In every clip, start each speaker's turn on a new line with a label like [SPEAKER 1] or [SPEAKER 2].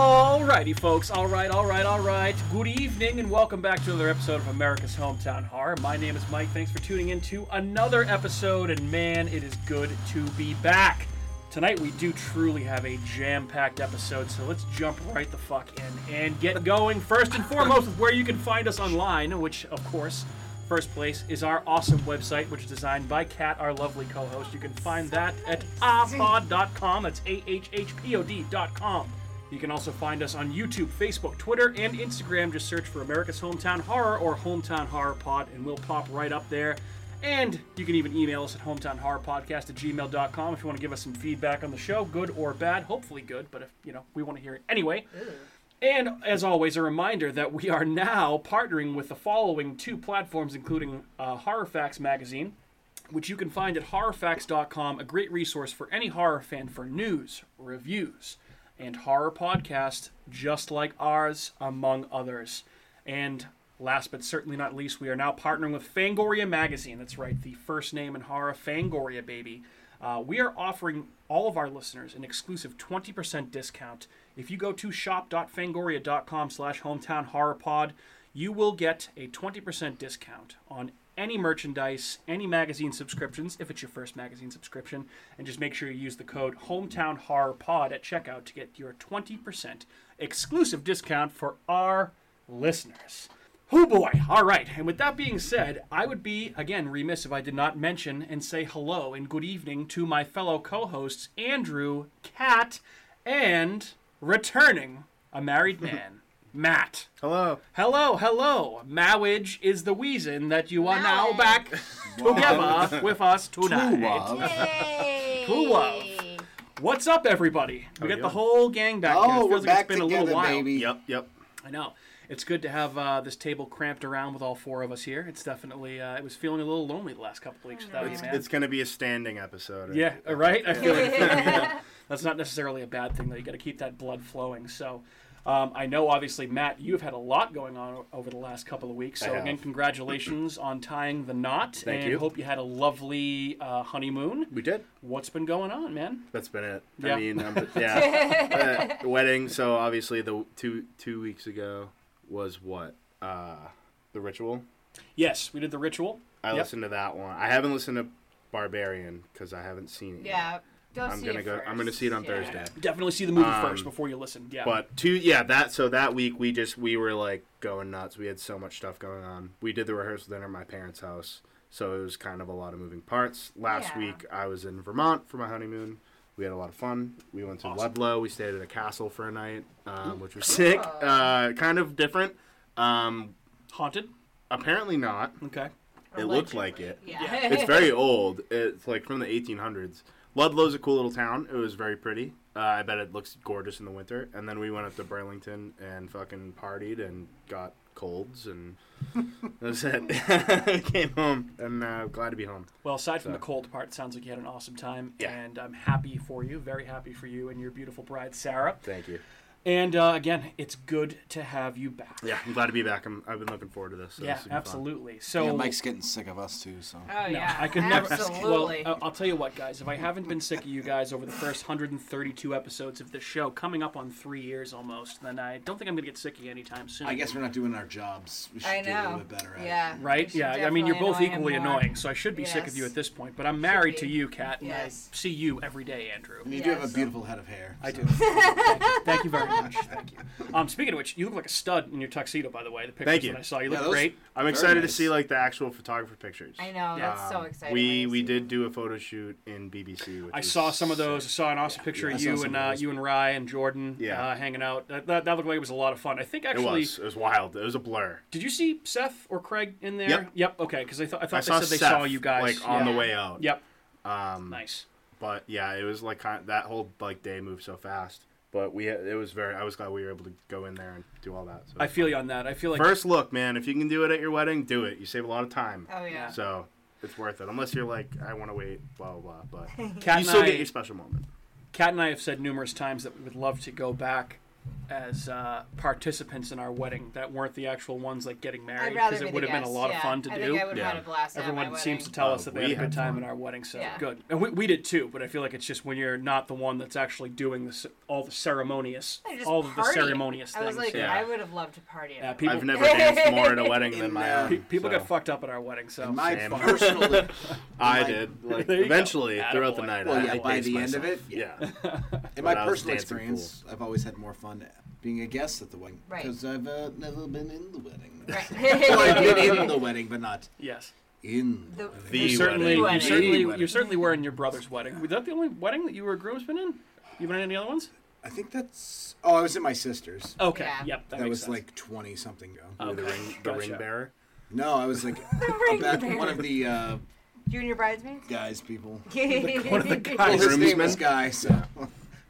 [SPEAKER 1] righty, folks. All right, all right, all right. Good evening, and welcome back to another episode of America's Hometown Horror. My name is Mike. Thanks for tuning in to another episode, and man, it is good to be back. Tonight, we do truly have a jam packed episode, so let's jump right the fuck in and get going. First and foremost, with where you can find us online, which, of course, first place is our awesome website, which is designed by Kat, our lovely co host. You can find that at ahpod.com. That's A H H P O D.com. You can also find us on YouTube, Facebook, Twitter, and Instagram. Just search for America's Hometown Horror or Hometown Horror Pod, and we'll pop right up there. And you can even email us at hometownhorrorpodcast at gmail.com if you want to give us some feedback on the show, good or bad. Hopefully good, but if you know, we want to hear it anyway. And as always, a reminder that we are now partnering with the following two platforms, including uh, Horror Facts Magazine, which you can find at horrorfacts.com, a great resource for any horror fan for news, reviews, and horror podcasts just like ours, among others. And last but certainly not least, we are now partnering with Fangoria Magazine. That's right, the first name in horror, Fangoria, baby. Uh, we are offering all of our listeners an exclusive 20% discount. If you go to shop.fangoria.com slash hometown horror pod, you will get a 20% discount on any merchandise, any magazine subscriptions, if it's your first magazine subscription, and just make sure you use the code Hometown Horror Pod at checkout to get your 20% exclusive discount for our listeners. Who boy! All right, and with that being said, I would be again remiss if I did not mention and say hello and good evening to my fellow co-hosts Andrew, Kat, and returning a married man, Matt.
[SPEAKER 2] Hello.
[SPEAKER 1] Hello, hello. Marriage is the reason that you are now
[SPEAKER 3] Marriage.
[SPEAKER 1] back together with us tonight.
[SPEAKER 3] Yay!
[SPEAKER 1] Who of? What's up, everybody? We got the whole gang back here. It
[SPEAKER 4] Oh,
[SPEAKER 1] feels
[SPEAKER 4] we're
[SPEAKER 1] like
[SPEAKER 4] back
[SPEAKER 1] it's been
[SPEAKER 4] together,
[SPEAKER 1] a little while.
[SPEAKER 4] baby.
[SPEAKER 2] Yep, yep.
[SPEAKER 1] I know. It's good to have uh, this table cramped around with all four of us here. It's definitely uh, it was feeling a little lonely the last couple of weeks without you, man.
[SPEAKER 2] It's gonna be a standing episode.
[SPEAKER 1] yeah, uh, right. I feel like yeah. that's not necessarily a bad thing though. You got to keep that blood flowing. So. Um, I know, obviously, Matt, you've had a lot going on o- over the last couple of weeks.
[SPEAKER 2] I
[SPEAKER 1] So,
[SPEAKER 2] have.
[SPEAKER 1] again, congratulations on tying the knot.
[SPEAKER 2] Thank
[SPEAKER 1] and
[SPEAKER 2] you.
[SPEAKER 1] hope you had a lovely uh, honeymoon.
[SPEAKER 2] We did.
[SPEAKER 1] What's been going on, man?
[SPEAKER 2] That's been it.
[SPEAKER 1] Yeah.
[SPEAKER 2] I mean, I'm, yeah. Uh, wedding. So obviously, the two two weeks ago was what uh, the ritual.
[SPEAKER 1] Yes, we did the ritual.
[SPEAKER 2] I
[SPEAKER 1] Yep.
[SPEAKER 2] listened to that one. I haven't listened to Barbarian because I haven't seen it. yet.
[SPEAKER 3] Yeah. Go
[SPEAKER 2] I'm
[SPEAKER 3] see
[SPEAKER 2] gonna
[SPEAKER 3] it
[SPEAKER 2] go.
[SPEAKER 3] First.
[SPEAKER 2] I'm gonna see it on
[SPEAKER 3] Yeah.
[SPEAKER 2] Thursday.
[SPEAKER 1] Definitely see the movie
[SPEAKER 2] Um,
[SPEAKER 1] first before you listen. Yeah.
[SPEAKER 2] But two, yeah, that so that week we just we were like going nuts. We had so much stuff going on. We did the rehearsal dinner at my parents' house, so it was kind of a lot of moving parts. Last
[SPEAKER 3] Yeah.
[SPEAKER 2] week I was in Vermont for my honeymoon. We had a lot of fun. We went to
[SPEAKER 1] Awesome.
[SPEAKER 2] Ludlow. We stayed at a castle for a night, um, which was sick. Uh, kind of different. Um,
[SPEAKER 1] Haunted.
[SPEAKER 2] apparently not.
[SPEAKER 1] Okay.
[SPEAKER 2] It looked like it.
[SPEAKER 3] Yeah.
[SPEAKER 2] It's very old. It's like from the 1800s. Ludlow's a cool little town. It was very pretty. Uh, I bet it looks gorgeous in the winter. And then we went up to Burlington and fucking partied and got colds and that was it. Came home and uh, glad to be home.
[SPEAKER 1] Well, aside from
[SPEAKER 2] So-
[SPEAKER 1] the cold part, it sounds like you had an awesome time,
[SPEAKER 2] Yeah.
[SPEAKER 1] and I'm happy for you. Very happy for you and your beautiful bride, Sarah.
[SPEAKER 2] Thank you.
[SPEAKER 1] And uh, again, it's good to have you back.
[SPEAKER 2] Yeah, I'm glad to be back. I'm, I've been looking forward to this. so
[SPEAKER 1] Yeah,
[SPEAKER 2] this is gonna be fun.
[SPEAKER 1] absolutely. So,
[SPEAKER 4] Yeah, Mike's getting sick of us too, so.
[SPEAKER 3] Oh
[SPEAKER 1] no,
[SPEAKER 3] yeah.
[SPEAKER 1] I could never. Well, oh,
[SPEAKER 3] Absolutely.
[SPEAKER 1] I- I'll tell you what, guys. If I haven't been sick of you guys over the first 132 episodes of this show, coming up on three years almost, then I don't think I'm going to get sick of you anytime soon.
[SPEAKER 4] I guess we're not doing our jobs. We should
[SPEAKER 3] I
[SPEAKER 4] do a little
[SPEAKER 3] know.
[SPEAKER 4] bit better at
[SPEAKER 3] Yeah.
[SPEAKER 1] Right?
[SPEAKER 3] We
[SPEAKER 1] Yeah.
[SPEAKER 3] should
[SPEAKER 1] I mean, you're
[SPEAKER 3] definitely
[SPEAKER 1] both
[SPEAKER 3] annoy him
[SPEAKER 1] equally
[SPEAKER 3] more.
[SPEAKER 1] annoying, so I should be sick of you
[SPEAKER 3] Yes.
[SPEAKER 1] at this point. But I'm married to
[SPEAKER 3] be.
[SPEAKER 1] you, Kat, and
[SPEAKER 3] Yes.
[SPEAKER 1] I see you every day, Andrew.
[SPEAKER 4] it. You do have a
[SPEAKER 3] Yes.
[SPEAKER 4] beautiful head of hair.
[SPEAKER 1] I
[SPEAKER 4] so.
[SPEAKER 1] do. Thank you. Thank you very much. Thank you. Um, speaking of which, you look like a stud in your tuxedo, by the way. The pictures
[SPEAKER 2] Thank you.
[SPEAKER 1] that I saw, you
[SPEAKER 4] Yeah,
[SPEAKER 1] look
[SPEAKER 4] those-
[SPEAKER 1] great.
[SPEAKER 2] I'm
[SPEAKER 4] Very
[SPEAKER 2] excited to
[SPEAKER 4] nice.
[SPEAKER 2] see like the actual photographer pictures.
[SPEAKER 3] I know. That's so
[SPEAKER 2] Um,
[SPEAKER 3] exciting.
[SPEAKER 2] We
[SPEAKER 3] when
[SPEAKER 2] we
[SPEAKER 3] you see
[SPEAKER 2] did do a photo shoot in BBC. Which
[SPEAKER 1] I
[SPEAKER 2] was
[SPEAKER 1] saw some of those. I
[SPEAKER 2] sick.
[SPEAKER 1] saw an awesome picture
[SPEAKER 4] yeah,
[SPEAKER 1] of
[SPEAKER 4] I saw
[SPEAKER 1] you
[SPEAKER 4] some
[SPEAKER 1] and
[SPEAKER 4] of
[SPEAKER 1] uh,
[SPEAKER 4] those.
[SPEAKER 1] you and Rye and Jordan
[SPEAKER 2] Yeah.
[SPEAKER 1] uh, hanging out. That, that, that looked like it was a lot of fun. I think
[SPEAKER 2] It
[SPEAKER 1] actually,
[SPEAKER 2] was. It was wild. It was a blur.
[SPEAKER 1] did you see Seth or Craig in there?
[SPEAKER 2] Yep.
[SPEAKER 1] okay, because I, thought I
[SPEAKER 2] I
[SPEAKER 1] thought they
[SPEAKER 2] saw
[SPEAKER 1] said they
[SPEAKER 2] Seth,
[SPEAKER 1] saw you guys.
[SPEAKER 2] like on
[SPEAKER 1] yeah.
[SPEAKER 2] the way out.
[SPEAKER 1] Yep.
[SPEAKER 2] Um,
[SPEAKER 1] Nice.
[SPEAKER 2] but yeah, it was like kind that whole like day moved so fast. But we it was very. I was glad we were able to go in there and do all that. So
[SPEAKER 1] I feel you on that. I feel like
[SPEAKER 2] first look, man. If you can do it at your wedding, do it. You save a lot of time.
[SPEAKER 3] Oh yeah.
[SPEAKER 2] So it's worth it. Unless you're like, I want to wait, blah blah blah. But
[SPEAKER 1] Kat
[SPEAKER 2] you
[SPEAKER 1] and
[SPEAKER 2] still
[SPEAKER 1] I-
[SPEAKER 2] get your special moment.
[SPEAKER 1] Kat and I have said numerous times that we would love to go back as uh, participants in our wedding that weren't the actual ones like getting married
[SPEAKER 3] I'd rather
[SPEAKER 1] because
[SPEAKER 3] be
[SPEAKER 1] it
[SPEAKER 3] the
[SPEAKER 1] would have been a
[SPEAKER 3] guest,
[SPEAKER 1] lot of
[SPEAKER 3] yeah.
[SPEAKER 1] fun to
[SPEAKER 3] I
[SPEAKER 1] do.
[SPEAKER 3] think I would
[SPEAKER 2] Yeah.
[SPEAKER 3] have had a blast. at my
[SPEAKER 1] Everyone seems to
[SPEAKER 3] wedding.
[SPEAKER 1] tell
[SPEAKER 2] Oh,
[SPEAKER 1] us that they
[SPEAKER 2] we
[SPEAKER 1] had a good
[SPEAKER 2] had
[SPEAKER 1] time
[SPEAKER 2] fun.
[SPEAKER 1] in our wedding, so
[SPEAKER 3] Yeah.
[SPEAKER 1] good. And we, we did too, but I feel like it's just when you're not the one that's actually doing this, all the ceremonious,
[SPEAKER 3] I just
[SPEAKER 1] all of the
[SPEAKER 3] partied.
[SPEAKER 1] ceremonious
[SPEAKER 3] I was
[SPEAKER 1] things.
[SPEAKER 3] like,
[SPEAKER 2] Yeah.
[SPEAKER 3] I would have loved to party. At
[SPEAKER 1] Yeah,
[SPEAKER 3] a
[SPEAKER 1] people,
[SPEAKER 2] I've never danced more at a wedding than my
[SPEAKER 4] In, uh,
[SPEAKER 2] own.
[SPEAKER 1] pe- people
[SPEAKER 2] so
[SPEAKER 1] get fucked up at our wedding, so
[SPEAKER 4] In my
[SPEAKER 2] Same.
[SPEAKER 4] personal,
[SPEAKER 2] I
[SPEAKER 4] my-
[SPEAKER 2] did. Like,
[SPEAKER 1] There you go.
[SPEAKER 2] eventually, throughout the
[SPEAKER 1] Attaboy.
[SPEAKER 2] night,
[SPEAKER 4] Well,
[SPEAKER 2] I,
[SPEAKER 4] yeah,
[SPEAKER 2] I
[SPEAKER 4] by
[SPEAKER 2] dazed
[SPEAKER 4] the end of
[SPEAKER 2] myself.
[SPEAKER 4] it,
[SPEAKER 2] Yeah.
[SPEAKER 4] in my
[SPEAKER 2] When I was dancing
[SPEAKER 4] personal experience, I've always had more fun being a guest at the wedding
[SPEAKER 3] Right.
[SPEAKER 4] because I've uh, never been in the wedding. well, I've
[SPEAKER 3] right.
[SPEAKER 4] been in the wedding, but not
[SPEAKER 1] yes,
[SPEAKER 4] in.
[SPEAKER 3] The-
[SPEAKER 2] The
[SPEAKER 1] you certainly,
[SPEAKER 2] wedding.
[SPEAKER 1] you
[SPEAKER 3] wedding.
[SPEAKER 1] certainly,
[SPEAKER 4] The wedding.
[SPEAKER 1] you certainly were in your brother's wedding. Was that the only wedding that you were a groomsman in? You been in any other ones?
[SPEAKER 4] I think that's. Oh, I was at my sister's.
[SPEAKER 1] Okay,
[SPEAKER 3] Yeah.
[SPEAKER 1] yep, that,
[SPEAKER 4] that
[SPEAKER 1] makes
[SPEAKER 4] was
[SPEAKER 1] sense.
[SPEAKER 4] like twenty something ago.
[SPEAKER 2] With The
[SPEAKER 1] Okay.
[SPEAKER 2] ring, the
[SPEAKER 1] Gotcha.
[SPEAKER 2] ring bearer.
[SPEAKER 4] No, I was like
[SPEAKER 3] ring
[SPEAKER 4] back
[SPEAKER 3] bearer.
[SPEAKER 4] one of the uh,
[SPEAKER 3] Junior bridesmaids.
[SPEAKER 4] guys people.
[SPEAKER 1] one of the
[SPEAKER 4] Well,
[SPEAKER 1] guys.
[SPEAKER 4] his name
[SPEAKER 2] Groomsmen?
[SPEAKER 4] was Guy, so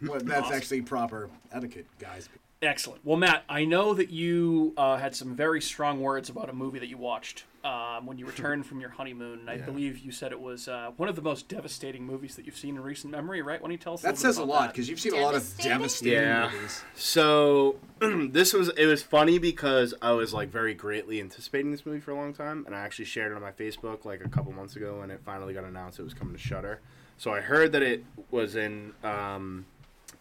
[SPEAKER 4] well, that's
[SPEAKER 1] Awesome.
[SPEAKER 4] actually proper etiquette, guys.
[SPEAKER 1] Excellent. Well, Matt, I know that you uh, had some very strong words about a movie that you watched um, when you returned from your honeymoon. I believe you said it was uh, one of the most devastating movies that you've seen in recent memory, right? Why don't you tell us?
[SPEAKER 4] That
[SPEAKER 1] little
[SPEAKER 4] says a
[SPEAKER 1] bit about
[SPEAKER 4] lot
[SPEAKER 1] that?
[SPEAKER 4] because you've seen a lot of
[SPEAKER 3] Devastating?
[SPEAKER 4] devastating
[SPEAKER 2] Yeah.
[SPEAKER 4] movies.
[SPEAKER 2] So this was it was funny because I was like very greatly anticipating this movie for a long time, and I actually shared it on my Facebook like a couple months ago when it finally got announced it was coming to Shutter. So I heard that it was in, um,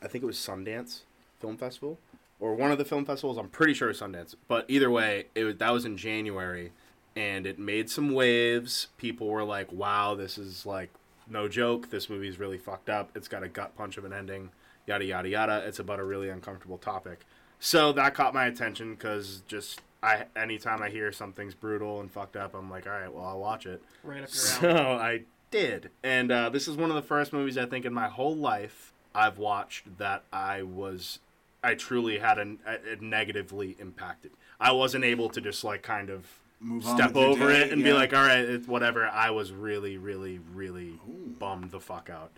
[SPEAKER 2] I think it was Sundance Film Festival or one of the film festivals. I'm pretty sure it's Sundance, but either way, it was, that was in January, and it made some waves. People were like, "Wow, this is like no joke. This movie is really fucked up. It's got a gut punch of an ending. Yada yada yada. It's about a really uncomfortable topic." So that caught my attention because just I anytime I hear something's brutal and fucked up, I'm like, "All right, well, I'll watch it."
[SPEAKER 1] Right up your
[SPEAKER 2] So
[SPEAKER 1] alley.
[SPEAKER 2] I did, and uh, this is one of the first movies I think in my whole life I've watched that I was, I truly had an, a, it negatively impacted. I wasn't able to just like kind of
[SPEAKER 4] Move on
[SPEAKER 2] step
[SPEAKER 4] with your
[SPEAKER 2] over
[SPEAKER 4] day,
[SPEAKER 2] it and be
[SPEAKER 4] yeah.
[SPEAKER 2] like, all right, it's whatever. I was really, really, really bummed the fuck out.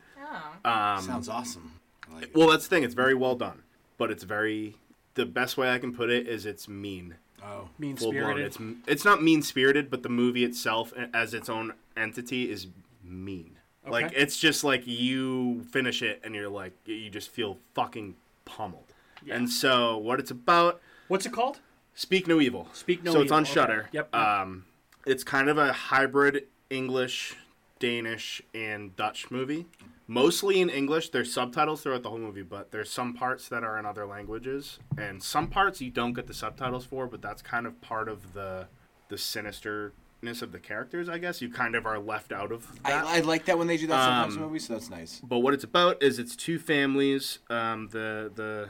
[SPEAKER 3] Oh.
[SPEAKER 2] Um,
[SPEAKER 4] Sounds awesome. I like it.
[SPEAKER 2] well, that's the thing. It's very well done, but it's very. The best way I can put it is it's mean
[SPEAKER 4] Oh,
[SPEAKER 1] Mean
[SPEAKER 2] full blown.
[SPEAKER 1] spirited.
[SPEAKER 2] It's it's not mean spirited, but the movie itself, a- as its own entity, is mean. Like
[SPEAKER 1] Okay.
[SPEAKER 2] it's just like you finish it and you're like y- you just feel fucking pummeled.
[SPEAKER 1] Yeah.
[SPEAKER 2] And so what it's about,
[SPEAKER 1] What's it called?
[SPEAKER 2] Speak No Evil.
[SPEAKER 1] Speak No
[SPEAKER 2] So it's
[SPEAKER 1] Evil,
[SPEAKER 2] on
[SPEAKER 1] okay.
[SPEAKER 2] Shutter.
[SPEAKER 1] Yep, yep.
[SPEAKER 2] Um, it's kind of a hybrid English, Danish, and Dutch movie. Mostly in English. There's subtitles throughout the whole movie, but there's some parts that are in other languages, and some parts you don't get the subtitles for. But that's kind of part of the the sinisterness of the characters, I guess. You kind of are left out of
[SPEAKER 4] I, I like that when they do that sometimes in
[SPEAKER 2] Um,
[SPEAKER 4] movies. So that's nice.
[SPEAKER 2] but what it's about is it's two families um, the the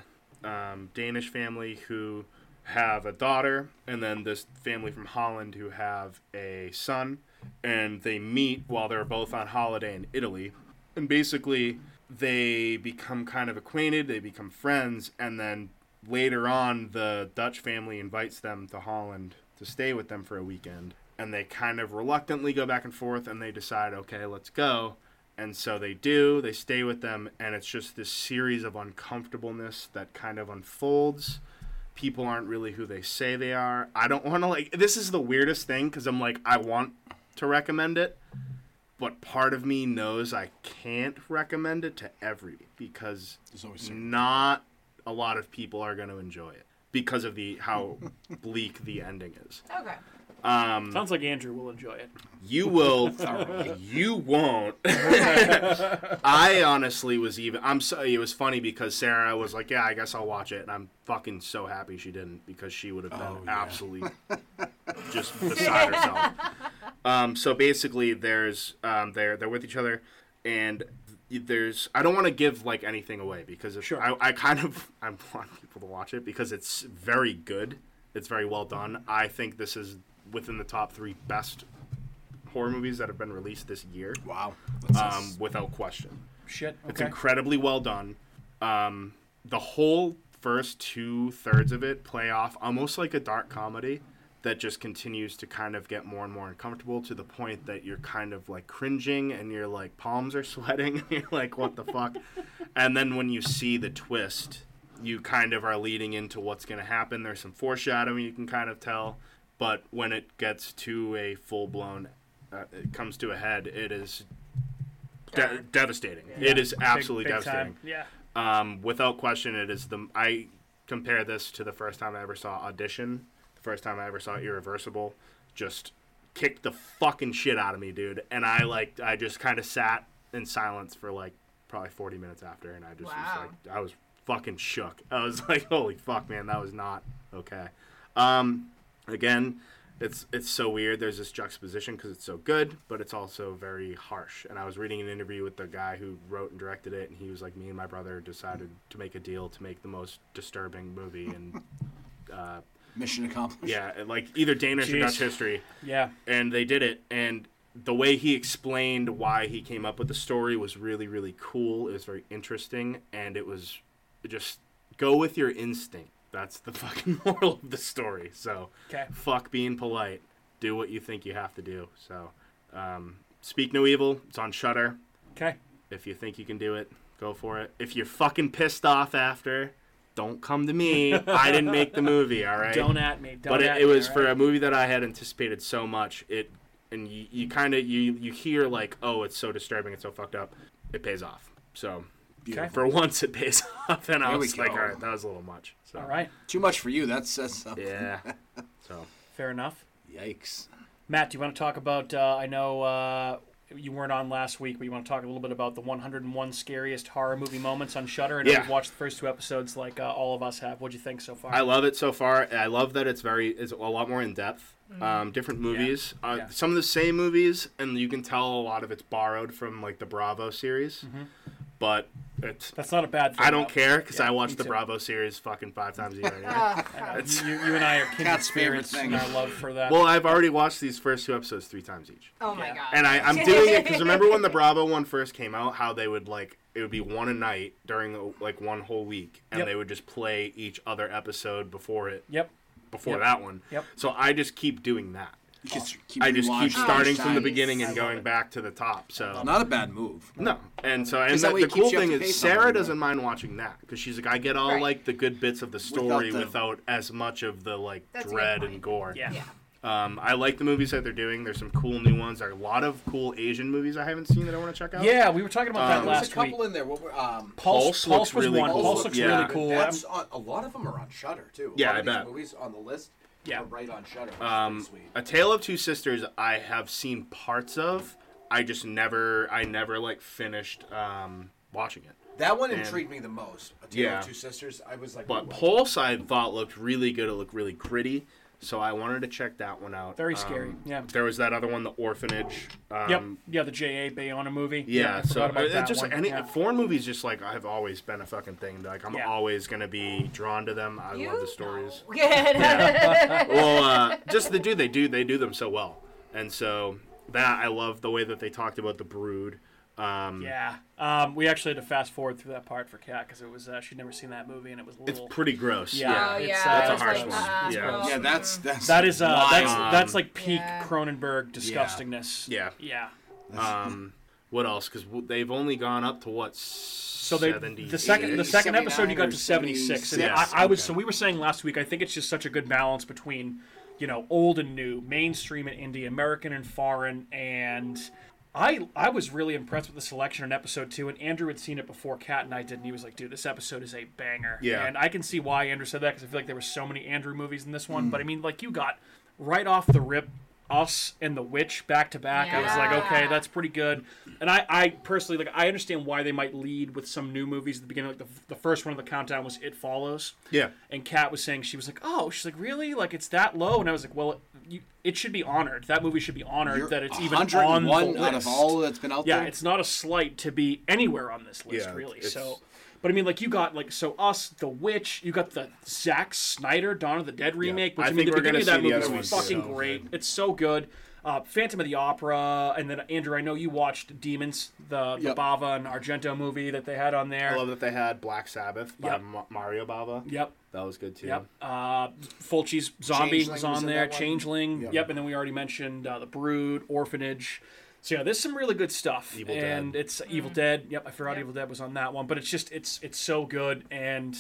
[SPEAKER 2] um, Danish family who have a daughter and then this family from Holland who have a son and they meet while they're both on holiday in Italy and basically they become kind of acquainted they become friends and then later on the Dutch family invites them to Holland to stay with them for a weekend and they kind of reluctantly go back and forth and they decide okay let's go and so they do, they stay with them, and it's just this series of uncomfortableness that kind of unfolds. People aren't really who they say they are. I don't want to, like, this is the weirdest thing because I'm like, I want to recommend it, but part of me knows I can't recommend it to everybody because
[SPEAKER 4] There's always certain-
[SPEAKER 2] not a lot of people are going to enjoy it because of the how bleak the ending is.
[SPEAKER 3] Okay.
[SPEAKER 2] Um,
[SPEAKER 1] Sounds like Andrew will enjoy it.
[SPEAKER 2] you will. you won't. I honestly was even. I'm so. It was funny because Sarah was like, "Yeah, I guess I'll watch it," and I'm fucking so happy she didn't because she would have been
[SPEAKER 4] Oh, yeah.
[SPEAKER 2] absolutely just beside herself. Um, so basically, there's um, they're they're with each other, and there's I don't want to give like anything away because if,
[SPEAKER 1] Sure.
[SPEAKER 2] I, I kind of I want people to watch it because it's very good. It's very well done. I think this is within the top three best horror movies that have been released this year,
[SPEAKER 4] Wow. That's
[SPEAKER 2] um, without question.
[SPEAKER 1] Shit.
[SPEAKER 2] It's
[SPEAKER 1] Okay.
[SPEAKER 2] incredibly well done. Um, the whole first two thirds of it play off almost like a dark comedy that just continues to kind of get more and more uncomfortable to the point that you're kind of like cringing and your like palms are sweating and you're like what the fuck and then when you see the twist you kind of are leading into what's going to happen there's some foreshadowing you can kind of tell but when it gets to a full blown uh, it comes to a head it is de- devastating it is absolutely
[SPEAKER 1] Big- big
[SPEAKER 2] devastating
[SPEAKER 1] Time. Yeah.
[SPEAKER 2] um, without question, it is the I compare this to the first time I ever saw Audition, the first time I ever saw Irreversible, just kicked the fucking shit out of me, dude. And I like I just kind of sat in silence for like probably 40 minutes after, and I just
[SPEAKER 3] Wow.
[SPEAKER 2] was like I was fucking shook. I was like, holy fuck, man, that was not okay. Um, again. It's, it's so weird. There's this juxtaposition because it's so good, but it's also very harsh. And I was reading an interview with the guy who wrote and directed it, and he was like, "Me and my brother decided to make a deal to make the most disturbing movie and
[SPEAKER 4] Mission accomplished.
[SPEAKER 2] yeah, like either Danish or
[SPEAKER 1] Jeez.
[SPEAKER 2] Dutch history.
[SPEAKER 1] Yeah.
[SPEAKER 2] And they did it. And the way he explained why he came up with the story was really, really cool. It was very interesting. And it was just go with your instinct. That's the fucking moral of the story. So,
[SPEAKER 1] Okay.
[SPEAKER 2] fuck being polite. Do what you think you have to do. So, um, Speak No Evil. It's on Shutter.
[SPEAKER 1] Okay.
[SPEAKER 2] If you think you can do it, go for it. If you're fucking pissed off after, don't come to me. I didn't make the movie, all right?
[SPEAKER 1] Don't at me. Don't
[SPEAKER 2] but
[SPEAKER 1] at
[SPEAKER 2] it,
[SPEAKER 1] me,
[SPEAKER 2] it was
[SPEAKER 1] all
[SPEAKER 2] for
[SPEAKER 1] right?
[SPEAKER 2] a movie that I had anticipated so much. It and you, you kind of you you hear like, oh, it's so disturbing, it's so fucked up. It pays off. So
[SPEAKER 4] Beautiful.
[SPEAKER 2] for once, it pays off, and I
[SPEAKER 4] There we
[SPEAKER 2] was like,
[SPEAKER 4] go.
[SPEAKER 2] all right, that was a little much. So,
[SPEAKER 1] All right.
[SPEAKER 4] Too much for you. That says something.
[SPEAKER 2] Yeah. so
[SPEAKER 1] Fair enough.
[SPEAKER 4] Yikes.
[SPEAKER 1] Matt, do you want to talk about? Uh, I know uh, you weren't on last week, but you want to talk a little bit about the 101 scariest horror movie moments on Shudder. And
[SPEAKER 2] Yeah.
[SPEAKER 1] I've watched the first two episodes, like uh, all of us have. What'd you think so far?
[SPEAKER 2] I love it so far. I love that it's very it's a lot more in depth. Um, different movies, Uh,
[SPEAKER 1] Mm-hmm. Yeah.
[SPEAKER 2] some of the same movies, and you can tell a lot of it's borrowed from like the Bravo series,
[SPEAKER 1] Mm-hmm.
[SPEAKER 2] but it's.
[SPEAKER 1] That's not a bad thing.
[SPEAKER 2] I don't
[SPEAKER 1] though.
[SPEAKER 2] care because
[SPEAKER 1] Yeah,
[SPEAKER 2] I
[SPEAKER 1] me
[SPEAKER 2] watch the
[SPEAKER 1] too.
[SPEAKER 2] Bravo series fucking five times a year. Anyway.
[SPEAKER 1] I know. You, you and I are kindred
[SPEAKER 4] Cat's favorite
[SPEAKER 1] spirits,
[SPEAKER 4] thing.
[SPEAKER 1] and our love for that.
[SPEAKER 2] Well, I've already watched these first two episodes three times each.
[SPEAKER 3] Oh my
[SPEAKER 1] Yeah.
[SPEAKER 3] god.
[SPEAKER 2] And I, I'm doing it because remember when the Bravo one first came out, how they would like it would be one a night during the, like one whole week, and
[SPEAKER 1] Yep.
[SPEAKER 2] they would just play each other episode before it
[SPEAKER 1] yep.
[SPEAKER 2] before
[SPEAKER 1] Yep.
[SPEAKER 2] that one.
[SPEAKER 1] Yep.
[SPEAKER 2] So I just keep doing that.
[SPEAKER 4] You can s- keep
[SPEAKER 2] I just
[SPEAKER 4] rewatching
[SPEAKER 2] keep
[SPEAKER 4] each
[SPEAKER 2] starting from the
[SPEAKER 4] time.
[SPEAKER 2] beginning
[SPEAKER 3] I
[SPEAKER 2] and
[SPEAKER 3] love
[SPEAKER 2] going
[SPEAKER 1] it.
[SPEAKER 2] back to the top. So
[SPEAKER 4] Not a bad move.
[SPEAKER 2] no, and so and
[SPEAKER 4] Because that
[SPEAKER 2] the,
[SPEAKER 4] way
[SPEAKER 2] the
[SPEAKER 4] it keeps
[SPEAKER 2] cool
[SPEAKER 4] you up
[SPEAKER 2] thing
[SPEAKER 4] to pace
[SPEAKER 2] is
[SPEAKER 4] on it,
[SPEAKER 2] Sarah
[SPEAKER 4] you know?
[SPEAKER 2] doesn't mind watching that because she's like I get all
[SPEAKER 3] Right.
[SPEAKER 2] like the good bits of the story
[SPEAKER 4] the-
[SPEAKER 2] without as much of the like
[SPEAKER 3] That's a good
[SPEAKER 2] dread
[SPEAKER 3] point.
[SPEAKER 2] and gore.
[SPEAKER 1] Yeah.
[SPEAKER 3] Yeah.
[SPEAKER 2] Um, I like the movies that they're doing. There's some cool new ones. There are a lot of cool Asian movies I haven't seen that I want to check out.
[SPEAKER 1] Yeah, we were talking about
[SPEAKER 2] Um,
[SPEAKER 1] that
[SPEAKER 4] There's
[SPEAKER 1] last
[SPEAKER 4] a couple
[SPEAKER 1] week.
[SPEAKER 4] in there. What were, um,
[SPEAKER 1] Pulse,
[SPEAKER 2] Pulse
[SPEAKER 1] Pulse
[SPEAKER 2] looks
[SPEAKER 1] was
[SPEAKER 2] really
[SPEAKER 1] one.
[SPEAKER 2] cool.
[SPEAKER 1] Pulse looks
[SPEAKER 2] Yeah.
[SPEAKER 1] really cool.
[SPEAKER 4] That's
[SPEAKER 1] I'm-
[SPEAKER 4] on, a lot of them are on Shutter too. A
[SPEAKER 2] Yeah,
[SPEAKER 4] lot
[SPEAKER 2] I
[SPEAKER 4] of these
[SPEAKER 2] bet.
[SPEAKER 4] Movies on the list.
[SPEAKER 1] Yeah.
[SPEAKER 4] are right on Shutter.
[SPEAKER 2] Um, A Tale of Two Sisters. I have seen parts of. I just never. I never like finished um, watching it.
[SPEAKER 4] that one
[SPEAKER 2] and-
[SPEAKER 4] intrigued me the most. A Tale
[SPEAKER 2] Yeah.
[SPEAKER 4] of Two Sisters. I was like,
[SPEAKER 2] But
[SPEAKER 4] "Ooh, I-
[SPEAKER 2] Pulse, I thought looked really good. It looked really gritty. So I wanted to check that one out.
[SPEAKER 1] Very
[SPEAKER 2] Um,
[SPEAKER 1] scary, yeah.
[SPEAKER 2] There was that other one, The Orphanage. Um,
[SPEAKER 1] Yep. Yeah, the J.A. Bayona movie.
[SPEAKER 2] Yeah,
[SPEAKER 1] I
[SPEAKER 2] so
[SPEAKER 1] forgot about
[SPEAKER 2] it-
[SPEAKER 1] that
[SPEAKER 2] it's just
[SPEAKER 1] one.
[SPEAKER 2] like any
[SPEAKER 1] Yeah.
[SPEAKER 2] foreign movies, just like I've always been a fucking thing. Like I'm
[SPEAKER 1] Yeah.
[SPEAKER 2] always gonna be drawn to them. I
[SPEAKER 3] You
[SPEAKER 2] love the stories.
[SPEAKER 3] know. Good.
[SPEAKER 2] well, uh, just they do they do they do them so well, and so that I love the way that they talked about the brood. Um,
[SPEAKER 1] Yeah. Um, we actually had to fast forward through that part for Kat because it was uh, she'd never seen that movie and it was a
[SPEAKER 2] it's
[SPEAKER 1] little.
[SPEAKER 2] pretty gross.
[SPEAKER 1] Yeah.
[SPEAKER 2] Yeah,
[SPEAKER 3] Oh,
[SPEAKER 1] it's,
[SPEAKER 3] yeah,
[SPEAKER 1] uh,
[SPEAKER 2] that's a
[SPEAKER 3] it's
[SPEAKER 2] harsh
[SPEAKER 3] like,
[SPEAKER 2] one.
[SPEAKER 3] uh-uh,
[SPEAKER 2] Yeah.
[SPEAKER 3] gross.
[SPEAKER 4] yeah, that's that's
[SPEAKER 1] that is uh, that's
[SPEAKER 2] Wild.
[SPEAKER 1] that's like peak
[SPEAKER 3] Yeah.
[SPEAKER 1] Cronenberg disgustingness.
[SPEAKER 2] Yeah.
[SPEAKER 1] Yeah.
[SPEAKER 2] Um, what else? Because they've only gone up to what?
[SPEAKER 1] So
[SPEAKER 2] So
[SPEAKER 1] they the second the second episode you got to
[SPEAKER 4] 79 or
[SPEAKER 1] seventy six. And I,
[SPEAKER 2] 76,
[SPEAKER 1] I was
[SPEAKER 2] okay.
[SPEAKER 1] so we were saying last week. I think it's just such a good balance between, you know, old and new, mainstream and indie, American and foreign, and I I was really impressed with the selection in episode two. And Andrew had seen it before Kat and I did, and he was like, "Dude, this episode is a banger."
[SPEAKER 2] Yeah.
[SPEAKER 1] and I can see why Andrew said that because I feel like there were so many Andrew movies in this one. But I mean, like you got right off the rip. Us and the Witch back to back. I was like, okay,
[SPEAKER 3] Yeah.
[SPEAKER 1] that's pretty good. And I, I personally like I understand why they might lead with some new movies at the beginning. Like the, the first one of the countdown was It Follows.
[SPEAKER 2] Yeah.
[SPEAKER 1] And Kat was saying she was like, oh, she's like really like it's that low, and I was like, well, you, it should be honored. That movie should be honored that it's even on the
[SPEAKER 4] one
[SPEAKER 1] list.
[SPEAKER 4] out of all that's been out
[SPEAKER 1] yeah,
[SPEAKER 4] there.
[SPEAKER 1] it's not a slight to be anywhere on this list
[SPEAKER 2] Yeah,
[SPEAKER 1] really.
[SPEAKER 2] it's-
[SPEAKER 1] So. But I mean, like you got like so us, the witch. You got the Zack Snyder Dawn of the Dead remake, which
[SPEAKER 2] I
[SPEAKER 1] I, mean,
[SPEAKER 2] think
[SPEAKER 1] the
[SPEAKER 2] we're gonna
[SPEAKER 1] beginning of that
[SPEAKER 2] see the
[SPEAKER 1] movie
[SPEAKER 2] other
[SPEAKER 1] is
[SPEAKER 2] ones,
[SPEAKER 1] fucking
[SPEAKER 2] too.
[SPEAKER 1] great. It's so good. Uh, Phantom of the Opera, and then Andrew, I know you watched Demons, the, the
[SPEAKER 4] Yep.
[SPEAKER 1] Bava and Argento movie that they had on there.
[SPEAKER 2] I love that they had Black Sabbath by
[SPEAKER 1] Yep.
[SPEAKER 2] Ma- Mario Bava.
[SPEAKER 1] Yep.
[SPEAKER 2] That was good too.
[SPEAKER 1] Yep. Uh, Fulci's zombie
[SPEAKER 4] Changeling
[SPEAKER 1] was
[SPEAKER 4] was
[SPEAKER 1] on
[SPEAKER 4] in
[SPEAKER 1] there.
[SPEAKER 4] that one.
[SPEAKER 1] Changeling. Yep.
[SPEAKER 4] Yep.
[SPEAKER 1] And then we already mentioned uh, the Brood, Orphanage. So yeah, there's some really good stuff.
[SPEAKER 2] Evil Dead.
[SPEAKER 1] and it's
[SPEAKER 4] Mm-hmm.
[SPEAKER 1] Evil Dead. Yep, I forgot
[SPEAKER 3] Yep.
[SPEAKER 1] Evil Dead was on that one. But it's just it's it's so good and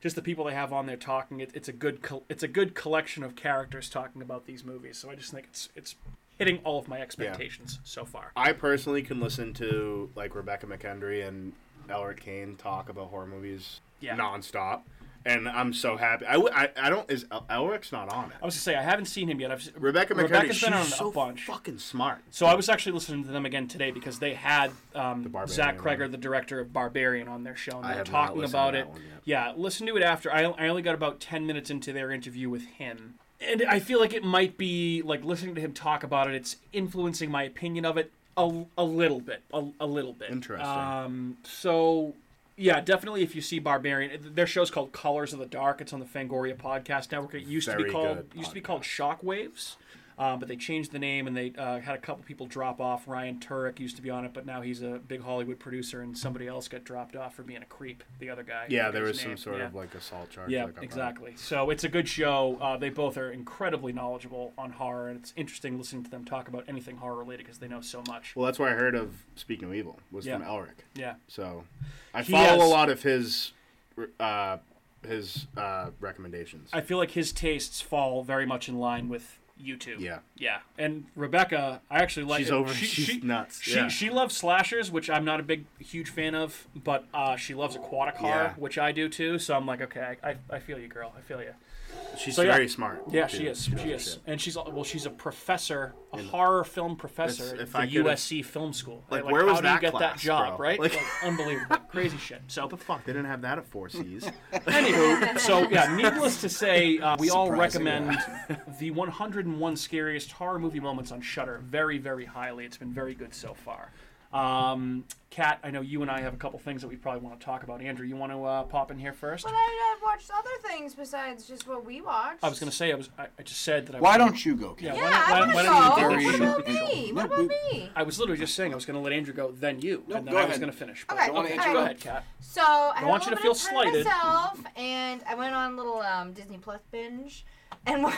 [SPEAKER 1] just the people they have on there talking. It, it's a good col it's a good collection of characters talking about these movies. So I just think it's it's hitting all of my expectations so far.
[SPEAKER 2] I personally can listen to like Rebecca McKendry and Elric Kane talk about horror movies
[SPEAKER 1] Yeah.
[SPEAKER 2] nonstop, and I'm so happy. I, w- I, I don't is El- Elric's not on it.
[SPEAKER 1] I was gonna say I haven't seen him yet. I've s-
[SPEAKER 2] Rebecca McCurdy,
[SPEAKER 1] Rebecca's
[SPEAKER 2] she's
[SPEAKER 1] been on a
[SPEAKER 2] so
[SPEAKER 1] bunch.
[SPEAKER 2] fucking smart.
[SPEAKER 1] So I was actually listening to them again today because they had um,
[SPEAKER 2] Barbarian
[SPEAKER 1] Zach
[SPEAKER 2] one.
[SPEAKER 1] Kreger, the director of Barbarian, on their show, and
[SPEAKER 2] I
[SPEAKER 1] they were
[SPEAKER 2] have not
[SPEAKER 1] talking
[SPEAKER 2] listened to
[SPEAKER 1] about
[SPEAKER 2] that
[SPEAKER 1] it.
[SPEAKER 2] one yet.
[SPEAKER 1] Yeah, listen to it after. I, I only got about ten minutes into their interview with him, and I feel like it might be like listening to him talk about it. It's influencing my opinion of it a, a little bit, a, a little bit.
[SPEAKER 2] Interesting.
[SPEAKER 1] Um, so yeah, definitely if you see Barbarian, their show's called Colors of the Dark. It's on the Fangoria Podcast Network. It used to be
[SPEAKER 2] Very
[SPEAKER 1] called
[SPEAKER 2] good
[SPEAKER 1] used to be
[SPEAKER 2] podcast.
[SPEAKER 1] called Shockwaves, um, but they changed the name and they uh, had a couple people drop off. Ryan Turek used to be on it, but now he's a big Hollywood producer, and somebody else got dropped off for being a creep. The other guy.
[SPEAKER 2] Yeah, there
[SPEAKER 1] His
[SPEAKER 2] was some
[SPEAKER 1] name,
[SPEAKER 2] sort
[SPEAKER 1] yeah.
[SPEAKER 2] of like assault charge.
[SPEAKER 1] Yeah,
[SPEAKER 2] that got brought up.
[SPEAKER 1] exactly. So it's a good show. Uh, they both are incredibly knowledgeable on horror, and it's interesting listening to them talk about anything horror related because they know so much.
[SPEAKER 2] Well, that's where I heard of Speaking of Evil was
[SPEAKER 1] Yeah.
[SPEAKER 2] from Elric.
[SPEAKER 1] Yeah.
[SPEAKER 2] So I
[SPEAKER 1] He
[SPEAKER 2] follow
[SPEAKER 1] has-
[SPEAKER 2] a lot of his uh, his uh, recommendations.
[SPEAKER 1] I feel like his tastes fall very much in line with you two.
[SPEAKER 2] Yeah.
[SPEAKER 1] Yeah. And Rebecca, I actually like
[SPEAKER 2] She's over-
[SPEAKER 1] She,
[SPEAKER 2] she's
[SPEAKER 1] she-
[SPEAKER 2] nuts.
[SPEAKER 1] She,
[SPEAKER 2] Yeah.
[SPEAKER 1] she loves slashers, which I'm not a big huge fan of, but uh, she loves aquatic horror,
[SPEAKER 2] Yeah.
[SPEAKER 1] which I do too. So I'm like, okay, I, I, I feel you, girl. I feel you.
[SPEAKER 2] She's
[SPEAKER 1] so, yeah.
[SPEAKER 2] very smart.
[SPEAKER 1] Yeah,
[SPEAKER 2] too.
[SPEAKER 1] she is.
[SPEAKER 2] knows
[SPEAKER 1] She
[SPEAKER 2] her
[SPEAKER 1] is,
[SPEAKER 2] shit.
[SPEAKER 1] and she's al- well, she's a professor, a horror film professor
[SPEAKER 2] It's-
[SPEAKER 1] at
[SPEAKER 2] if
[SPEAKER 1] the
[SPEAKER 2] I could've-
[SPEAKER 1] USC Film School.
[SPEAKER 2] Like, where
[SPEAKER 1] how
[SPEAKER 2] was
[SPEAKER 1] do you
[SPEAKER 2] that
[SPEAKER 1] get that
[SPEAKER 2] class,
[SPEAKER 1] job,
[SPEAKER 2] bro?
[SPEAKER 1] right?
[SPEAKER 2] Like-
[SPEAKER 1] Like, unbelievable, crazy shit. So
[SPEAKER 2] The fuck, they didn't have that at Four C's.
[SPEAKER 1] Anywho, so yeah, needless to say, uh, we all
[SPEAKER 4] Surprising,
[SPEAKER 1] recommend the 101 scariest horror movie moments on Shudder very, very highly. It's been very good so far. Um, Kat, I know you and I have a couple things that we probably want to talk about. Andrew, you want to uh, pop in here first?
[SPEAKER 3] But I, I've watched other things besides just what we watched.
[SPEAKER 1] I was going to say I was. I, I just said that. I
[SPEAKER 4] Why
[SPEAKER 1] was,
[SPEAKER 4] don't you go,
[SPEAKER 1] Yeah.
[SPEAKER 4] Ken?
[SPEAKER 3] Yeah,
[SPEAKER 1] why don't-
[SPEAKER 3] I
[SPEAKER 1] why-
[SPEAKER 3] want
[SPEAKER 1] why
[SPEAKER 3] to
[SPEAKER 1] don't
[SPEAKER 3] go.
[SPEAKER 1] you do
[SPEAKER 3] What about
[SPEAKER 4] it?
[SPEAKER 3] me?
[SPEAKER 4] No,
[SPEAKER 3] What about me?
[SPEAKER 1] I was literally just saying I was going to let Andrew go, then you,
[SPEAKER 4] No,
[SPEAKER 1] and then
[SPEAKER 4] go
[SPEAKER 1] I was
[SPEAKER 4] ahead.
[SPEAKER 1] going to finish. But
[SPEAKER 3] Okay,
[SPEAKER 4] Don't wanna
[SPEAKER 1] okay,
[SPEAKER 4] interrupt.
[SPEAKER 1] go ahead, Kat.
[SPEAKER 3] So I, had
[SPEAKER 1] want
[SPEAKER 3] a
[SPEAKER 1] you to
[SPEAKER 3] little
[SPEAKER 1] feel
[SPEAKER 3] bit of time
[SPEAKER 1] slighted.
[SPEAKER 3] to myself, and I went on a little um, Disney Plus binge, and wa-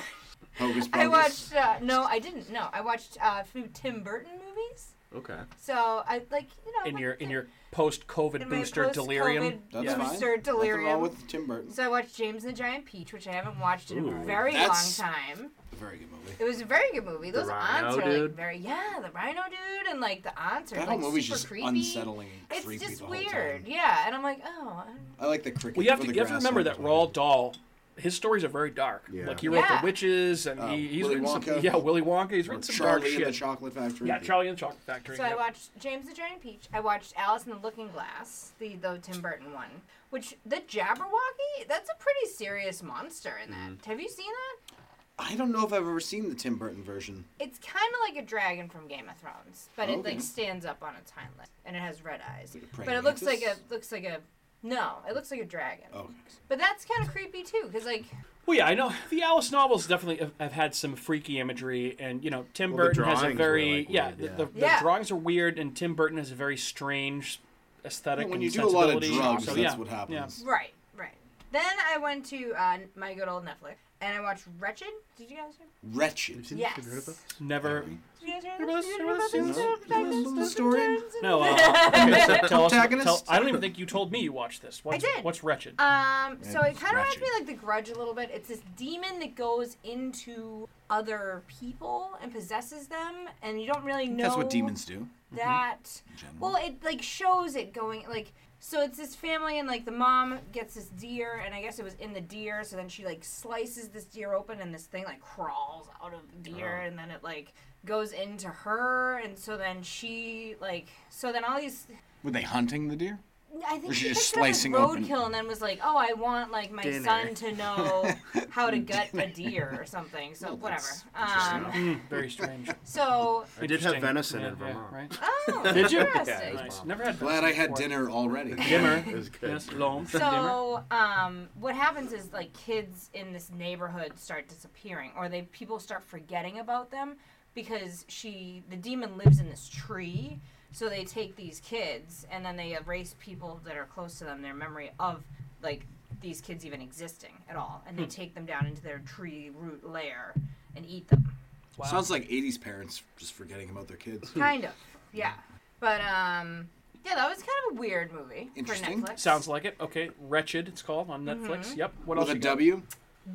[SPEAKER 4] Hocus
[SPEAKER 3] I
[SPEAKER 4] Pocus.
[SPEAKER 3] watched. Uh, no, I didn't. No, I watched uh, a few Tim Burton movies.
[SPEAKER 2] okay.
[SPEAKER 3] So I like you know
[SPEAKER 1] In
[SPEAKER 3] like,
[SPEAKER 1] your in your post-COVID
[SPEAKER 3] in my
[SPEAKER 1] booster delirium.
[SPEAKER 3] post-COVID
[SPEAKER 4] That's
[SPEAKER 1] Yeah.
[SPEAKER 4] fine.
[SPEAKER 3] Booster delirium.
[SPEAKER 4] Nothing wrong with Tim Burton.
[SPEAKER 3] So I watched James and the Giant Peach, which I haven't watched in
[SPEAKER 2] Ooh.
[SPEAKER 3] a very
[SPEAKER 4] That's-
[SPEAKER 3] long time.
[SPEAKER 4] Very good movie.
[SPEAKER 3] It was a very good movie.
[SPEAKER 2] The
[SPEAKER 3] Those
[SPEAKER 2] Rhino
[SPEAKER 3] aunts are like
[SPEAKER 2] dude?
[SPEAKER 3] very yeah, the Rhino dude and like the aunts are
[SPEAKER 4] That
[SPEAKER 3] like
[SPEAKER 4] whole movie's
[SPEAKER 3] super
[SPEAKER 4] just
[SPEAKER 3] creepy.
[SPEAKER 4] unsettling and
[SPEAKER 3] It's
[SPEAKER 4] creepy
[SPEAKER 3] just
[SPEAKER 4] the whole
[SPEAKER 3] weird,
[SPEAKER 4] time.
[SPEAKER 3] yeah. And I'm like, oh, I don't-
[SPEAKER 4] I like the cricket.
[SPEAKER 1] Well, you have
[SPEAKER 4] or
[SPEAKER 1] to,
[SPEAKER 4] the
[SPEAKER 1] you have to
[SPEAKER 4] grass
[SPEAKER 1] remember
[SPEAKER 4] all
[SPEAKER 1] that Roald
[SPEAKER 4] the time.
[SPEAKER 1] Dahl, his stories are very dark.
[SPEAKER 2] Yeah.
[SPEAKER 1] Like he wrote
[SPEAKER 3] Yeah.
[SPEAKER 1] The Witches, and
[SPEAKER 4] Um,
[SPEAKER 1] he, he's
[SPEAKER 4] Willy
[SPEAKER 1] written some.
[SPEAKER 4] Wonka.
[SPEAKER 1] Yeah, Willy Wonka. He's
[SPEAKER 4] Or
[SPEAKER 1] written some
[SPEAKER 4] Charlie and
[SPEAKER 1] dark
[SPEAKER 4] the
[SPEAKER 1] shit.
[SPEAKER 4] Chocolate Factory.
[SPEAKER 1] yeah, Charlie and the Chocolate Factory.
[SPEAKER 3] So
[SPEAKER 1] yeah.
[SPEAKER 3] I watched James the Giant Peach. I watched Alice in the Looking Glass, the the Tim Burton one. Which the Jabberwocky? That's a pretty serious monster in that.
[SPEAKER 2] Mm-hmm.
[SPEAKER 3] Have you seen that?
[SPEAKER 4] I don't know if I've ever seen the Tim Burton version.
[SPEAKER 3] It's kind of like a dragon from Game of Thrones, but it
[SPEAKER 4] Okay.
[SPEAKER 3] like stands up on its hind legs and it has red eyes.
[SPEAKER 4] Like a
[SPEAKER 3] but it looks like a
[SPEAKER 4] praying
[SPEAKER 3] looks like a no, it looks like a dragon.
[SPEAKER 4] Oh, okay.
[SPEAKER 3] But that's kind of creepy too, because like
[SPEAKER 1] Well, yeah, I know the Alice novels definitely have, have had some freaky imagery, and you know Tim
[SPEAKER 2] Well, the
[SPEAKER 1] Burton has a
[SPEAKER 2] drawings were,
[SPEAKER 1] very
[SPEAKER 2] like,
[SPEAKER 1] yeah,
[SPEAKER 2] weird,
[SPEAKER 1] the,
[SPEAKER 2] yeah.
[SPEAKER 1] the, the
[SPEAKER 3] Yeah.
[SPEAKER 1] drawings are weird, and Tim Burton has a very strange aesthetic.
[SPEAKER 4] Well, when
[SPEAKER 1] and
[SPEAKER 4] you do a lot of
[SPEAKER 1] sensibility,
[SPEAKER 4] drugs,
[SPEAKER 1] so,
[SPEAKER 4] that's
[SPEAKER 1] yeah,
[SPEAKER 4] what happens.
[SPEAKER 3] right, right. Then I went to uh, my good old Netflix and I watched Wretched. Did you guys hear?
[SPEAKER 4] Wretched.
[SPEAKER 3] Yes.
[SPEAKER 1] Yeah. Never.
[SPEAKER 3] Did you guys hear
[SPEAKER 1] Remember
[SPEAKER 3] this?
[SPEAKER 1] this-
[SPEAKER 3] Did you hear about
[SPEAKER 1] remember
[SPEAKER 3] this?
[SPEAKER 4] this- remember this story?
[SPEAKER 1] No. Uh, okay, so tell us,
[SPEAKER 4] Protagonist?
[SPEAKER 1] tell, I don't even think you told me you watched this. What's,
[SPEAKER 3] did.
[SPEAKER 1] What's wretched?
[SPEAKER 3] Um, so
[SPEAKER 4] Yeah,
[SPEAKER 3] it kind of reminds
[SPEAKER 4] ratchet.
[SPEAKER 3] me like The Grudge a little bit. It's this demon that goes into other people and possesses them, and you don't really know
[SPEAKER 4] That's what demons Mm-hmm. do.
[SPEAKER 3] That
[SPEAKER 4] in general.
[SPEAKER 3] well, it like shows it going like so. It's this family, and like the mom gets this deer, and I guess it was in the deer. So then she like slices this deer open, and this thing like crawls out of the deer,
[SPEAKER 2] Uh-huh.
[SPEAKER 3] and then it like goes into her, and so then she like so then all these
[SPEAKER 4] Were they hunting the deer?
[SPEAKER 3] I think
[SPEAKER 4] Or
[SPEAKER 3] she
[SPEAKER 4] she just
[SPEAKER 3] picked up this
[SPEAKER 4] slicing open-
[SPEAKER 3] roadkill and then was like, "Oh, I want like my
[SPEAKER 2] Dinner.
[SPEAKER 3] son to know how to gut a deer or something."
[SPEAKER 2] Oh,
[SPEAKER 3] So
[SPEAKER 4] Well,
[SPEAKER 3] whatever.
[SPEAKER 4] that's
[SPEAKER 3] Um,
[SPEAKER 1] Mm, very strange.
[SPEAKER 3] so
[SPEAKER 2] I did have
[SPEAKER 1] Interesting.
[SPEAKER 2] venison
[SPEAKER 1] Yeah,
[SPEAKER 2] in
[SPEAKER 1] yeah,
[SPEAKER 2] Vermont.
[SPEAKER 1] right?
[SPEAKER 3] oh,
[SPEAKER 1] Did you?
[SPEAKER 2] Yeah, it
[SPEAKER 3] Interesting.
[SPEAKER 2] was
[SPEAKER 1] Nice.
[SPEAKER 2] bomb.
[SPEAKER 1] Never had.
[SPEAKER 4] Glad I had
[SPEAKER 1] before.
[SPEAKER 4] dinner already.
[SPEAKER 1] Dimmer.
[SPEAKER 2] It was good.
[SPEAKER 1] Yes, long. Dimmer.
[SPEAKER 3] So, um, what happens is like kids in this neighborhood start disappearing, or they people start forgetting about them because she, the demon, lives in this tree. So they take these kids and then they erase people that are close to them, their memory of like these kids even existing at all, and they
[SPEAKER 4] Hmm.
[SPEAKER 3] take them down into their tree root lair and eat them.
[SPEAKER 1] Wow.
[SPEAKER 4] Sounds like 80s parents just forgetting about their kids.
[SPEAKER 3] Kind of, yeah. But um, yeah, that was kind of a weird movie
[SPEAKER 4] Interesting.
[SPEAKER 3] for Netflix.
[SPEAKER 1] Sounds like it. Okay, Wretched. It's called on Netflix.
[SPEAKER 3] Mm-hmm.
[SPEAKER 1] Yep. What
[SPEAKER 4] With
[SPEAKER 1] else?
[SPEAKER 4] a
[SPEAKER 1] you got?
[SPEAKER 4] W?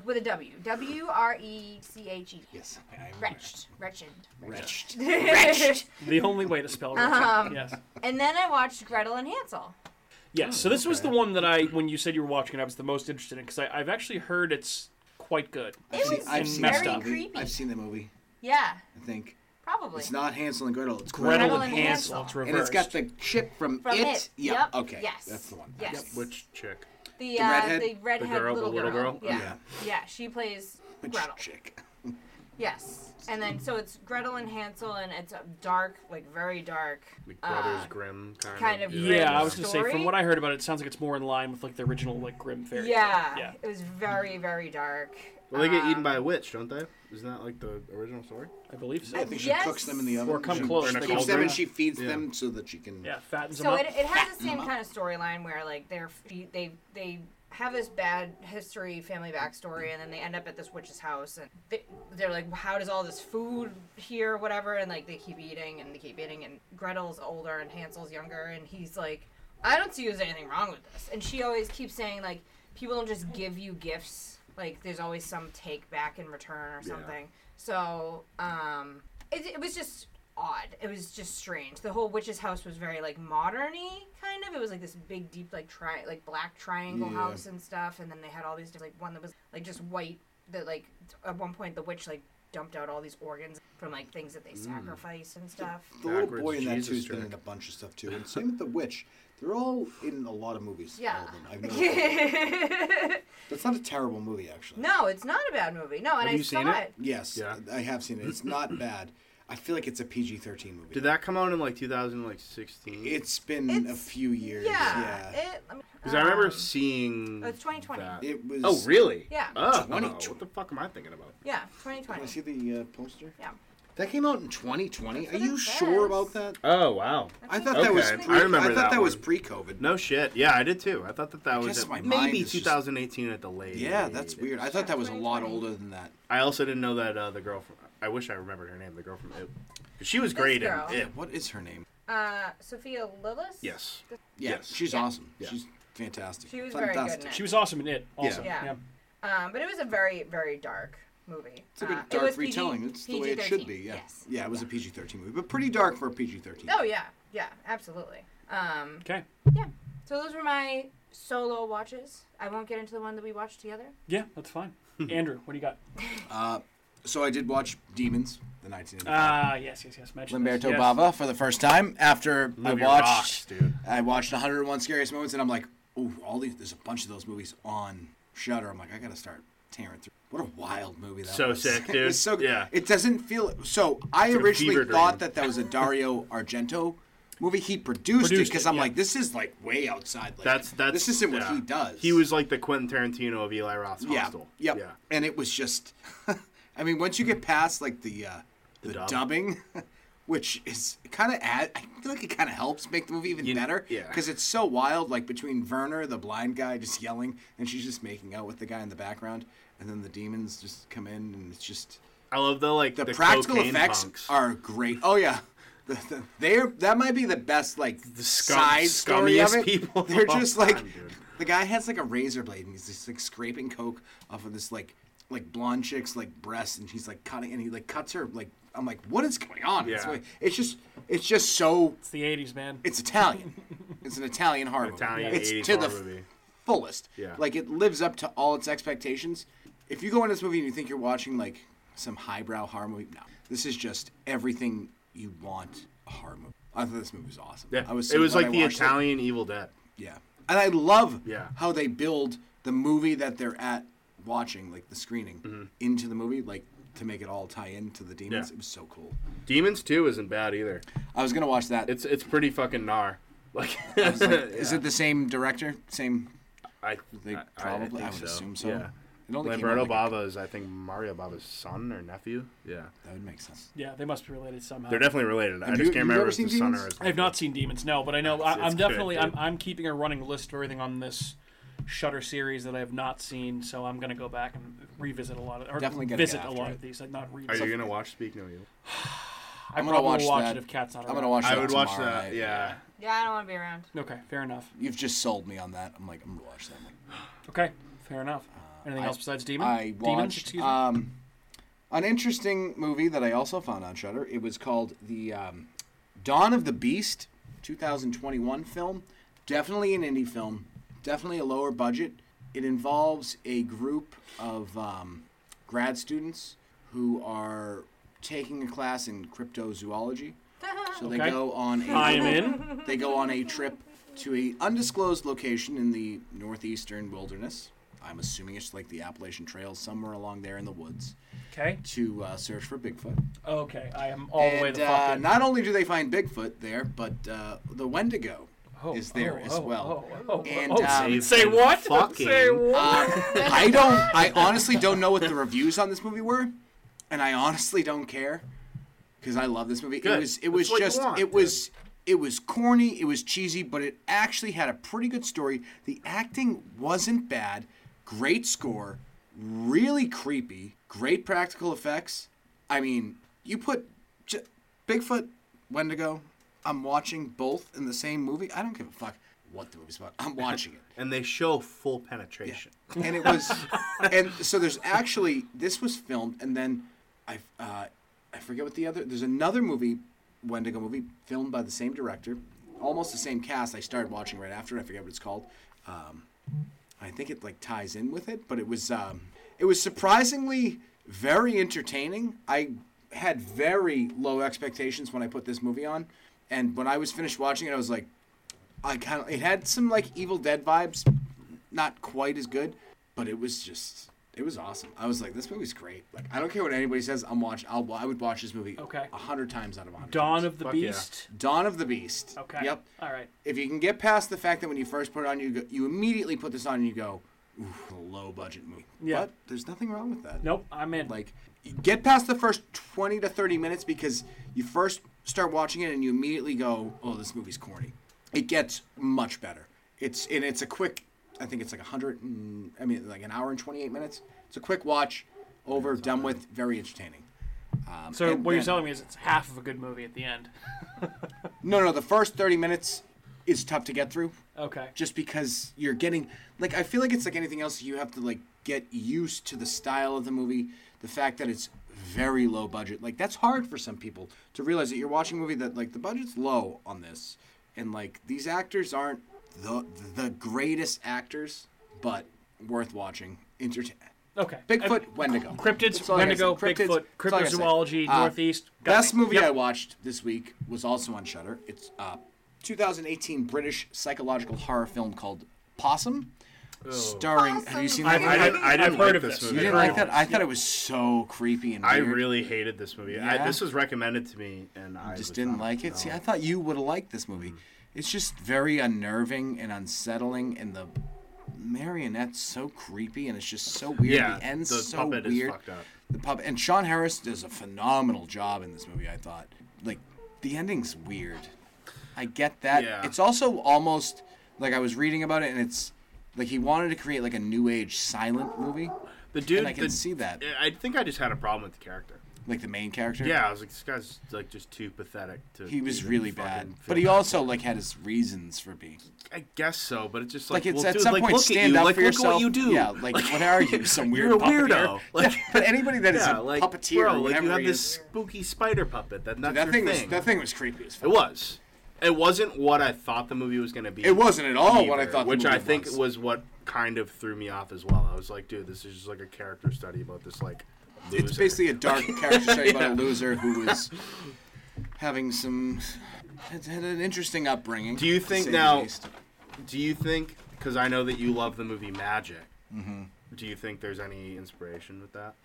[SPEAKER 3] with a W. W R E C H E.
[SPEAKER 4] Yes. I am
[SPEAKER 3] Wretched. Wretched.
[SPEAKER 4] Wretched.
[SPEAKER 3] Wretched.
[SPEAKER 1] The only way to spell Wretched.
[SPEAKER 3] Um,
[SPEAKER 1] yes.
[SPEAKER 3] and then I watched Gretel and Hansel.
[SPEAKER 1] Yes. so this was the
[SPEAKER 2] okay.
[SPEAKER 1] one that I, when you said you were watching it, I was the most interested in because I've actually heard it's quite good.
[SPEAKER 3] It
[SPEAKER 4] See,
[SPEAKER 3] was
[SPEAKER 4] I've
[SPEAKER 1] and
[SPEAKER 4] seen
[SPEAKER 1] messed
[SPEAKER 4] that
[SPEAKER 1] up.
[SPEAKER 3] very
[SPEAKER 4] movie.
[SPEAKER 3] creepy.
[SPEAKER 4] I've seen the movie.
[SPEAKER 3] Yeah,
[SPEAKER 4] I think
[SPEAKER 3] probably.
[SPEAKER 4] it's not Hansel and Gretel. It's Gretel,
[SPEAKER 1] Gretel
[SPEAKER 3] Gretel
[SPEAKER 1] and
[SPEAKER 3] and
[SPEAKER 1] Hansel.
[SPEAKER 3] Hansel.
[SPEAKER 1] It's
[SPEAKER 4] and it's
[SPEAKER 1] reversed.
[SPEAKER 4] got the chip from,
[SPEAKER 3] From
[SPEAKER 4] it.
[SPEAKER 3] It.
[SPEAKER 4] Yeah.
[SPEAKER 3] Yep.
[SPEAKER 4] Okay.
[SPEAKER 3] Yes.
[SPEAKER 4] That's the one.
[SPEAKER 3] Yes.
[SPEAKER 2] Which chick?
[SPEAKER 3] The,
[SPEAKER 4] The
[SPEAKER 3] uh,
[SPEAKER 4] redhead?
[SPEAKER 3] the redhead
[SPEAKER 2] girl, the
[SPEAKER 3] little,
[SPEAKER 2] little
[SPEAKER 3] girl.
[SPEAKER 2] girl?
[SPEAKER 3] Yeah. yeah,
[SPEAKER 4] Yeah.
[SPEAKER 3] She plays
[SPEAKER 4] Which
[SPEAKER 3] Gretel.
[SPEAKER 4] chick?
[SPEAKER 3] Yes, and then so it's Gretel and Hansel, and it's a dark, like very dark.
[SPEAKER 2] Like
[SPEAKER 3] uh,
[SPEAKER 2] Brothers Grimm kind,
[SPEAKER 3] kind
[SPEAKER 2] of.
[SPEAKER 3] of
[SPEAKER 1] Yeah,
[SPEAKER 3] Grimm's
[SPEAKER 1] I was gonna say. From
[SPEAKER 3] story?
[SPEAKER 1] what I heard about it, it sounds like it's more in line with like the original like Grimm fairy. tale.
[SPEAKER 3] yeah,
[SPEAKER 1] Yeah.
[SPEAKER 3] it was very, very dark.
[SPEAKER 2] Well, they get
[SPEAKER 3] Um,
[SPEAKER 2] eaten by a witch, don't they? Isn't that like the original story?
[SPEAKER 1] I believe so.
[SPEAKER 4] I think she
[SPEAKER 3] Yes.
[SPEAKER 4] cooks them in the oven.
[SPEAKER 1] Or come
[SPEAKER 4] she
[SPEAKER 1] close,
[SPEAKER 4] She
[SPEAKER 2] they
[SPEAKER 4] cooks
[SPEAKER 2] call
[SPEAKER 4] them
[SPEAKER 2] it.
[SPEAKER 4] and she feeds
[SPEAKER 2] Yeah.
[SPEAKER 4] them so that she can.
[SPEAKER 1] Yeah, fattens them
[SPEAKER 3] So
[SPEAKER 1] up.
[SPEAKER 3] it, it has the same kind of storyline where like their fe- they they have this bad history, family backstory, and then they end up at this witch's house, and they, they're like, "How does all this food here, whatever?" And like they keep eating and they keep eating, and Gretel's older and Hansel's younger, and he's like, "I don't see there's anything wrong with this," and she always keeps saying like, "People don't just give you gifts." Like there's always some take back in return or something. So um, it, it was just odd. It was just strange. The whole witch's house was very like moderny kind of. It was like this big, deep, like tri like black triangle
[SPEAKER 4] Yeah.
[SPEAKER 3] house and stuff. And then they had all these different, like one that was like just white. That like at one point the witch like dumped out all these organs from like things
[SPEAKER 4] Mm.
[SPEAKER 3] that they sacrificed and stuff.
[SPEAKER 4] The little
[SPEAKER 2] Backwards
[SPEAKER 4] boy in that
[SPEAKER 2] Jesus
[SPEAKER 4] too has been
[SPEAKER 2] jerk.
[SPEAKER 4] in a bunch of stuff too. And same with the witch. They're all in a lot of movies. all
[SPEAKER 3] Yeah.
[SPEAKER 4] of them. I've noticed. That's not a terrible movie actually.
[SPEAKER 3] no, it's not a bad movie. No, and
[SPEAKER 2] Have
[SPEAKER 3] I
[SPEAKER 2] you
[SPEAKER 3] saw
[SPEAKER 2] seen it?
[SPEAKER 3] it.
[SPEAKER 4] Yes,
[SPEAKER 2] Yeah.
[SPEAKER 4] I have seen it. It's not bad. I feel like it's a PG thirteen movie.
[SPEAKER 2] Did that come out in like 2016?
[SPEAKER 4] It's been a
[SPEAKER 3] It's-
[SPEAKER 4] few years.
[SPEAKER 3] Yeah.
[SPEAKER 4] Yeah.
[SPEAKER 3] It, let me-
[SPEAKER 2] Because I remember
[SPEAKER 3] um,
[SPEAKER 2] seeing.
[SPEAKER 3] it's 2020.
[SPEAKER 2] that.
[SPEAKER 4] It was.
[SPEAKER 2] Oh really?
[SPEAKER 3] Yeah.
[SPEAKER 2] Oh,
[SPEAKER 4] 2020.
[SPEAKER 2] what the fuck am I thinking about?
[SPEAKER 3] Yeah,
[SPEAKER 4] Can I
[SPEAKER 3] 2020.
[SPEAKER 4] see the uh, poster?
[SPEAKER 3] Yeah.
[SPEAKER 4] That came out in 2020. Are
[SPEAKER 3] what
[SPEAKER 4] you
[SPEAKER 3] it
[SPEAKER 4] sure
[SPEAKER 3] says.
[SPEAKER 4] about that?
[SPEAKER 2] Oh wow.
[SPEAKER 4] I thought
[SPEAKER 2] Okay,
[SPEAKER 4] that was.
[SPEAKER 2] I
[SPEAKER 4] Pre- I,
[SPEAKER 2] remember
[SPEAKER 4] thought
[SPEAKER 2] that
[SPEAKER 4] that, was
[SPEAKER 2] one.
[SPEAKER 4] pre-COVID.
[SPEAKER 2] No shit. Yeah, I did too. I thought that that was
[SPEAKER 4] guess
[SPEAKER 2] at
[SPEAKER 4] my mind
[SPEAKER 2] maybe
[SPEAKER 4] is just-
[SPEAKER 2] 2018 at the latest.
[SPEAKER 4] Yeah, that's weird. I thought that was a lot
[SPEAKER 3] 2020.
[SPEAKER 4] older than that.
[SPEAKER 2] I also didn't know that uh, the girl from. I wish I remembered her name. The girl from It. 'Cause She was great in
[SPEAKER 3] girl.
[SPEAKER 2] It.
[SPEAKER 4] What is her name?
[SPEAKER 3] Uh, Sophia Lillis?
[SPEAKER 2] Yes.
[SPEAKER 4] Yeah,
[SPEAKER 2] Yes.
[SPEAKER 4] she's
[SPEAKER 3] Yeah.
[SPEAKER 4] awesome.
[SPEAKER 2] Yeah.
[SPEAKER 4] She's fantastic.
[SPEAKER 3] She was very good in
[SPEAKER 4] fantastic.
[SPEAKER 3] it.
[SPEAKER 1] She was awesome in it. Also.
[SPEAKER 3] Yeah. Um, but it was a very, very dark movie.
[SPEAKER 4] It's a good
[SPEAKER 3] Uh, it
[SPEAKER 4] dark
[SPEAKER 3] was PG
[SPEAKER 4] retelling. it's the way it should be. Yeah.
[SPEAKER 3] Yes.
[SPEAKER 4] Yeah, it was a PG-13 movie, but pretty dark for a PG-13.
[SPEAKER 3] Oh yeah, yeah, absolutely. Um,
[SPEAKER 1] Okay.
[SPEAKER 3] yeah. So those were my solo watches. I won't get into the one that we watched together.
[SPEAKER 1] Yeah, that's fine. Andrew, what do you got?
[SPEAKER 4] So I did watch Demons, the 1985.
[SPEAKER 1] Ah, yes, yes, yes. Mention this.
[SPEAKER 4] Limberto
[SPEAKER 1] yes.
[SPEAKER 4] Bava for the first time after
[SPEAKER 2] Live
[SPEAKER 4] I
[SPEAKER 2] your
[SPEAKER 4] watched
[SPEAKER 2] rocks, dude.
[SPEAKER 4] I watched 101 Scariest Moments and I'm like, "Ooh, all these there's a bunch of those movies on Shudder." I'm like, "I got to start tearing through." What a wild movie that
[SPEAKER 2] So
[SPEAKER 4] was.
[SPEAKER 2] sick,
[SPEAKER 4] it
[SPEAKER 2] dude.
[SPEAKER 4] was so good.
[SPEAKER 2] Yeah.
[SPEAKER 4] It doesn't feel so I
[SPEAKER 2] like a
[SPEAKER 4] originally
[SPEAKER 2] fever
[SPEAKER 4] thought
[SPEAKER 2] dream.
[SPEAKER 4] that that was a Dario Argento movie he produced,
[SPEAKER 1] Produced
[SPEAKER 4] it because
[SPEAKER 1] it,
[SPEAKER 4] I'm
[SPEAKER 1] yeah.
[SPEAKER 4] like, "This is like way outside like
[SPEAKER 2] That's that's.
[SPEAKER 4] This isn't what
[SPEAKER 2] yeah.
[SPEAKER 4] he does."
[SPEAKER 2] He was like the Quentin Tarantino of Eli Roth's
[SPEAKER 4] yeah,
[SPEAKER 2] Hostel.
[SPEAKER 4] yep.
[SPEAKER 2] Yeah.
[SPEAKER 4] And it was just, I mean, once you get past like the uh, the,
[SPEAKER 2] dub.
[SPEAKER 4] dubbing, which is kind of add, I feel like it kind of helps make the movie even
[SPEAKER 2] You-
[SPEAKER 4] better.
[SPEAKER 2] yeah.
[SPEAKER 4] Because it's so wild, like between Werner, the blind guy, just yelling, and she's just making out with the guy in the background, and then the demons just come in, and it's just
[SPEAKER 2] I love the like
[SPEAKER 4] the,
[SPEAKER 2] the
[SPEAKER 4] practical
[SPEAKER 2] cocaine
[SPEAKER 4] effects
[SPEAKER 2] punks.
[SPEAKER 4] are great. Oh yeah. The, the, they're that might be the best like
[SPEAKER 2] scum-
[SPEAKER 4] side story of
[SPEAKER 2] scummiest
[SPEAKER 4] it.
[SPEAKER 2] people of
[SPEAKER 4] They're
[SPEAKER 2] all
[SPEAKER 4] just like
[SPEAKER 2] time, dude.
[SPEAKER 4] the guy has like a razor blade and he's just like scraping coke off of this like like blonde chick's like breast and he's like cutting and he like cuts her like I'm like what is going on? It's,
[SPEAKER 2] Yeah.
[SPEAKER 4] like- it's just it's just so
[SPEAKER 1] It's the '80s, man.
[SPEAKER 4] it's Italian. it's an Italian horror movie.
[SPEAKER 2] Italian
[SPEAKER 4] it's
[SPEAKER 2] 80s
[SPEAKER 4] to the
[SPEAKER 2] horror movie.
[SPEAKER 4] fullest.
[SPEAKER 2] Yeah.
[SPEAKER 4] Like it lives up to all its expectations. If you go in this movie and you think you're watching like some highbrow horror movie, no. This is just everything you want a horror movie. I thought this movie was awesome.
[SPEAKER 2] Yeah.
[SPEAKER 4] I was so
[SPEAKER 2] it was
[SPEAKER 4] glad
[SPEAKER 2] like
[SPEAKER 4] I
[SPEAKER 2] the
[SPEAKER 4] watched it.
[SPEAKER 2] Italian Evil Dead.
[SPEAKER 4] Yeah. And I love
[SPEAKER 2] Yeah.
[SPEAKER 4] how they build the movie that they're at watching, like the screening, into the movie, like to make it all tie into the demons.
[SPEAKER 2] Mm-hmm. Yeah.
[SPEAKER 4] It was so cool.
[SPEAKER 2] Demons 2 isn't bad either.
[SPEAKER 4] I was gonna watch that. Is
[SPEAKER 2] It's it's pretty fucking gnar. Like,
[SPEAKER 4] it the same director? Same
[SPEAKER 2] I,
[SPEAKER 4] they
[SPEAKER 2] I- I- I
[SPEAKER 4] probably I,
[SPEAKER 2] think
[SPEAKER 4] would assume so.
[SPEAKER 2] Yeah.
[SPEAKER 4] It only came out,
[SPEAKER 2] Lamberto
[SPEAKER 4] like,
[SPEAKER 2] Bava is, I think, Mario Bava's son or nephew. Yeah,
[SPEAKER 4] That would make sense.
[SPEAKER 1] Yeah, they must be related somehow.
[SPEAKER 2] they're definitely related. I
[SPEAKER 4] Have
[SPEAKER 2] just
[SPEAKER 4] you-
[SPEAKER 2] can't
[SPEAKER 4] you've
[SPEAKER 2] remember
[SPEAKER 4] ever
[SPEAKER 2] if
[SPEAKER 4] seen
[SPEAKER 2] his son or
[SPEAKER 4] Demons?
[SPEAKER 2] his.
[SPEAKER 1] I have not seen Demons, no, but I know I,
[SPEAKER 2] It's- it's
[SPEAKER 1] I'm
[SPEAKER 2] good,
[SPEAKER 1] definitely I'm,
[SPEAKER 2] dude.
[SPEAKER 1] I'm keeping a running list of everything on this Shutter series that I have not seen, so I'm gonna go back and revisit a lot of or
[SPEAKER 4] Definitely gotta get
[SPEAKER 1] visit a
[SPEAKER 4] after
[SPEAKER 1] lot
[SPEAKER 4] it.
[SPEAKER 1] of these. I'd not read.
[SPEAKER 2] Are
[SPEAKER 1] some-
[SPEAKER 2] you gonna watch Speak No Evil?
[SPEAKER 1] I
[SPEAKER 4] I'm gonna
[SPEAKER 1] probably
[SPEAKER 4] watch
[SPEAKER 1] will watch
[SPEAKER 4] that.
[SPEAKER 1] it if Cat's not around.
[SPEAKER 4] I'm gonna watch.
[SPEAKER 2] I
[SPEAKER 4] that
[SPEAKER 2] would watch
[SPEAKER 4] tomorrow
[SPEAKER 2] that.
[SPEAKER 4] night.
[SPEAKER 2] Yeah.
[SPEAKER 3] Yeah, I don't want to be around.
[SPEAKER 1] Okay, fair enough.
[SPEAKER 4] You've just sold me on that. I'm like, I'm gonna watch that. I'm like,
[SPEAKER 1] Okay, fair enough. Anything
[SPEAKER 4] Uh, I-
[SPEAKER 1] else besides Demon?
[SPEAKER 4] I
[SPEAKER 1] Demons,
[SPEAKER 4] watched
[SPEAKER 1] excuse me.
[SPEAKER 4] um, an interesting movie that I also found on Shutter. It was called the um, Dawn of the Beast, 2021 film. Definitely an indie film. Definitely a lower budget. It involves a group of um, grad students who are taking a class in cryptozoology. So they
[SPEAKER 1] Okay.
[SPEAKER 4] go on a
[SPEAKER 1] I am in.
[SPEAKER 4] they go on a trip to a undisclosed location in the northeastern wilderness. I'm assuming it's like the Appalachian Trail, somewhere along there in the woods,
[SPEAKER 1] Okay.
[SPEAKER 4] to uh, search for Bigfoot.
[SPEAKER 1] Okay. I am all the way
[SPEAKER 4] And,
[SPEAKER 1] the fuck
[SPEAKER 4] uh,
[SPEAKER 1] in.
[SPEAKER 4] not only do they find Bigfoot there, but uh, the Wendigo
[SPEAKER 1] Oh,
[SPEAKER 4] is there
[SPEAKER 1] oh,
[SPEAKER 4] as
[SPEAKER 1] oh,
[SPEAKER 4] well.
[SPEAKER 1] Oh, oh, oh,
[SPEAKER 4] And,
[SPEAKER 1] oh, say-
[SPEAKER 4] um,
[SPEAKER 1] say what?
[SPEAKER 2] Fucking-
[SPEAKER 1] Say what?
[SPEAKER 4] I don't. I honestly don't know what the reviews on this movie were, and I honestly don't care because I love this movie. It
[SPEAKER 2] Good.
[SPEAKER 4] was. It
[SPEAKER 2] That's
[SPEAKER 4] was
[SPEAKER 2] what you
[SPEAKER 4] just.
[SPEAKER 2] want,
[SPEAKER 4] it was. It was corny. It was cheesy, but it actually had a pretty good story. The acting wasn't bad. Great score. Really creepy. Great practical effects. I mean, you put j- Bigfoot, Wendigo. I'm watching both in the same movie. I don't give a fuck what the movie's about. I'm watching it
[SPEAKER 2] And they show full penetration.
[SPEAKER 4] and it was and so there's actually this was filmed and then i uh, i forget what the other there's another movie wendigo movie filmed by the same director almost the same cast i started watching right after i forget what it's called um, i think it like ties in with it but it was um, it was surprisingly very entertaining i had very low expectations when i put this movie on and when i was finished watching it i was like I kind of it had some like Evil Dead vibes, not quite as good, but it was just it was awesome. I was like, this movie's great. Like I don't care what anybody says. I'm watching. I'll wa- I would watch this movie
[SPEAKER 1] Okay.
[SPEAKER 4] a hundred times out of a hundred.
[SPEAKER 1] Dawn of the
[SPEAKER 2] Fuck yeah.
[SPEAKER 1] Beast.
[SPEAKER 4] Dawn of the Beast.
[SPEAKER 1] Okay.
[SPEAKER 4] Yep.
[SPEAKER 1] All right.
[SPEAKER 4] If you can get past the fact that when you first put it on, you go, you immediately put this on and you go, Oof, a low budget movie.
[SPEAKER 1] Yeah.
[SPEAKER 4] But there's nothing wrong with that.
[SPEAKER 1] Nope. I'm in.
[SPEAKER 4] Like, get past the first 20 to 30 minutes because you first start watching it and you immediately go, oh, this movie's corny. It gets much better. It's and it's a quick. I think it's like 100. And, I mean, like an hour and 28 minutes. It's a quick watch, over, done with, very entertaining. Um,
[SPEAKER 1] so
[SPEAKER 4] and
[SPEAKER 1] what you're
[SPEAKER 4] then-
[SPEAKER 1] telling me is it's half of a good movie at the end.
[SPEAKER 4] No, no, the first 30 minutes is tough to get through.
[SPEAKER 1] Okay.
[SPEAKER 4] just because you're getting like I feel like it's like anything else you have to like get used to the style of the movie, the fact that it's very low budget. Like that's hard for some people to realize that you're watching a movie that like the budget's low on this and like these actors aren't the the greatest actors, but worth watching. Entertain
[SPEAKER 1] Okay.
[SPEAKER 4] Bigfoot, Wendigo.
[SPEAKER 1] Uh, Cryptids,
[SPEAKER 4] That's all I gotta say.
[SPEAKER 1] Wendigo,
[SPEAKER 4] Cryptids,
[SPEAKER 1] Bigfoot,
[SPEAKER 4] that's all I gotta say.
[SPEAKER 1] cryptozoology,
[SPEAKER 4] Uh,
[SPEAKER 1] Northeast. Got
[SPEAKER 4] Best
[SPEAKER 1] it.
[SPEAKER 4] movie
[SPEAKER 1] Yep.
[SPEAKER 4] I watched this week was also on Shutter. It's a 2018 British psychological horror film called Possum, starring. Have you seen that?
[SPEAKER 3] Awesome.
[SPEAKER 4] movie?
[SPEAKER 2] I, I, I didn't
[SPEAKER 1] I've
[SPEAKER 2] like
[SPEAKER 1] heard of
[SPEAKER 2] this
[SPEAKER 1] this.
[SPEAKER 4] you
[SPEAKER 2] movie.
[SPEAKER 4] didn't
[SPEAKER 2] at
[SPEAKER 4] like
[SPEAKER 2] all.
[SPEAKER 4] that? I thought it was so creepy and
[SPEAKER 2] I
[SPEAKER 4] weird.
[SPEAKER 2] really hated this movie.
[SPEAKER 4] Yeah?
[SPEAKER 2] I, this was recommended to me, and I
[SPEAKER 4] just
[SPEAKER 2] was
[SPEAKER 4] didn't
[SPEAKER 2] not-
[SPEAKER 4] like it. See,
[SPEAKER 2] no. Mm.
[SPEAKER 4] I thought you would have liked this movie. It's just very unnerving and unsettling, and the marionette's so creepy, and it's just so weird.
[SPEAKER 2] yeah,
[SPEAKER 4] the end's
[SPEAKER 2] the
[SPEAKER 4] so
[SPEAKER 2] puppet
[SPEAKER 4] weird.
[SPEAKER 2] is fucked up.
[SPEAKER 4] the pub and Sean Harris does a phenomenal job in this movie. I thought, like, the ending's weird. I get that.
[SPEAKER 2] Yeah.
[SPEAKER 4] It's also almost like I was reading about it, and it's like he wanted to create like a new age silent movie,
[SPEAKER 2] The dude,
[SPEAKER 4] and I can
[SPEAKER 2] the-
[SPEAKER 4] see that.
[SPEAKER 2] I think I just had a problem with the character.
[SPEAKER 4] Like the main character.
[SPEAKER 2] Yeah, I was like, this guy's like just too pathetic to.
[SPEAKER 4] He was
[SPEAKER 2] even
[SPEAKER 4] really
[SPEAKER 2] fucking
[SPEAKER 4] bad,
[SPEAKER 2] feel
[SPEAKER 4] but he
[SPEAKER 2] bad.
[SPEAKER 4] also like had his reasons for being.
[SPEAKER 2] I guess so, but it's just
[SPEAKER 4] Like,
[SPEAKER 2] like,
[SPEAKER 4] it's
[SPEAKER 2] well,
[SPEAKER 4] at
[SPEAKER 2] dude,
[SPEAKER 4] some
[SPEAKER 2] like,
[SPEAKER 4] point
[SPEAKER 2] look at
[SPEAKER 4] stand
[SPEAKER 2] you.
[SPEAKER 4] up
[SPEAKER 2] like,
[SPEAKER 4] for
[SPEAKER 2] look
[SPEAKER 4] yourself.
[SPEAKER 2] at what you do.
[SPEAKER 4] Yeah, like, what are you, some weird
[SPEAKER 2] You're a
[SPEAKER 4] puppeteer?
[SPEAKER 2] weirdo. Like,
[SPEAKER 4] but anybody that is
[SPEAKER 2] yeah,
[SPEAKER 4] a
[SPEAKER 2] like
[SPEAKER 4] puppeteer, or
[SPEAKER 2] bro, like
[SPEAKER 4] whatever
[SPEAKER 2] you have
[SPEAKER 4] he
[SPEAKER 2] this
[SPEAKER 4] is-
[SPEAKER 2] spooky spider puppet. That that's
[SPEAKER 4] that
[SPEAKER 2] your
[SPEAKER 4] thing, was
[SPEAKER 2] thing.
[SPEAKER 4] that thing was creepy as fuck.
[SPEAKER 2] It was. It wasn't what I thought the movie was going to be.
[SPEAKER 4] It wasn't at all what I
[SPEAKER 2] either,
[SPEAKER 4] thought the
[SPEAKER 2] Which
[SPEAKER 4] movie
[SPEAKER 2] I think
[SPEAKER 4] was.
[SPEAKER 2] what kind of threw me off as well. I was like, dude, this is just like a character study about this like. Loser.
[SPEAKER 4] It's basically a dark character study about a loser who was having some had, had an interesting upbringing.
[SPEAKER 2] Do you
[SPEAKER 4] to
[SPEAKER 2] think
[SPEAKER 4] say the
[SPEAKER 2] now-
[SPEAKER 4] least.
[SPEAKER 2] Do you think? Because I know that you love the movie Magic.
[SPEAKER 4] Mm-hmm.
[SPEAKER 2] Do you think there's any inspiration with that?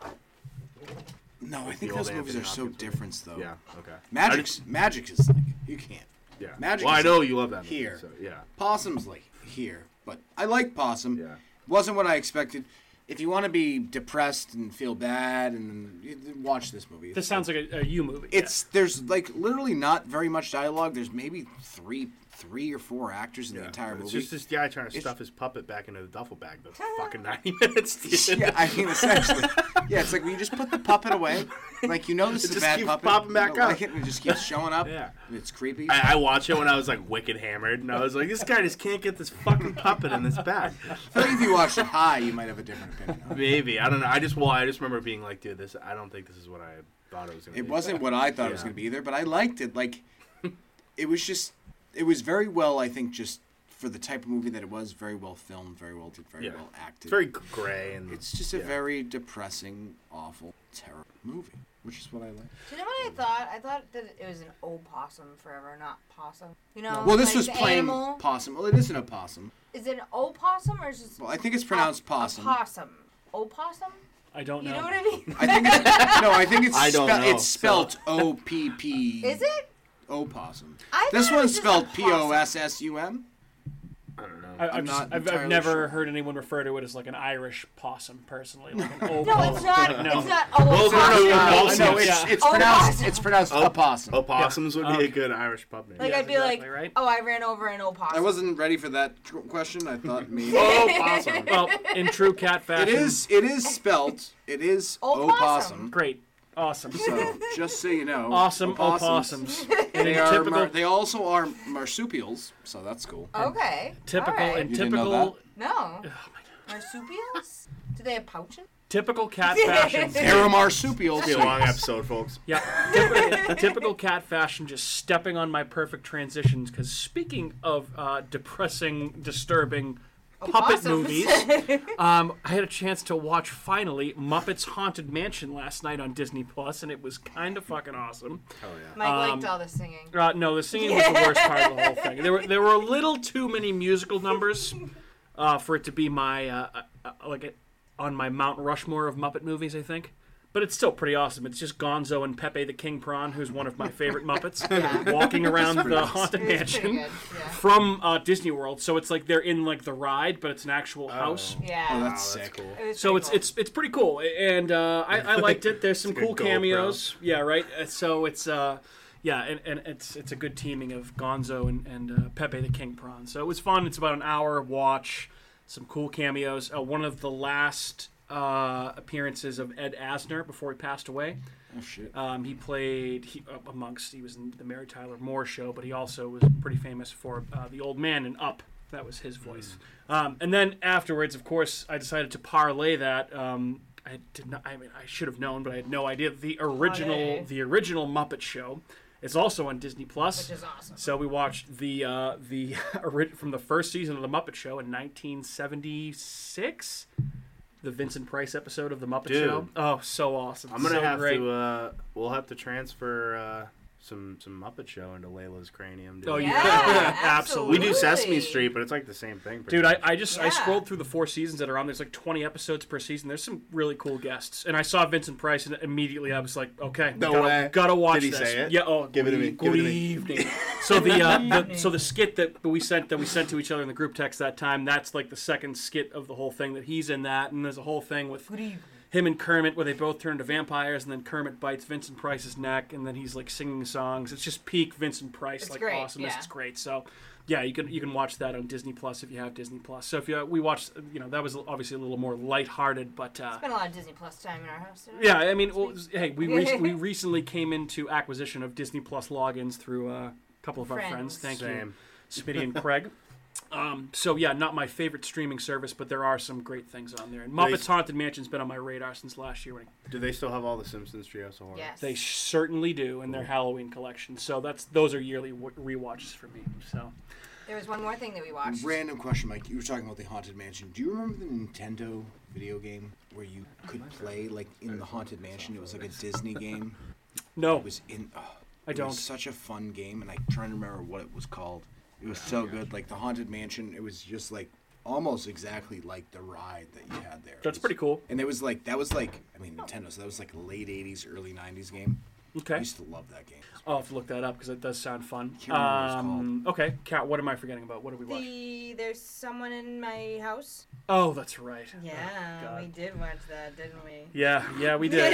[SPEAKER 4] No, I think
[SPEAKER 2] old
[SPEAKER 4] those movies
[SPEAKER 2] Anthony
[SPEAKER 4] are so
[SPEAKER 2] Hopkins movie?
[SPEAKER 4] different, though.
[SPEAKER 2] Yeah. Okay. I
[SPEAKER 4] Magic,
[SPEAKER 2] just-
[SPEAKER 4] magic is like you can't.
[SPEAKER 2] yeah.
[SPEAKER 4] Magic
[SPEAKER 2] Well, I
[SPEAKER 4] is
[SPEAKER 2] know you love that movie.
[SPEAKER 4] here.
[SPEAKER 2] So, yeah.
[SPEAKER 4] Possum's like here, but I like Possum.
[SPEAKER 2] Yeah.
[SPEAKER 4] Wasn't what I expected. If you want to be depressed and feel bad, and you- you watch this movie.
[SPEAKER 1] This sounds like a, a you movie. yeah.
[SPEAKER 4] It's there's like literally not very much dialogue. There's maybe three, three or four actors in the entire
[SPEAKER 2] it's
[SPEAKER 4] movie.
[SPEAKER 2] just this guy trying to
[SPEAKER 4] It's-
[SPEAKER 2] stuff his puppet back into the duffel bag the fucking 90 minutes. dude.
[SPEAKER 4] yeah, I mean, essentially. Yeah, it's like we just put the puppet away. Like, you know, this
[SPEAKER 2] It
[SPEAKER 4] is a
[SPEAKER 2] just
[SPEAKER 4] bad
[SPEAKER 2] keeps
[SPEAKER 4] puppet.
[SPEAKER 2] popping
[SPEAKER 4] you
[SPEAKER 2] back
[SPEAKER 4] don't like
[SPEAKER 2] up.
[SPEAKER 4] it, and it just keeps showing up.
[SPEAKER 2] Yeah.
[SPEAKER 4] And it's creepy.
[SPEAKER 2] I, I watched it when I was like wicked hammered, and I was like, this guy just can't get this fucking puppet in this bag.
[SPEAKER 4] I think if you watched it high, you might have a different opinion. on it.
[SPEAKER 2] Maybe I don't know. I just well, I just remember being like, dude, this. I don't think this is what I thought it was gonna.
[SPEAKER 4] It
[SPEAKER 2] be.
[SPEAKER 4] wasn't what I thought it was
[SPEAKER 2] Yeah.
[SPEAKER 4] going to be either, but I liked it. Like, it was just, it was very well, I think, just for the type of movie that it was, very well filmed, very well did, very
[SPEAKER 2] Yeah.
[SPEAKER 4] well acted.
[SPEAKER 2] It's very gray and
[SPEAKER 4] It's just a
[SPEAKER 2] yeah.
[SPEAKER 4] very depressing, awful, terrible movie, which is what I like.
[SPEAKER 3] Do you know what I thought? I thought that it was an opossum forever, not possum. You know,
[SPEAKER 4] Well, this
[SPEAKER 3] like
[SPEAKER 4] was
[SPEAKER 3] the
[SPEAKER 4] plain
[SPEAKER 3] animal.
[SPEAKER 4] possum. Well, it isn't a possum.
[SPEAKER 3] Is it an opossum or is it?
[SPEAKER 4] Well, I think it's pronounced possum.
[SPEAKER 3] Opossum. Opossum.
[SPEAKER 1] I don't
[SPEAKER 3] You
[SPEAKER 1] know.
[SPEAKER 3] know what I mean?
[SPEAKER 4] I think it's, no, I think it's
[SPEAKER 2] I don't
[SPEAKER 4] spe-
[SPEAKER 2] know,
[SPEAKER 4] it's
[SPEAKER 2] so-
[SPEAKER 4] spelt O P P.
[SPEAKER 3] Is it?
[SPEAKER 4] opossum?
[SPEAKER 3] I
[SPEAKER 4] This
[SPEAKER 3] thought it was
[SPEAKER 4] one's
[SPEAKER 3] just
[SPEAKER 4] spelled
[SPEAKER 3] a
[SPEAKER 4] P
[SPEAKER 3] possum.
[SPEAKER 4] O S S U M.
[SPEAKER 2] I don't know.
[SPEAKER 1] I,
[SPEAKER 4] I'm
[SPEAKER 1] I've, just,
[SPEAKER 4] not
[SPEAKER 1] I've, I've
[SPEAKER 4] entirely
[SPEAKER 1] never
[SPEAKER 4] sure.
[SPEAKER 1] heard anyone refer to it as like an Irish possum, personally. Like an old
[SPEAKER 3] No,
[SPEAKER 1] possum.
[SPEAKER 3] it's not.
[SPEAKER 1] No.
[SPEAKER 3] It's not
[SPEAKER 2] Those are
[SPEAKER 3] opossum.
[SPEAKER 2] Oh. no
[SPEAKER 4] Uh,
[SPEAKER 2] Opossum.
[SPEAKER 4] no, it's,
[SPEAKER 1] Yeah.
[SPEAKER 4] it's pronounced
[SPEAKER 3] Opossum.
[SPEAKER 4] it's pronounced opossum.
[SPEAKER 2] Opossums would be
[SPEAKER 4] Um,
[SPEAKER 1] Okay.
[SPEAKER 2] a good Irish pub name.
[SPEAKER 3] Like
[SPEAKER 1] Yeah,
[SPEAKER 3] I'd be
[SPEAKER 1] exactly
[SPEAKER 3] like,
[SPEAKER 1] right.
[SPEAKER 3] oh, I ran over an opossum.
[SPEAKER 4] I wasn't ready for that tr- question. I thought maybe
[SPEAKER 2] Opossum.
[SPEAKER 1] Well, in true cat
[SPEAKER 4] it
[SPEAKER 1] fashion.
[SPEAKER 4] is. It is spelt. It is
[SPEAKER 3] Opossum.
[SPEAKER 4] opossum.
[SPEAKER 1] Great. Awesome.
[SPEAKER 4] So just so you know,
[SPEAKER 1] awesome
[SPEAKER 4] opossums,
[SPEAKER 1] opossums. In
[SPEAKER 4] They are.
[SPEAKER 1] typical,
[SPEAKER 4] Mar- they also are marsupials, so that's cool.
[SPEAKER 3] Oh, Okay.
[SPEAKER 1] typical, Oh
[SPEAKER 3] All right.
[SPEAKER 1] and
[SPEAKER 4] You didn't know
[SPEAKER 1] typical,
[SPEAKER 4] that?
[SPEAKER 3] No. Marsupials? Do they have pouches?
[SPEAKER 1] typical cat fashion.
[SPEAKER 4] They're marsupials.
[SPEAKER 2] Be a
[SPEAKER 4] so-
[SPEAKER 2] long episode, folks.
[SPEAKER 1] Yeah, typical, typical cat fashion, just stepping on my perfect transitions. Because speaking of uh, depressing, disturbing puppet
[SPEAKER 3] Opossums.
[SPEAKER 1] movies, um, I had a chance to watch finally Muppets Haunted Mansion last night on Disney Plus, and it was kind of fucking awesome.
[SPEAKER 2] Hell yeah.
[SPEAKER 3] Mike
[SPEAKER 1] Um,
[SPEAKER 3] liked all the singing.
[SPEAKER 1] Uh, no, the singing was the worst part of the whole thing. There were there were a little too many musical numbers uh, for it to be my uh, uh, uh, like it, on my Mount Rushmore of Muppet movies. I think, but it's still pretty awesome. It's just Gonzo and Pepe the King Prawn, who's one of my favorite Muppets, walking around the haunted
[SPEAKER 3] It was
[SPEAKER 1] mansion
[SPEAKER 3] pretty good. Yeah.
[SPEAKER 1] from uh, Disney World. So it's like they're in like the ride, but it's an actual house.
[SPEAKER 3] Yeah.
[SPEAKER 4] Oh,
[SPEAKER 2] Wow,
[SPEAKER 4] that's
[SPEAKER 2] that's
[SPEAKER 4] sick.
[SPEAKER 2] cool.
[SPEAKER 3] It was
[SPEAKER 1] So
[SPEAKER 3] pretty
[SPEAKER 1] it's
[SPEAKER 3] cool.
[SPEAKER 1] it's it's pretty cool, and uh, I, I liked it. There's some
[SPEAKER 2] It's like a
[SPEAKER 1] cool
[SPEAKER 2] GoPro.
[SPEAKER 1] cameos, yeah, right. Uh, So it's uh, yeah, and, and it's it's a good teaming of Gonzo and and uh, Pepe the King Prawn. So it was fun. It's about an hour watch, some cool cameos. Uh, one of the last uh, appearances of Ed Asner before he passed away.
[SPEAKER 4] Oh shit.
[SPEAKER 1] Um, he played he, uh, amongst he was in the Mary Tyler Moore Show, but he also was pretty famous for uh, the Old Man and Up. That was his voice.
[SPEAKER 2] Mm.
[SPEAKER 1] Um, and then afterwards, of course, I decided to parlay that. Um, I did not. I mean, I should have known, but I had no idea. The original,
[SPEAKER 3] Parlay.
[SPEAKER 1] the original Muppet Show, is also on Disney Plus.
[SPEAKER 3] Which is awesome.
[SPEAKER 1] So we watched the uh, the ori- from the first season of the Muppet Show in 1976. The Vincent Price episode of the Muppet
[SPEAKER 2] Dude.
[SPEAKER 1] Show. Oh, so awesome!
[SPEAKER 2] I'm gonna
[SPEAKER 1] so
[SPEAKER 2] have
[SPEAKER 1] great.
[SPEAKER 2] to. Uh, we'll have to transfer uh, some some Muppet Show into Layla's cranium. Dude.
[SPEAKER 1] Oh, you
[SPEAKER 3] Yeah,
[SPEAKER 1] could.
[SPEAKER 3] absolutely.
[SPEAKER 2] We do Sesame
[SPEAKER 3] Really?
[SPEAKER 2] Street, but it's like the same thing. pretty
[SPEAKER 1] Dude, I,
[SPEAKER 2] much.
[SPEAKER 1] I just I
[SPEAKER 3] Yeah.
[SPEAKER 1] scrolled through the four seasons that are on. There's like 20 episodes per season. There's some really cool guests, and I saw Vincent Price, and immediately I was like, okay,
[SPEAKER 2] No
[SPEAKER 1] gotta,
[SPEAKER 2] way.
[SPEAKER 1] gotta watch
[SPEAKER 2] Did he
[SPEAKER 1] this.
[SPEAKER 2] say it?
[SPEAKER 1] Yeah, oh,
[SPEAKER 2] Give it to me,
[SPEAKER 1] good
[SPEAKER 2] give it to me.
[SPEAKER 1] evening. so the, uh, the so the skit that we sent that we sent to each other in the group text that time. That's like the second skit of the whole thing that he's in that, and there's a whole thing with
[SPEAKER 3] Good evening.
[SPEAKER 1] him and Kermit where they both turn into vampires, and then Kermit bites Vincent Price's neck, and then he's like singing songs. It's just peak Vincent Price,
[SPEAKER 3] It's
[SPEAKER 1] like
[SPEAKER 3] great,
[SPEAKER 1] awesomeness.
[SPEAKER 3] yeah.
[SPEAKER 1] It's great. So, yeah, you can you can watch that on Disney Plus if you have Disney Plus. So if you we watched, you know, that was obviously a little more lighthearted, but uh,
[SPEAKER 3] Spent a lot of Disney Plus time in our house today.
[SPEAKER 1] yeah, I mean, well, hey, we re- we recently came into acquisition of Disney Plus logins through uh, a couple of our friends.
[SPEAKER 3] Friends.
[SPEAKER 1] Thank you.
[SPEAKER 2] same.
[SPEAKER 1] Smitty and Craig. Um, so yeah, not my favorite streaming service, but there are some great things on there. And Muppets
[SPEAKER 2] Nice.
[SPEAKER 1] Haunted Mansion's been on my radar since last year when it
[SPEAKER 2] Do they still have all the Simpsons Treehouse of Horror?
[SPEAKER 3] Yes.
[SPEAKER 1] They certainly do in their Halloween collection. So that's those are yearly w- rewatches for me. So
[SPEAKER 3] there was one more thing that we watched.
[SPEAKER 4] Random question, Mike. You were talking about the haunted mansion. Do you remember the Nintendo video game where you could play like in the haunted mansion? It was like a Disney game.
[SPEAKER 1] no,
[SPEAKER 4] It was in. Oh,
[SPEAKER 1] I
[SPEAKER 4] It
[SPEAKER 1] don't.
[SPEAKER 4] was such a fun game, and I'm trying to remember what it was called. It was so good. Like the haunted mansion. It was just like almost exactly like the ride that you had there. It
[SPEAKER 1] that's
[SPEAKER 4] was-
[SPEAKER 1] pretty cool.
[SPEAKER 4] And it was like that was like I mean Nintendo. So that was like late '80s, early '90s game. I
[SPEAKER 1] Okay,
[SPEAKER 4] used to love that game.
[SPEAKER 1] I'll have to look that up because it does sound fun.
[SPEAKER 4] Can't remember what it's
[SPEAKER 1] Um, okay, Cat, what am I forgetting about? What did we watch?
[SPEAKER 3] The there's someone in my house.
[SPEAKER 1] Oh, that's right. Oh,
[SPEAKER 3] Yeah,
[SPEAKER 1] God.
[SPEAKER 3] we did watch that, didn't we?
[SPEAKER 1] Yeah, yeah, we did.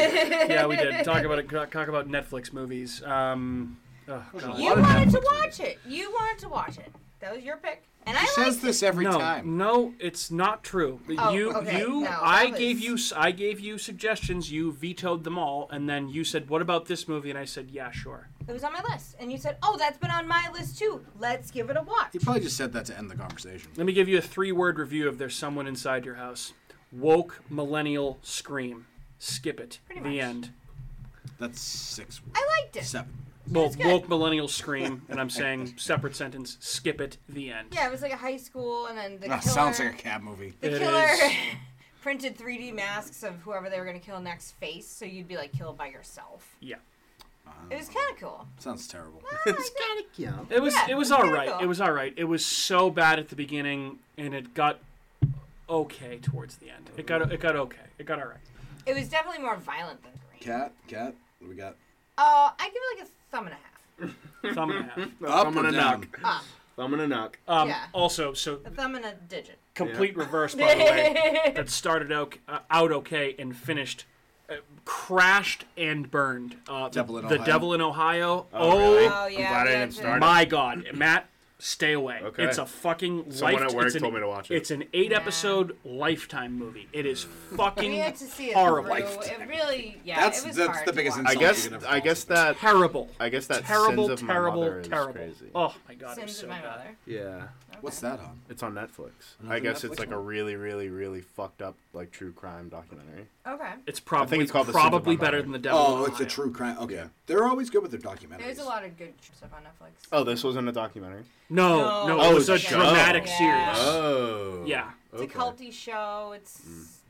[SPEAKER 1] yeah, we did. Talk about it. Talk about Netflix movies. Um, oh, God.
[SPEAKER 3] You
[SPEAKER 4] lot of
[SPEAKER 3] wanted to
[SPEAKER 4] Netflix
[SPEAKER 3] watch it. You wanted to watch it. That was your pick. And I
[SPEAKER 4] She says
[SPEAKER 3] liked it.
[SPEAKER 4] this every
[SPEAKER 1] no,
[SPEAKER 4] time.
[SPEAKER 1] no, it's not true.
[SPEAKER 3] Oh,
[SPEAKER 1] you,
[SPEAKER 3] okay,
[SPEAKER 1] you,
[SPEAKER 3] no,
[SPEAKER 1] I
[SPEAKER 3] that was-
[SPEAKER 1] gave you, s- I gave you suggestions. You vetoed them all, and then you said, "What about this movie?" And I said, "Yeah, sure."
[SPEAKER 3] It was on my list. And you said, oh, that's been on my list too. Let's give it a watch.
[SPEAKER 4] He probably just said that to end the conversation.
[SPEAKER 1] Let me give you a three word review of There's Someone Inside Your House. Woke millennial scream. Skip it.
[SPEAKER 3] Pretty
[SPEAKER 1] the
[SPEAKER 3] much.
[SPEAKER 1] end.
[SPEAKER 4] That's six words.
[SPEAKER 3] I liked it.
[SPEAKER 4] Seven.
[SPEAKER 1] Well,
[SPEAKER 3] good.
[SPEAKER 1] woke millennials scream, and I'm saying separate sentence. Skip it. The end.
[SPEAKER 3] Yeah, it was like a high school, and then the
[SPEAKER 4] Ah,
[SPEAKER 3] killer.
[SPEAKER 4] sounds like a cab movie.
[SPEAKER 3] the
[SPEAKER 1] It
[SPEAKER 3] killer
[SPEAKER 1] is.
[SPEAKER 3] printed 3D masks of whoever they were gonna kill next face, so you'd be like killed by yourself.
[SPEAKER 1] Yeah.
[SPEAKER 3] It was kind of cool.
[SPEAKER 4] Sounds terrible.
[SPEAKER 2] it's kind of cute.
[SPEAKER 1] It was
[SPEAKER 3] Yeah,
[SPEAKER 1] it was
[SPEAKER 3] it's
[SPEAKER 1] all
[SPEAKER 3] kinda
[SPEAKER 1] right.
[SPEAKER 3] cool.
[SPEAKER 1] It was all right. It was so bad at the beginning, and it got okay towards the end. It got it got okay. It got all right.
[SPEAKER 3] It was definitely more violent than Green.
[SPEAKER 4] Cat, cat, what we got
[SPEAKER 3] Uh, I give it like a thumb and a half.
[SPEAKER 1] Thumb and a half.
[SPEAKER 4] up
[SPEAKER 2] I'm
[SPEAKER 4] or
[SPEAKER 2] gonna
[SPEAKER 4] down?
[SPEAKER 2] knock.
[SPEAKER 3] Up.
[SPEAKER 2] I'm gonna knock.
[SPEAKER 1] Um,
[SPEAKER 3] Yeah.
[SPEAKER 1] Also, so
[SPEAKER 3] A thumb and a digit.
[SPEAKER 1] complete reverse by the way. That started out uh, out okay and finished. Uh, crashed and burned. Uh, the-
[SPEAKER 4] Devil in
[SPEAKER 1] the
[SPEAKER 4] Ohio.
[SPEAKER 1] Devil in Ohio.
[SPEAKER 2] Oh, really?
[SPEAKER 3] Oh, yeah,
[SPEAKER 2] I'm glad I
[SPEAKER 3] yeah,
[SPEAKER 2] didn't
[SPEAKER 3] too.
[SPEAKER 2] start. it.
[SPEAKER 1] My God, Matt, stay away.
[SPEAKER 2] Okay.
[SPEAKER 1] It's a fucking
[SPEAKER 2] Someone
[SPEAKER 1] life-
[SPEAKER 2] at work
[SPEAKER 1] it's an-
[SPEAKER 2] told me to watch it.
[SPEAKER 1] It's an eight-episode lifetime movie. It is fucking
[SPEAKER 3] we had to see it
[SPEAKER 1] horrible,
[SPEAKER 3] through. It really, yeah,
[SPEAKER 4] That's-
[SPEAKER 3] it was
[SPEAKER 4] that's
[SPEAKER 3] hard
[SPEAKER 4] the
[SPEAKER 3] to
[SPEAKER 4] biggest
[SPEAKER 3] watch.
[SPEAKER 2] I
[SPEAKER 4] insult.
[SPEAKER 2] guess.
[SPEAKER 4] Sounds like
[SPEAKER 2] I
[SPEAKER 4] an
[SPEAKER 2] guess
[SPEAKER 4] episode.
[SPEAKER 2] that.
[SPEAKER 1] terrible.
[SPEAKER 2] I guess that
[SPEAKER 1] terrible,
[SPEAKER 2] sins of
[SPEAKER 1] terrible,
[SPEAKER 2] my mother is
[SPEAKER 1] terrible.
[SPEAKER 2] crazy.
[SPEAKER 1] Oh my God, it
[SPEAKER 3] Sins
[SPEAKER 1] was so
[SPEAKER 3] of my
[SPEAKER 1] bad.
[SPEAKER 3] mother.
[SPEAKER 2] Yeah.
[SPEAKER 4] What's that on?
[SPEAKER 2] It's on Netflix.
[SPEAKER 4] Another
[SPEAKER 2] I guess
[SPEAKER 4] Netflix
[SPEAKER 2] it's like a
[SPEAKER 4] one?
[SPEAKER 2] really, really, really fucked up like true crime documentary.
[SPEAKER 3] Okay.
[SPEAKER 1] It's probably
[SPEAKER 2] it's called The Sins of
[SPEAKER 1] probably
[SPEAKER 2] My
[SPEAKER 1] better
[SPEAKER 2] Mother.
[SPEAKER 1] than the Devil. in
[SPEAKER 4] Oh, it's a
[SPEAKER 1] Ohio.
[SPEAKER 4] true crime. Okay, they're always good with their documentaries.
[SPEAKER 3] There's a lot of good stuff on Netflix.
[SPEAKER 2] Oh, this wasn't a documentary.
[SPEAKER 1] No, no,
[SPEAKER 3] No.
[SPEAKER 2] Oh,
[SPEAKER 1] it was a
[SPEAKER 2] it's a show.
[SPEAKER 1] dramatic
[SPEAKER 3] Yeah.
[SPEAKER 1] series.
[SPEAKER 2] Oh.
[SPEAKER 1] Yeah.
[SPEAKER 3] It's a culty show. It's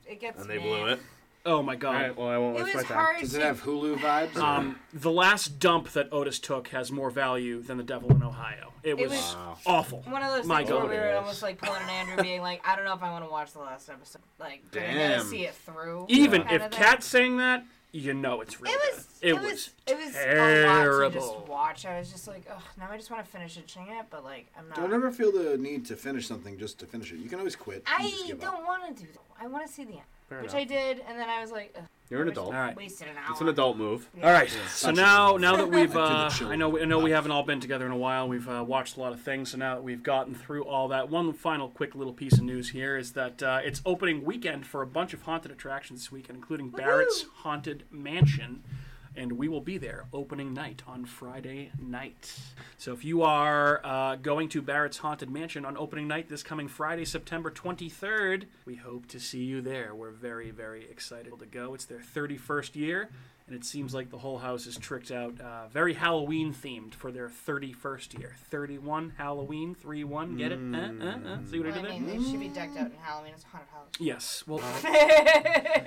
[SPEAKER 3] it gets.
[SPEAKER 2] And they blew
[SPEAKER 3] meh.
[SPEAKER 2] it.
[SPEAKER 1] Oh my
[SPEAKER 2] All
[SPEAKER 1] God.
[SPEAKER 2] right. Well, I won't waste
[SPEAKER 3] It
[SPEAKER 2] my
[SPEAKER 3] was
[SPEAKER 2] time.
[SPEAKER 3] hard.
[SPEAKER 4] Does
[SPEAKER 3] to,
[SPEAKER 4] it have Hulu vibes?
[SPEAKER 1] Um, the last dump that Otis took has more value than the Devil in Ohio. It was,
[SPEAKER 3] It was-
[SPEAKER 2] Wow.
[SPEAKER 1] awful.
[SPEAKER 3] One of those
[SPEAKER 1] My
[SPEAKER 3] things
[SPEAKER 1] God.
[SPEAKER 3] where we were almost like pulling an Andrew, being like, I don't know if I want to watch the last episode. Like, do I gotta
[SPEAKER 2] Damn.
[SPEAKER 3] see it through?
[SPEAKER 1] Even
[SPEAKER 3] Kind
[SPEAKER 1] if
[SPEAKER 3] of thing.
[SPEAKER 1] Cat's saying that, you know it's real.
[SPEAKER 3] It was.
[SPEAKER 1] bad.
[SPEAKER 3] It, was. It was a lot to
[SPEAKER 1] terrible.
[SPEAKER 3] just watch. I was just like, ugh. Now I just want to finish it, ching it, but like, I'm not.
[SPEAKER 4] Don't ever feel the need to finish something just to finish it. You can always quit. and just
[SPEAKER 3] I
[SPEAKER 4] give up.
[SPEAKER 3] don't want to do that. I want to see the end,
[SPEAKER 2] Fair
[SPEAKER 3] which
[SPEAKER 2] enough.
[SPEAKER 3] I did, and then I was like, ugh,
[SPEAKER 2] You're an adult.
[SPEAKER 1] All right.
[SPEAKER 3] wasted an hour.
[SPEAKER 2] It's an adult move.
[SPEAKER 1] All right. So
[SPEAKER 4] such a
[SPEAKER 1] now,
[SPEAKER 4] relief.
[SPEAKER 1] now that we've,
[SPEAKER 4] I did
[SPEAKER 1] uh,
[SPEAKER 4] the chill
[SPEAKER 1] I know, we, I know we
[SPEAKER 4] laugh.
[SPEAKER 1] haven't all been together in a while. We've uh, watched a lot of things. So now that we've gotten through all that, one final quick little piece of news here is that uh, it's opening weekend for a bunch of haunted attractions this weekend, including Barrett's Haunted Mansion, and we will be there opening night on Friday night. So if you are uh, going to Barrett's Haunted Mansion on opening night this coming Friday, September 23rd, we hope to see you there. We're very, very excited to go. It's their 31st year and it seems like the whole house is tricked out uh, very halloween themed for their 31st year 31 halloween 3-1 get it uh, uh, uh. see what
[SPEAKER 3] Well,
[SPEAKER 1] i
[SPEAKER 3] I
[SPEAKER 1] did there
[SPEAKER 3] mean, they should be decked out in Halloween. It's a haunted house.
[SPEAKER 1] yes well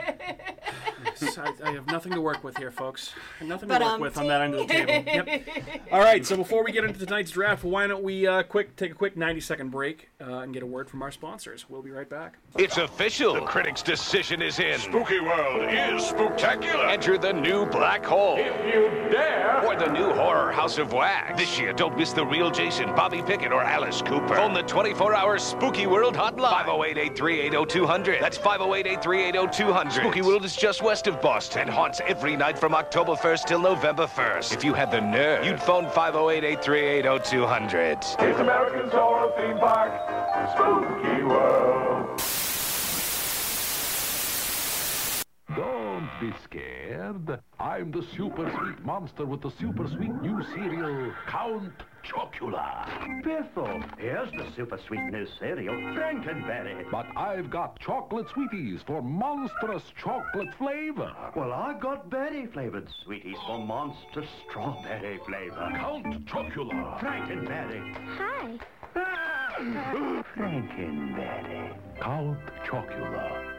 [SPEAKER 1] yes, I, I have nothing to work with here folks I have nothing to work
[SPEAKER 3] Ba-dum.
[SPEAKER 1] with on that end of the table yep. all right so before we get into tonight's draft why don't we uh, quick take a quick 90 second break uh, and get a word from our sponsors we'll be right back
[SPEAKER 5] It's official. The critic's decision is in.
[SPEAKER 6] Spooky World is spectacular.
[SPEAKER 5] Enter the new black hole
[SPEAKER 6] If you dare,
[SPEAKER 5] or the new horror House of Wax. This year, don't miss the real Jason, Bobby Pickett, or Alice Cooper. oh Phone the 24-hour Spooky World hotline. 508-838-0200. That's 508-838-0200. Spooky World is just west of Boston and haunts every night from October 1st till November 1st. If you had the nerve, you'd phone 508-838-0200.
[SPEAKER 6] it's America's Horror Theme Park. Spooky World.
[SPEAKER 7] Don't be scared. I'm the super sweet monster with the super sweet new cereal, Count Chocula.
[SPEAKER 8] Bethel, here's the super sweet new cereal, Frankenberry.
[SPEAKER 7] But I've got chocolate sweeties for monstrous chocolate flavor.
[SPEAKER 8] Well, I got berry flavored sweeties for monster strawberry flavor.
[SPEAKER 7] Count Chocula.
[SPEAKER 8] Frankenberry.
[SPEAKER 9] Hi.
[SPEAKER 8] Frankenberry.
[SPEAKER 7] Count Chocula.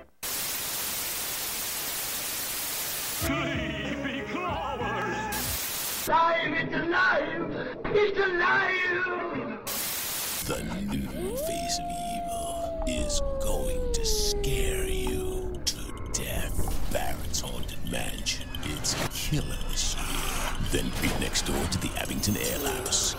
[SPEAKER 6] Sleepy Clovers.
[SPEAKER 8] Live, it's alive! It's alive!
[SPEAKER 10] The new face of evil is going to scare you to death. Barrett's Haunted Mansion. It's killer this year. Then be next door to the Abington Airlines.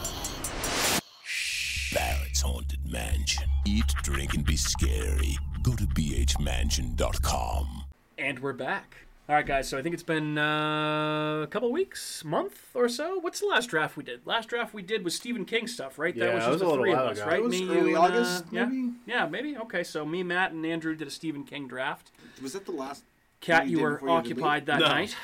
[SPEAKER 10] Barrett's Haunted Mansion. Eat, drink, and be scary. Go to bhmansion.com.
[SPEAKER 1] and we're back all right guys so i think it's been uh, a couple weeks month or so what's the last draft we did last draft we did was stephen king stuff right
[SPEAKER 2] Yeah,
[SPEAKER 1] was
[SPEAKER 2] that was
[SPEAKER 1] the
[SPEAKER 2] a little
[SPEAKER 1] three of
[SPEAKER 2] while
[SPEAKER 1] us
[SPEAKER 2] ago.
[SPEAKER 1] right
[SPEAKER 4] It was
[SPEAKER 1] me
[SPEAKER 4] early
[SPEAKER 1] you
[SPEAKER 4] August,
[SPEAKER 1] and, uh,
[SPEAKER 4] maybe?
[SPEAKER 1] yeah yeah maybe okay so me matt and andrew did a stephen king draft
[SPEAKER 4] Was that the last?
[SPEAKER 1] cat
[SPEAKER 4] thing
[SPEAKER 1] you
[SPEAKER 4] did
[SPEAKER 1] were
[SPEAKER 4] before had to leave?
[SPEAKER 1] occupied that
[SPEAKER 2] No.
[SPEAKER 1] night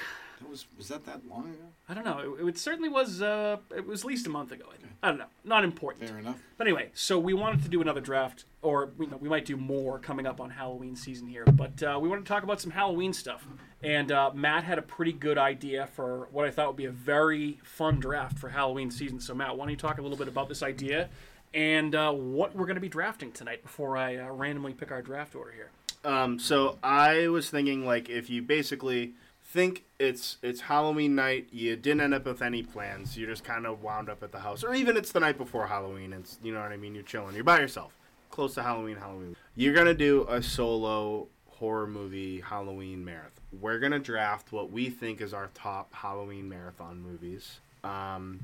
[SPEAKER 4] That was was that that long ago?
[SPEAKER 1] i don't know it, it certainly was uh, it was at least a month ago I, think. I don't know not important
[SPEAKER 4] Fair enough.
[SPEAKER 1] but anyway, so we wanted to do another draft, or we, we might do more coming up on Halloween season here. But uh, we wanted to talk about some Halloween stuff. And uh, Matt had a pretty good idea for what I thought would be a very fun draft for Halloween season. So, Matt, why don't you talk a little bit about this idea and uh, what we're going to be drafting tonight before I uh, randomly pick our draft order here?
[SPEAKER 2] Um, so I was thinking like if you basically think it's it's Halloween night, you didn't end up with any plans, you just kind of wound up at the house, or even it's the night before Halloween, and it's you know what I mean, you're chilling, you're by yourself, close to Halloween, Halloween. You're gonna do a solo horror movie Halloween marathon. We're gonna draft what we think is our top Halloween marathon movies. Um,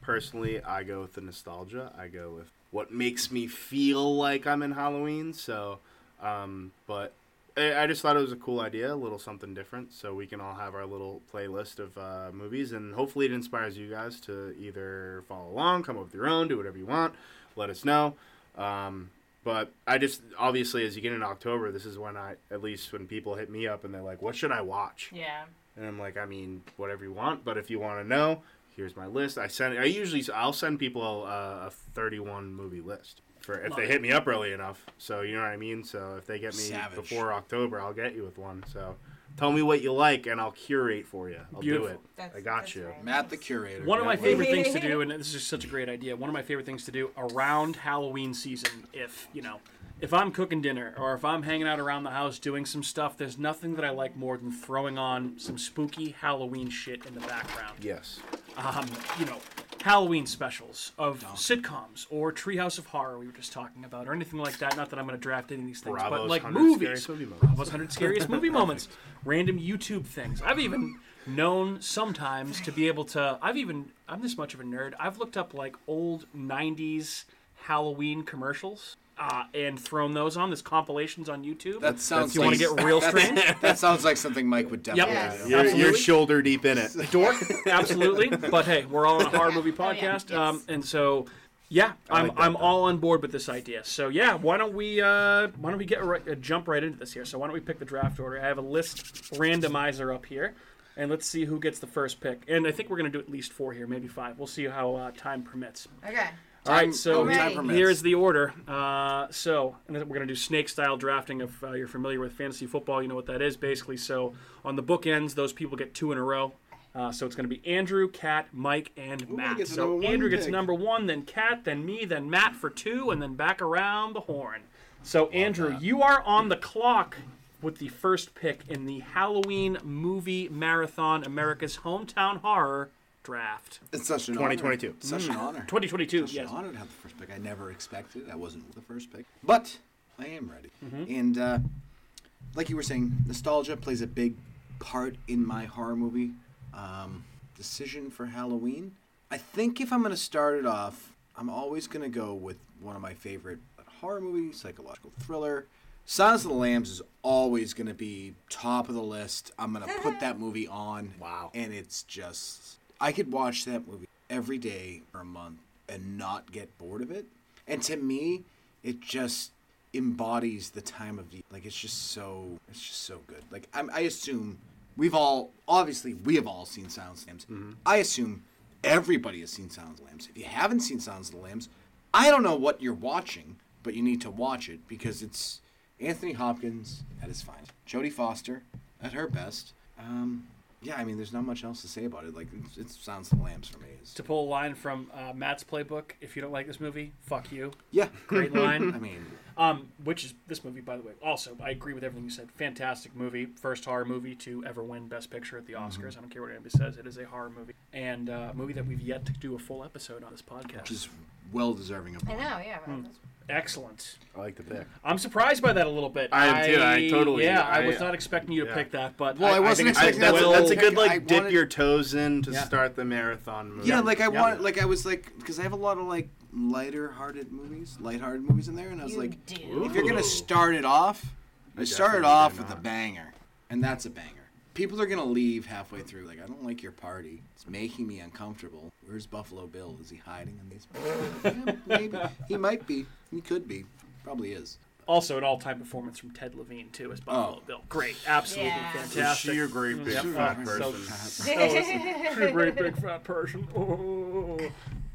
[SPEAKER 2] personally, I go with the nostalgia. I go with what makes me feel like I'm in Halloween. So, um, but I, I just thought it was a cool idea, a little something different. So we can all have our little playlist of uh, movies, and hopefully, it inspires you guys to either follow along, come up with your own, do whatever you want. Let us know. Um, but I just obviously, as you get into October, this is when I, at least when people hit me up and they're like, "What should I watch?"
[SPEAKER 3] Yeah.
[SPEAKER 2] And I'm like, I mean, whatever you want, but if you want to know, here's my list. I send. I usually I'll send people uh, a 31 movie list for if they hit me up early enough. So you know what I mean. So if they get me
[SPEAKER 4] Savage.
[SPEAKER 2] before October, I'll get you with one. So tell me what you like, and I'll curate for you. I'll
[SPEAKER 1] Beautiful.
[SPEAKER 2] do it.
[SPEAKER 3] That's-
[SPEAKER 2] I got
[SPEAKER 3] that's
[SPEAKER 2] you.
[SPEAKER 3] right.
[SPEAKER 4] Matt the curator.
[SPEAKER 1] One of my
[SPEAKER 4] That way.
[SPEAKER 1] favorite things to do, and this is just such a great idea. One of my favorite things to do around Halloween season, if you know, if I'm cooking dinner or if I'm hanging out around the house doing some stuff, there's nothing that I like more than throwing on some spooky Halloween shit in the background.
[SPEAKER 2] Yes.
[SPEAKER 1] Um, you know, Halloween specials of sitcoms or Treehouse of Horror we were just talking about, or anything like that. Not that I'm going to draft any of these things, but
[SPEAKER 2] Bravo's
[SPEAKER 1] like
[SPEAKER 2] 100
[SPEAKER 1] movies,
[SPEAKER 2] scariest movie moments.
[SPEAKER 1] Bravo's 100 scariest movie moments, random YouTube things. I've even known sometimes to be able to. I've even I'm this much of a nerd. I've looked up like old 90s Halloween commercials. Uh, and thrown those on. There's compilations on YouTube.
[SPEAKER 4] That sounds.
[SPEAKER 1] If you want
[SPEAKER 4] like,
[SPEAKER 1] to get real
[SPEAKER 4] that's-
[SPEAKER 1] strange,
[SPEAKER 4] That sounds like something Mike would definitely
[SPEAKER 3] Yes.
[SPEAKER 2] You're,
[SPEAKER 4] do.
[SPEAKER 2] you're
[SPEAKER 1] Absolutely.
[SPEAKER 2] shoulder deep in it.
[SPEAKER 1] dork, absolutely. But hey, we're all on a horror movie
[SPEAKER 3] Oh, yeah.
[SPEAKER 1] podcast,
[SPEAKER 3] Yes.
[SPEAKER 1] um, and so yeah, I'm
[SPEAKER 2] like that,
[SPEAKER 1] I'm
[SPEAKER 2] though.
[SPEAKER 1] all on board with this idea. So yeah, why don't we uh, why don't we get right, uh, jump right into this here? So why don't we pick the draft order? I have a list randomizer up here, and let's see who gets the first pick. And I think we're gonna do at least four here, maybe five. We'll see how uh, time permits.
[SPEAKER 3] Okay.
[SPEAKER 1] All right, so
[SPEAKER 4] oh,
[SPEAKER 3] time
[SPEAKER 1] he-
[SPEAKER 4] permits.
[SPEAKER 1] here's the order. Uh, so and then we're going to do snake style drafting. If uh, you're familiar with fantasy football, you know what that is basically. So on the bookends, those people get two in a row. Uh, so it's going to be Andrew, Cat, Mike, and Matt.
[SPEAKER 4] gets the
[SPEAKER 1] so
[SPEAKER 4] number one
[SPEAKER 1] Andrew gets
[SPEAKER 4] pick.
[SPEAKER 1] number one, then Cat, then me, then Matt for two, and then back around the horn. So Andrew, you are on the clock with the first pick in the Halloween movie marathon, America's hometown horror draft,
[SPEAKER 4] It's such an
[SPEAKER 2] 2022.
[SPEAKER 4] Honor. Such an honor.
[SPEAKER 1] 2022.
[SPEAKER 4] Such
[SPEAKER 1] Mm. Yes.
[SPEAKER 4] an honor to have the first pick. I never expected. I wasn't the first pick, but I am ready.
[SPEAKER 1] Mm-hmm.
[SPEAKER 4] And uh, like you were saying, nostalgia plays a big part in my horror movie um, decision for Halloween. I think if I'm going to start it off, I'm always going to go with one of my favorite horror movie, psychological thriller. Silence of the Lambs is always going to be top of the list. I'm going to put that movie on. Wow. And it's just, I could watch that movie every day for a month and not get bored of it. And to me, it just embodies the time of year. Like it's just so, it's just so good. Like I'm, I assume we've all, obviously, we have all seen Silence of the Lambs.
[SPEAKER 1] Mm-hmm.
[SPEAKER 4] I assume everybody has seen Silence of the Lambs. If you haven't seen Silence of the Lambs, I don't know what you're watching, but you need to watch it because it's Anthony Hopkins at his finest, Jodie Foster at her best. Um, yeah, I mean, there's not much else to say about it. Like it's, it's Silence of the Lambs for me. It's,
[SPEAKER 1] to pull a line from uh, Matt's playbook. If you don't like this movie, fuck you.
[SPEAKER 4] yeah,
[SPEAKER 1] Great line.
[SPEAKER 4] I mean,
[SPEAKER 1] um, which is this movie, by the way. Also, I agree with everything you said. Fantastic movie, first horror movie to ever win Best Picture at the
[SPEAKER 2] Mm-hmm.
[SPEAKER 1] Oscars. I don't care what anybody says. It is a horror movie and uh, a movie that we've yet to do a full episode on this podcast.
[SPEAKER 4] just well deserving of.
[SPEAKER 3] I know.
[SPEAKER 4] mine.
[SPEAKER 3] Yeah. but that's-
[SPEAKER 1] Excellent.
[SPEAKER 2] I like the pick.
[SPEAKER 1] I'm surprised by that a little bit.
[SPEAKER 2] I am too. I totally-
[SPEAKER 1] Yeah, I,
[SPEAKER 2] I-
[SPEAKER 1] was not expecting you to
[SPEAKER 2] yeah.
[SPEAKER 1] pick that, but
[SPEAKER 4] Well, I
[SPEAKER 1] I, think
[SPEAKER 4] wasn't
[SPEAKER 1] it's
[SPEAKER 2] I,
[SPEAKER 4] expecting
[SPEAKER 1] a
[SPEAKER 2] that's,
[SPEAKER 1] well-
[SPEAKER 2] that's a good
[SPEAKER 4] pick.
[SPEAKER 2] like
[SPEAKER 4] I
[SPEAKER 2] dip
[SPEAKER 4] wanted-
[SPEAKER 2] your toes in to
[SPEAKER 1] Yeah.
[SPEAKER 2] start the marathon. Movie.
[SPEAKER 4] Yeah, like I
[SPEAKER 1] yeah.
[SPEAKER 4] want, like I was like, because I have a lot of like lighter-hearted movies, light-hearted movies in there, and I was
[SPEAKER 3] You
[SPEAKER 4] like,
[SPEAKER 3] do.
[SPEAKER 4] if you're gonna start it off, you start it
[SPEAKER 2] definitely
[SPEAKER 4] off
[SPEAKER 2] do
[SPEAKER 4] with a
[SPEAKER 2] not.
[SPEAKER 4] banger, and that's a banger. People are gonna leave halfway through, like I don't like your party. It's making me uncomfortable. Where's Buffalo Bill? Is he hiding in these? yeah, maybe he might be. He could be. Probably is.
[SPEAKER 1] also an all-time performance from Ted Levine too as Buffalo
[SPEAKER 4] Oh.
[SPEAKER 1] Bill. Great, absolutely
[SPEAKER 3] Yeah.
[SPEAKER 2] Is
[SPEAKER 1] fantastic.
[SPEAKER 2] she a great big
[SPEAKER 1] Yep.
[SPEAKER 2] fat
[SPEAKER 1] Oh, so-
[SPEAKER 2] person?
[SPEAKER 1] She's a great big fat person. Oh,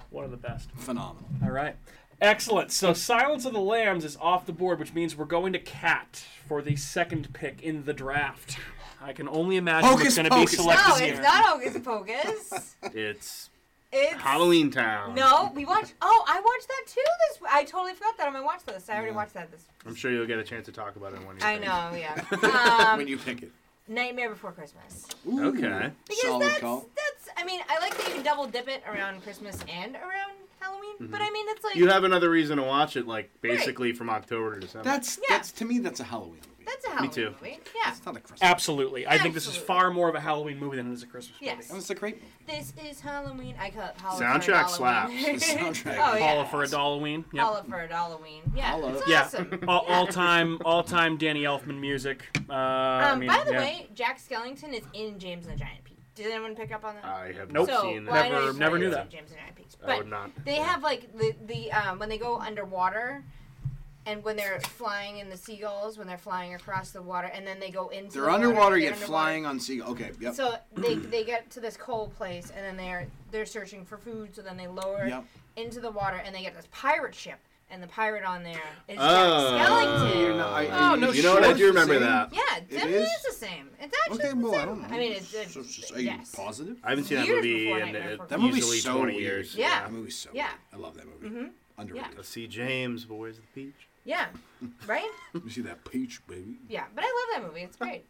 [SPEAKER 1] one of the best.
[SPEAKER 4] Phenomenal.
[SPEAKER 1] All right. Excellent. So Silence of the Lambs is off the board, which means we're going to Cat for the second pick in the draft. I can only imagine what's
[SPEAKER 4] Hocus
[SPEAKER 1] going to be
[SPEAKER 4] pocus.
[SPEAKER 1] selected
[SPEAKER 3] No,
[SPEAKER 1] here.
[SPEAKER 3] it's not Hocus Pocus.
[SPEAKER 2] It's
[SPEAKER 3] It's
[SPEAKER 2] Halloween Town.
[SPEAKER 3] no. We watch. Oh, I watched that too. This I totally forgot that on my watch list. I already watched that. This
[SPEAKER 2] I'm sure you'll get a chance to talk about it one of your
[SPEAKER 3] I
[SPEAKER 2] days.
[SPEAKER 3] know. Yeah. Um,
[SPEAKER 4] when you pick it.
[SPEAKER 3] Nightmare Before Christmas.
[SPEAKER 4] Ooh,
[SPEAKER 2] Okay.
[SPEAKER 3] Because
[SPEAKER 4] solid
[SPEAKER 3] that's
[SPEAKER 4] call.
[SPEAKER 3] that's. I mean, I like that you can double dip it around Christmas and around Halloween.
[SPEAKER 4] Mm-hmm.
[SPEAKER 3] But I mean, it's like
[SPEAKER 2] You have another reason to watch it, like basically from October to December.
[SPEAKER 4] That's
[SPEAKER 3] Yeah.
[SPEAKER 4] that's to me. That's a Halloween movie.
[SPEAKER 3] that's a Halloween
[SPEAKER 2] too.
[SPEAKER 3] movie. Yeah.
[SPEAKER 4] It's not a Christmas.
[SPEAKER 1] Absolutely. I think this is
[SPEAKER 3] Absolutely.
[SPEAKER 1] far more of a Halloween movie than it is a Christmas
[SPEAKER 3] Yes.
[SPEAKER 1] movie.
[SPEAKER 4] It's a great movie.
[SPEAKER 3] This is Halloween. I call it Halloween.
[SPEAKER 2] Soundtrack
[SPEAKER 3] Halloween.
[SPEAKER 4] slaps. The soundtrack.
[SPEAKER 3] oh yeah.
[SPEAKER 1] Holla for a Halloween. Yep.
[SPEAKER 3] Holla for a Halloween. Yeah.
[SPEAKER 4] Holla.
[SPEAKER 3] It's
[SPEAKER 1] Yeah.
[SPEAKER 3] awesome.
[SPEAKER 1] All, all time, all time Danny Elfman music. Uh, I
[SPEAKER 3] Um,
[SPEAKER 1] mean,
[SPEAKER 3] by the
[SPEAKER 1] yeah.
[SPEAKER 3] way, Jack Skellington is in James and the Giant Peach. Did anyone pick up on that?
[SPEAKER 2] I have
[SPEAKER 1] Nope.
[SPEAKER 2] not
[SPEAKER 3] so,
[SPEAKER 2] seen
[SPEAKER 3] well,
[SPEAKER 2] that.
[SPEAKER 3] I know
[SPEAKER 1] Never-
[SPEAKER 3] he's
[SPEAKER 1] never
[SPEAKER 3] not
[SPEAKER 1] knew
[SPEAKER 3] in
[SPEAKER 1] that.
[SPEAKER 3] James and the Giant Peach,
[SPEAKER 2] I
[SPEAKER 3] but
[SPEAKER 2] would not.
[SPEAKER 3] They have like the the um, when they go underwater, and when they're flying in the seagulls, when they're flying across the water, and then they go into.
[SPEAKER 4] They're
[SPEAKER 3] the water,
[SPEAKER 4] underwater
[SPEAKER 3] they're
[SPEAKER 4] yet
[SPEAKER 3] underwater.
[SPEAKER 4] flying on sea. Okay, yep.
[SPEAKER 3] So they they get to this cold place, and then they're they're searching for food. So then they lower
[SPEAKER 4] Yep.
[SPEAKER 3] into the water, and they get this pirate ship, and the pirate on there is
[SPEAKER 2] Oh.
[SPEAKER 3] Jack Skellington.
[SPEAKER 4] You're not-
[SPEAKER 2] Oh,
[SPEAKER 4] I-
[SPEAKER 2] no,
[SPEAKER 4] no,
[SPEAKER 2] you know what? I
[SPEAKER 4] sure,
[SPEAKER 2] do remember
[SPEAKER 4] Suzanne.
[SPEAKER 2] that.
[SPEAKER 3] Yeah, it definitely
[SPEAKER 4] is?
[SPEAKER 3] is the same. It's actually
[SPEAKER 4] Okay,
[SPEAKER 3] the
[SPEAKER 4] well, I
[SPEAKER 3] same.
[SPEAKER 4] don't know.
[SPEAKER 3] mean, it's, it's
[SPEAKER 4] So- so- are you
[SPEAKER 3] yes.
[SPEAKER 4] positive?
[SPEAKER 2] I haven't seen that
[SPEAKER 3] Years
[SPEAKER 2] movie
[SPEAKER 3] before
[SPEAKER 2] in
[SPEAKER 3] Nightmare
[SPEAKER 2] uh,
[SPEAKER 3] Before
[SPEAKER 4] That movie's
[SPEAKER 2] easily
[SPEAKER 4] so
[SPEAKER 2] 20
[SPEAKER 4] weird.
[SPEAKER 2] years.
[SPEAKER 3] Yeah.
[SPEAKER 4] That movie's so.
[SPEAKER 3] Yeah.
[SPEAKER 4] Good. I love that movie. Underrated.
[SPEAKER 2] Let's see James, Boys of the Peach.
[SPEAKER 3] Yeah, right.
[SPEAKER 4] You see that peach, baby.
[SPEAKER 3] Yeah, but I love that movie. It's great.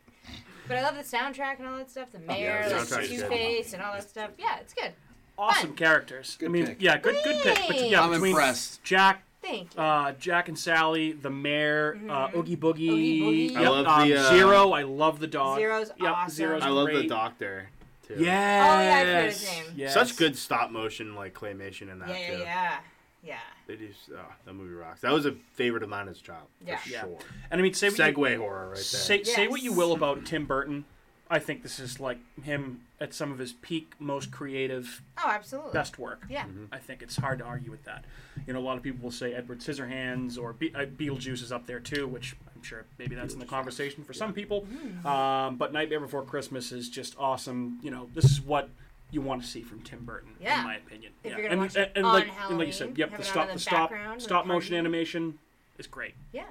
[SPEAKER 3] but I love the soundtrack and all that stuff. The mayor,
[SPEAKER 2] Oh, the
[SPEAKER 3] the
[SPEAKER 2] soundtrack's good.
[SPEAKER 3] Two Face, and all that stuff. Yeah, it's good.
[SPEAKER 1] awesome
[SPEAKER 3] Fun.
[SPEAKER 1] characters. I
[SPEAKER 4] Good
[SPEAKER 1] mean,
[SPEAKER 4] pick.
[SPEAKER 1] yeah, good, good pick. But yeah,
[SPEAKER 4] I'm
[SPEAKER 1] between
[SPEAKER 4] impressed.
[SPEAKER 1] Jack,
[SPEAKER 3] Thank
[SPEAKER 2] Oh,
[SPEAKER 3] you.
[SPEAKER 1] uh, Jack and Sally, the mayor, uh, Oogie Boogie,
[SPEAKER 3] Mm-hmm. Oogie Boogie.
[SPEAKER 1] Yep,
[SPEAKER 3] I
[SPEAKER 2] love
[SPEAKER 1] um,
[SPEAKER 2] the, uh,
[SPEAKER 1] Zero. I love the dog.
[SPEAKER 3] Zero's
[SPEAKER 1] yep,
[SPEAKER 3] awesome. Oh,
[SPEAKER 1] Zero's
[SPEAKER 2] I love
[SPEAKER 1] great.
[SPEAKER 2] the doctor, too.
[SPEAKER 1] Yes.
[SPEAKER 3] I've heard his name.
[SPEAKER 1] Yes.
[SPEAKER 2] Such good stop motion, like claymation in that,
[SPEAKER 3] yeah, yeah,
[SPEAKER 2] too.
[SPEAKER 3] yeah, yeah.
[SPEAKER 2] They do, s- oh, that movie rocks. That was a favorite of mine as a child.
[SPEAKER 3] Yeah.
[SPEAKER 2] For
[SPEAKER 1] Yeah.
[SPEAKER 2] sure.
[SPEAKER 1] And I mean, say what you-
[SPEAKER 2] Segway horror right there.
[SPEAKER 1] Say, say what you
[SPEAKER 3] Yes.
[SPEAKER 1] will about Tim Burton. I think this is like him at some of his peak, most creative,
[SPEAKER 3] Oh, absolutely.
[SPEAKER 1] best work.
[SPEAKER 3] Yeah.
[SPEAKER 2] Mhm.
[SPEAKER 1] I think it's hard to argue with that. You know, a lot of people will say Edward Scissorhands or Be- uh, Beetlejuice is up there too, which I'm sure maybe that's in the conversation for some people. Um, but Nightmare Before Christmas is just awesome. You know, this is what you want to see from Tim Burton,
[SPEAKER 3] Yeah.
[SPEAKER 1] in my opinion.
[SPEAKER 3] If
[SPEAKER 1] yeah.
[SPEAKER 3] you're gonna
[SPEAKER 1] and,
[SPEAKER 3] watch
[SPEAKER 1] and,
[SPEAKER 3] it
[SPEAKER 1] and
[SPEAKER 3] on
[SPEAKER 1] like, and like you said,
[SPEAKER 3] Halloween,
[SPEAKER 1] yep,
[SPEAKER 3] have
[SPEAKER 1] the
[SPEAKER 3] it on
[SPEAKER 1] stop
[SPEAKER 3] in
[SPEAKER 1] the
[SPEAKER 3] the
[SPEAKER 1] stop
[SPEAKER 3] background with
[SPEAKER 1] stop motion
[SPEAKER 3] party.
[SPEAKER 1] animation is great.
[SPEAKER 3] Yeah,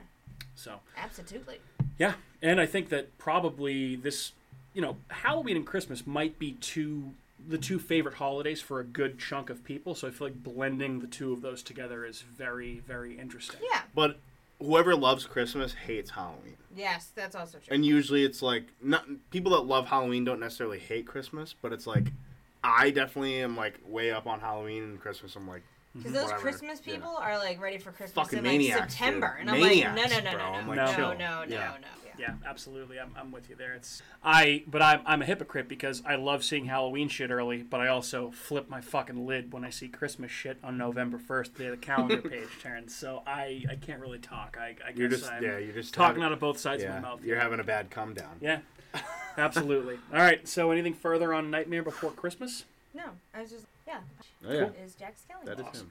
[SPEAKER 1] So.
[SPEAKER 3] absolutely.
[SPEAKER 1] Yeah, and I think that probably this, you know, Halloween and Christmas might be two the two favorite holidays for a good chunk of people. So I feel like blending the two of those together is very, very interesting.
[SPEAKER 3] Yeah.
[SPEAKER 2] But whoever loves Christmas hates Halloween.
[SPEAKER 3] Yes, that's also true.
[SPEAKER 2] and usually it's like not people that love Halloween don't necessarily hate Christmas, but it's like I definitely am like way up on Halloween and Christmas. I'm like
[SPEAKER 3] Because those
[SPEAKER 2] whatever,
[SPEAKER 3] Christmas
[SPEAKER 2] you know.
[SPEAKER 3] people are like ready for Christmas
[SPEAKER 2] Fucking
[SPEAKER 3] in like
[SPEAKER 2] maniacs,
[SPEAKER 3] September,
[SPEAKER 2] dude.
[SPEAKER 3] and I'm like,
[SPEAKER 2] Maniacs,
[SPEAKER 3] no, no, no,
[SPEAKER 2] bro. I'm
[SPEAKER 3] no,
[SPEAKER 2] like,
[SPEAKER 3] no,
[SPEAKER 1] chill.
[SPEAKER 3] no, no,
[SPEAKER 2] Yeah.
[SPEAKER 3] no. Yeah.
[SPEAKER 1] Yeah, absolutely. I'm, I'm with you there. It's I, but I'm I'm a hypocrite because I love seeing Halloween shit early, but I also flip my fucking lid when I see Christmas shit on November first, the day the calendar page turns. So I I can't really talk. I, I guess
[SPEAKER 2] You're just
[SPEAKER 1] I'm
[SPEAKER 2] yeah, you're just
[SPEAKER 1] talking
[SPEAKER 2] having-
[SPEAKER 1] out of both sides
[SPEAKER 2] yeah,
[SPEAKER 1] of my mouth.
[SPEAKER 2] You're having a bad come down.
[SPEAKER 1] Yeah, absolutely. All right. So, anything further on Nightmare Before Christmas?
[SPEAKER 3] No, I was just yeah.
[SPEAKER 2] Oh, yeah.
[SPEAKER 3] Is Jack Skellington?
[SPEAKER 2] That is him.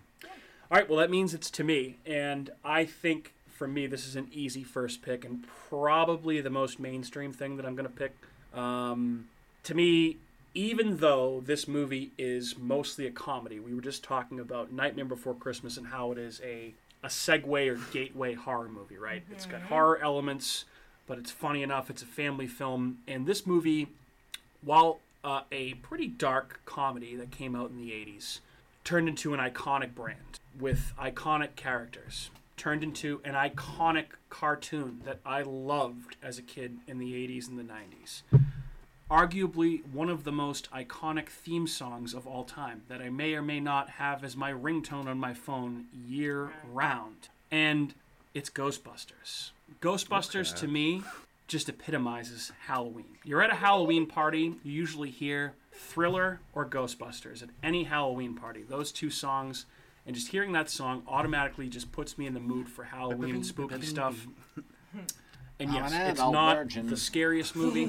[SPEAKER 1] All right. Well, that means it's to me, and I think for me this is an easy first pick, and probably the most mainstream thing that I'm going to pick. Um, to me, even though this movie is mostly a comedy, we were just talking about Nightmare Before Christmas and how it is a a segue or gateway horror movie, right? It's got horror elements, but it's funny enough. It's a family film, and this movie while uh, a pretty dark comedy that came out in the 80s turned into an iconic brand with iconic characters turned into an iconic cartoon that i loved as a kid in the 80s and the 90s arguably one of the most iconic theme songs of all time that I may or may not have as my ringtone on my phone year round. And it's Ghostbusters. Ghostbusters to me just epitomizes Halloween. You're at a Halloween party, you usually hear Thriller or Ghostbusters at any Halloween party. Those two songs and just hearing that song automatically just puts me in the mood for Halloween spooky stuff. And yes,
[SPEAKER 4] I'm an
[SPEAKER 1] it's
[SPEAKER 4] adult
[SPEAKER 1] not
[SPEAKER 4] virgin.
[SPEAKER 1] the scariest movie.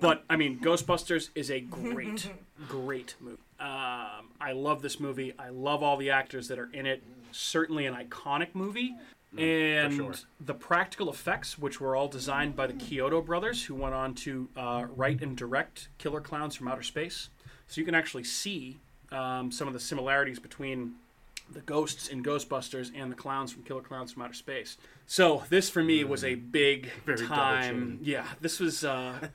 [SPEAKER 1] but I mean, Ghostbusters is a great, great movie. Um, I love this movie. I love all the actors that are in it. Certainly an iconic movie. And
[SPEAKER 2] Mm, sure.
[SPEAKER 1] the practical effects, which were all designed by the Kyoto brothers, who went on to uh, write and direct Killer Clowns from Outer Space. So you can actually see um, some of the similarities between the ghosts in Ghostbusters and the clowns from Killer Clowns from Outer Space. So this for me was a big
[SPEAKER 2] Mm. Very double
[SPEAKER 1] time. Yeah, this was. Uh,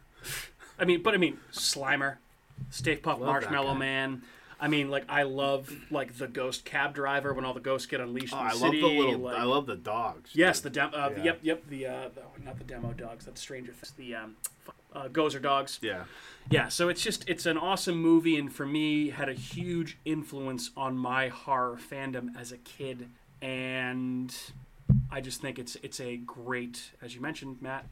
[SPEAKER 1] I mean, but I mean, Slimer, Stave Puft, Marshmallow
[SPEAKER 2] guy.
[SPEAKER 1] Man. I mean, like I love like the ghost cab driver when all the ghosts get unleashed.
[SPEAKER 2] Oh,
[SPEAKER 1] in the
[SPEAKER 2] I love
[SPEAKER 1] city,
[SPEAKER 2] the little.
[SPEAKER 1] like-
[SPEAKER 2] I love the dogs.
[SPEAKER 1] Yes, the dem- uh, the
[SPEAKER 2] Yeah.
[SPEAKER 1] Yep, yep. The, uh, the not the demo dogs. That's Stranger Things. The um, fu- uh, Gozer dogs.
[SPEAKER 2] Yeah.
[SPEAKER 1] Yeah, so it's just it's an awesome movie, and for me, had a huge influence on my horror fandom as a kid, and I just think it's it's a great, as you mentioned, Matt,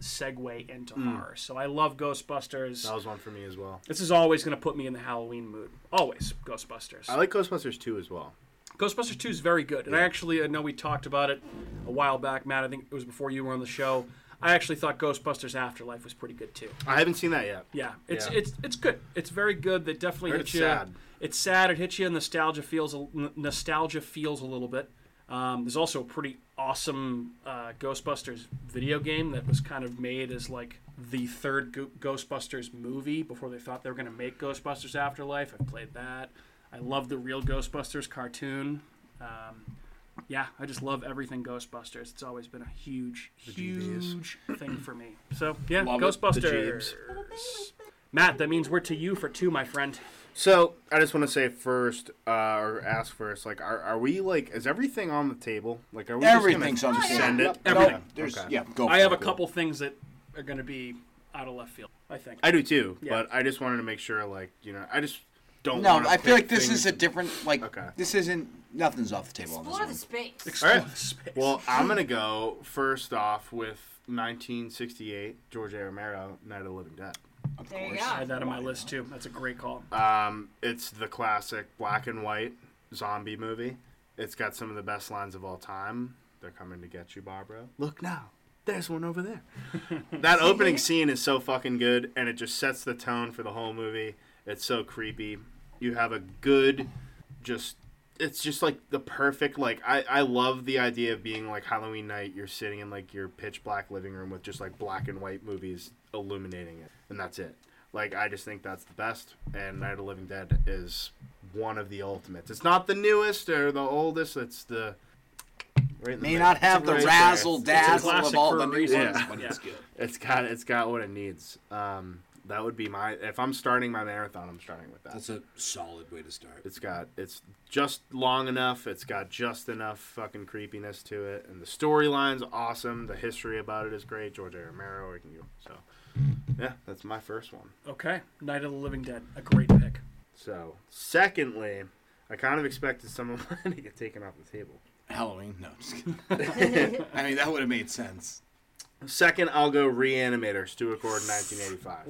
[SPEAKER 1] segue into
[SPEAKER 2] Mm.
[SPEAKER 1] horror. So I love Ghostbusters.
[SPEAKER 2] That was one for me as well.
[SPEAKER 1] This is always going to put me in the Halloween mood. Always Ghostbusters.
[SPEAKER 2] I like Ghostbusters 2 as well.
[SPEAKER 1] Ghostbusters 2 is very good. And I actually I know we talked about it a while back, Matt. I think it was before you were on the show. I actually thought Ghostbusters Afterlife was pretty good too.
[SPEAKER 2] I haven't seen that yet.
[SPEAKER 1] Yeah, it's
[SPEAKER 2] Yeah.
[SPEAKER 1] it's it's good. It's very good. That definitely
[SPEAKER 2] Heard
[SPEAKER 1] hits
[SPEAKER 2] it's
[SPEAKER 1] you.
[SPEAKER 2] sad.
[SPEAKER 1] It's sad. It hits you. Nostalgia feels a, n- nostalgia feels a little bit. Um, there's also a pretty awesome uh, Ghostbusters video game that was kind of made as like the third Go- Ghostbusters movie before they thought they were going to make Ghostbusters Afterlife. I've played that. I love the real Ghostbusters cartoon. Um, yeah, I just love everything Ghostbusters. It's always been a huge, huge thing for me. So yeah,
[SPEAKER 4] Love it.
[SPEAKER 1] Ghostbusters.
[SPEAKER 2] Jeebs.
[SPEAKER 1] Matt, that means we're to you for two, my friend.
[SPEAKER 2] So I just want to say first, uh, or ask first, like, are, are we like, is everything on the table? Like, are we
[SPEAKER 4] Everything's
[SPEAKER 2] just gonna
[SPEAKER 4] on the table.
[SPEAKER 2] send it?
[SPEAKER 4] Yep, no,
[SPEAKER 1] Everything.
[SPEAKER 4] there's
[SPEAKER 2] Okay.
[SPEAKER 4] yeah. Go.
[SPEAKER 1] I
[SPEAKER 4] for
[SPEAKER 1] have
[SPEAKER 4] it.
[SPEAKER 1] a couple things that are going to be out of left field. I think.
[SPEAKER 2] I do too,
[SPEAKER 1] Yeah.
[SPEAKER 2] but I just wanted to make sure, like, you know, I just don't.
[SPEAKER 4] No,
[SPEAKER 2] wanna
[SPEAKER 4] I feel
[SPEAKER 2] pick
[SPEAKER 4] like this
[SPEAKER 2] things-
[SPEAKER 4] is a different like.
[SPEAKER 2] Okay.
[SPEAKER 4] This isn't nothing's off the table on this
[SPEAKER 3] Explore
[SPEAKER 4] one.
[SPEAKER 3] the space.
[SPEAKER 2] All right.
[SPEAKER 1] Space.
[SPEAKER 2] Well, I'm gonna go first off with 1968 George A. Romero, Night of the Living Dead.
[SPEAKER 3] There you
[SPEAKER 1] I
[SPEAKER 3] go.
[SPEAKER 1] had that on my list too. That's a great call.
[SPEAKER 2] Um, it's the classic black and white zombie movie. It's got some of the best lines of all time. They're coming to get you, Barbara. Look now. There's one over there. that opening scene is so fucking good and it just sets the tone for the whole movie. It's so creepy. You have a good just it's just like the perfect like I, I love the idea of being like Halloween night, you're sitting in like your pitch black living room with just like black and white movies illuminating it. And that's it. Like I just think that's the best and Night of the Living Dead is one of the ultimates. It's not the newest or the oldest, it's the right in the
[SPEAKER 4] May
[SPEAKER 2] middle.
[SPEAKER 4] not have the
[SPEAKER 2] It's right there.
[SPEAKER 4] razzle dazzle of
[SPEAKER 1] classic
[SPEAKER 4] all
[SPEAKER 1] for
[SPEAKER 4] the
[SPEAKER 1] a
[SPEAKER 4] new ones,
[SPEAKER 1] reason.
[SPEAKER 2] Yeah.
[SPEAKER 4] but it's good.
[SPEAKER 2] It's got it's got what it needs. Um, that would be my if I'm starting my marathon, I'm starting with that.
[SPEAKER 4] That's a solid way to start.
[SPEAKER 2] it's got it's just long enough. It's got just enough fucking creepiness to it, and the storyline's awesome. The history about it is great. George A. Romero, we can go. So yeah, that's my first one.
[SPEAKER 1] Okay, Night of the Living Dead, a great pick.
[SPEAKER 2] So secondly, I kind of expected some of mine to get taken off the table.
[SPEAKER 4] Halloween? No, just kidding. I mean, that would have made sense.
[SPEAKER 2] Second, I'll go Reanimator, Stuart Gordon, 1985.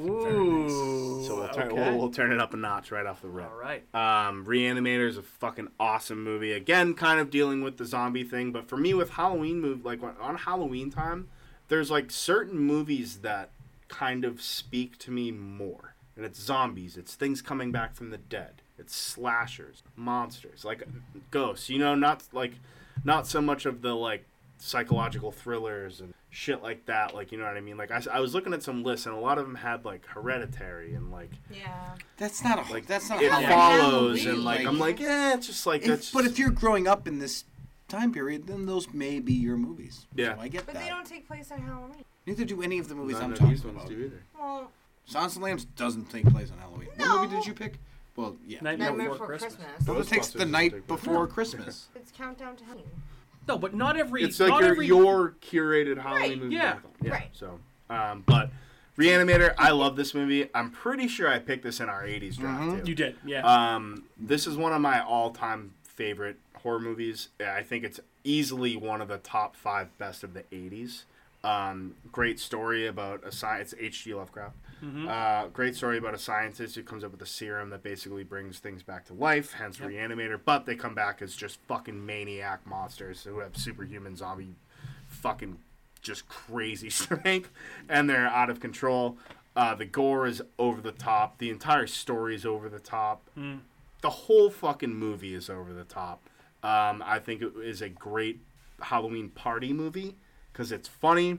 [SPEAKER 1] Ooh.
[SPEAKER 2] So we'll turn,
[SPEAKER 1] okay.
[SPEAKER 2] we'll, we'll turn it up a notch right off the rip.
[SPEAKER 1] All right.
[SPEAKER 2] Um, Reanimator is a fucking awesome movie. Again, kind of dealing with the zombie thing, but for me with Halloween move like when, on Halloween time, there's like certain movies that kind of speak to me more. And it's zombies, it's things coming back from the dead, it's slashers, monsters, like ghosts. You know, not like not so much of the like psychological thrillers and shit like that. Like you know what I mean? Like I, s- I was looking at some lists, and a lot of them had like Hereditary and like
[SPEAKER 3] Yeah.
[SPEAKER 4] That's not a like. That's not
[SPEAKER 2] it
[SPEAKER 4] Halloween.
[SPEAKER 2] follows and
[SPEAKER 3] Halloween.
[SPEAKER 2] like I'm like yeah, it's just like
[SPEAKER 4] If-
[SPEAKER 2] that's.
[SPEAKER 4] but if you're growing up in this time period, then those may be your movies.
[SPEAKER 2] Yeah.
[SPEAKER 4] so I get
[SPEAKER 3] But
[SPEAKER 4] that.
[SPEAKER 3] they don't take place on Halloween.
[SPEAKER 4] Neither do any of the movies I'm
[SPEAKER 2] None of
[SPEAKER 4] talking
[SPEAKER 2] these ones
[SPEAKER 4] about.
[SPEAKER 2] do either.
[SPEAKER 3] Well,
[SPEAKER 4] Silence of the Lambs doesn't take place on Halloween. What movie
[SPEAKER 3] No.
[SPEAKER 4] did you pick? Well, yeah.
[SPEAKER 1] Nightmare,
[SPEAKER 3] Nightmare
[SPEAKER 1] Before
[SPEAKER 3] Before
[SPEAKER 1] Christmas.
[SPEAKER 3] Christmas.
[SPEAKER 4] well, it takes
[SPEAKER 2] Ghostbusters
[SPEAKER 4] the
[SPEAKER 2] doesn't
[SPEAKER 4] night
[SPEAKER 2] take place.
[SPEAKER 4] before Christmas.
[SPEAKER 3] It's countdown to Halloween.
[SPEAKER 1] No, but not every.
[SPEAKER 2] It's like
[SPEAKER 1] not
[SPEAKER 2] your,
[SPEAKER 1] every,
[SPEAKER 2] your curated Halloween movie.
[SPEAKER 1] yeah.
[SPEAKER 2] marathon. yeah.
[SPEAKER 3] Right.
[SPEAKER 2] So, um, but Reanimator, I love this movie. I'm pretty sure I picked this in our '80s draft too.
[SPEAKER 1] You did, yeah.
[SPEAKER 2] Um, this is one of my all-time favorite horror movies. I think it's easily one of the top five best of the '80s. Um, great story about a science. It's H.G. Lovecraft. Uh, great story about a scientist who comes up with a serum that basically brings things back to life. Hence, Reanimator. But they come back as just fucking maniac monsters who have superhuman zombie fucking just crazy strength, and they're out of control. Uh, the gore is over the top. The entire story is over the top.
[SPEAKER 1] Hmm.
[SPEAKER 2] The whole fucking movie is over the top. Um, I think it is a great Halloween party movie because it's funny,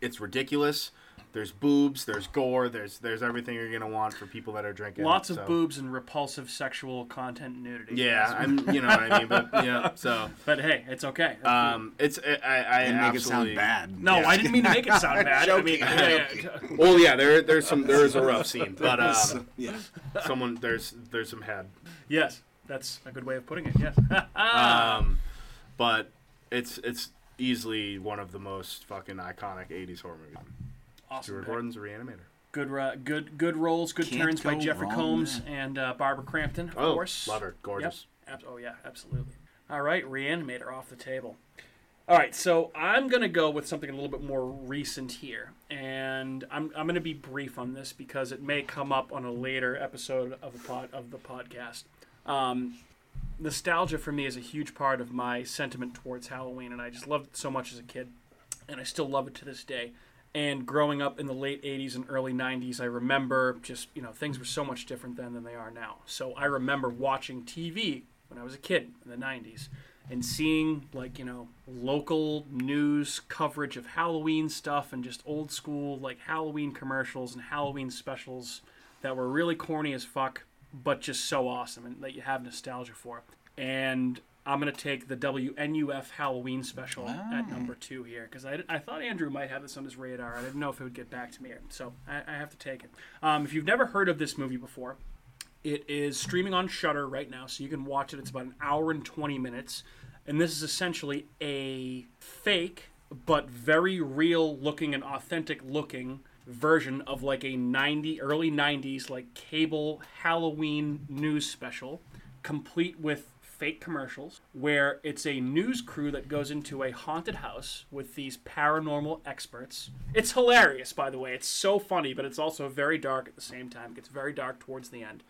[SPEAKER 2] it's ridiculous. There's boobs, there's gore, there's there's everything you're gonna want for people that are drinking.
[SPEAKER 1] Lots of
[SPEAKER 2] so-
[SPEAKER 1] boobs and repulsive sexual content and nudity.
[SPEAKER 2] Yeah, I'm you know what I mean, but yeah, so
[SPEAKER 1] But hey, it's okay.
[SPEAKER 2] um, it's I I, I
[SPEAKER 4] and make it
[SPEAKER 2] absolutely-
[SPEAKER 4] sound bad.
[SPEAKER 1] no, I didn't mean to make it sound bad. I mean,
[SPEAKER 2] Joking.
[SPEAKER 1] yeah, yeah.
[SPEAKER 2] Well, yeah, there there's some there is a rough scene, but um,
[SPEAKER 4] Yeah.
[SPEAKER 2] someone there's there's some head,
[SPEAKER 1] yes, that's a good way of putting it. Yes.
[SPEAKER 2] um, but it's it's easily one of the most fucking iconic '80s horror movies.
[SPEAKER 1] awesome.
[SPEAKER 2] Stuart
[SPEAKER 1] pick.
[SPEAKER 2] Gordon's a Reanimator.
[SPEAKER 1] Good, ro- good, good roles, good
[SPEAKER 4] Can't
[SPEAKER 1] turns by
[SPEAKER 4] go
[SPEAKER 1] Jeffrey
[SPEAKER 4] wrong
[SPEAKER 1] Combs and uh, Barbara Crampton, of
[SPEAKER 2] Oh,
[SPEAKER 1] course.
[SPEAKER 2] love her, gorgeous.
[SPEAKER 1] Yep. Ab- oh yeah, absolutely. All right, Reanimator off the table. All right, so I'm gonna go with something a little bit more recent here, and I'm, I'm gonna be brief on this because it may come up on a later episode of the pod of the podcast. Um, nostalgia for me is a huge part of my sentiment towards Halloween, and I just loved it so much as a kid, and I still love it to this day. And growing up in the late 80s and early 90s, I remember just, you know, things were so much different then than they are now. So I remember watching TV when I was a kid in the 90s and seeing, like, you know, local news coverage of Halloween stuff and just old school, like, Halloween commercials and Halloween specials that were really corny as fuck, but just so awesome and that you have nostalgia for. And I'm gonna take the WNUF Halloween special at number two here because I, I thought Andrew might have this on his radar. I didn't know if it would get back to me, so I, I have to take it. Um, if you've never heard of this movie before, it is streaming on Shutter right now, so you can watch it. It's about an hour and 20 minutes. And this is essentially a fake, but very real looking and authentic looking version of like a 90 early 90s like cable Halloween news special complete with fake commercials where it's a news crew that goes into a haunted house with these paranormal experts. It's hilarious by the way. It's so funny, but it's also very dark at the same time. It gets very dark towards the end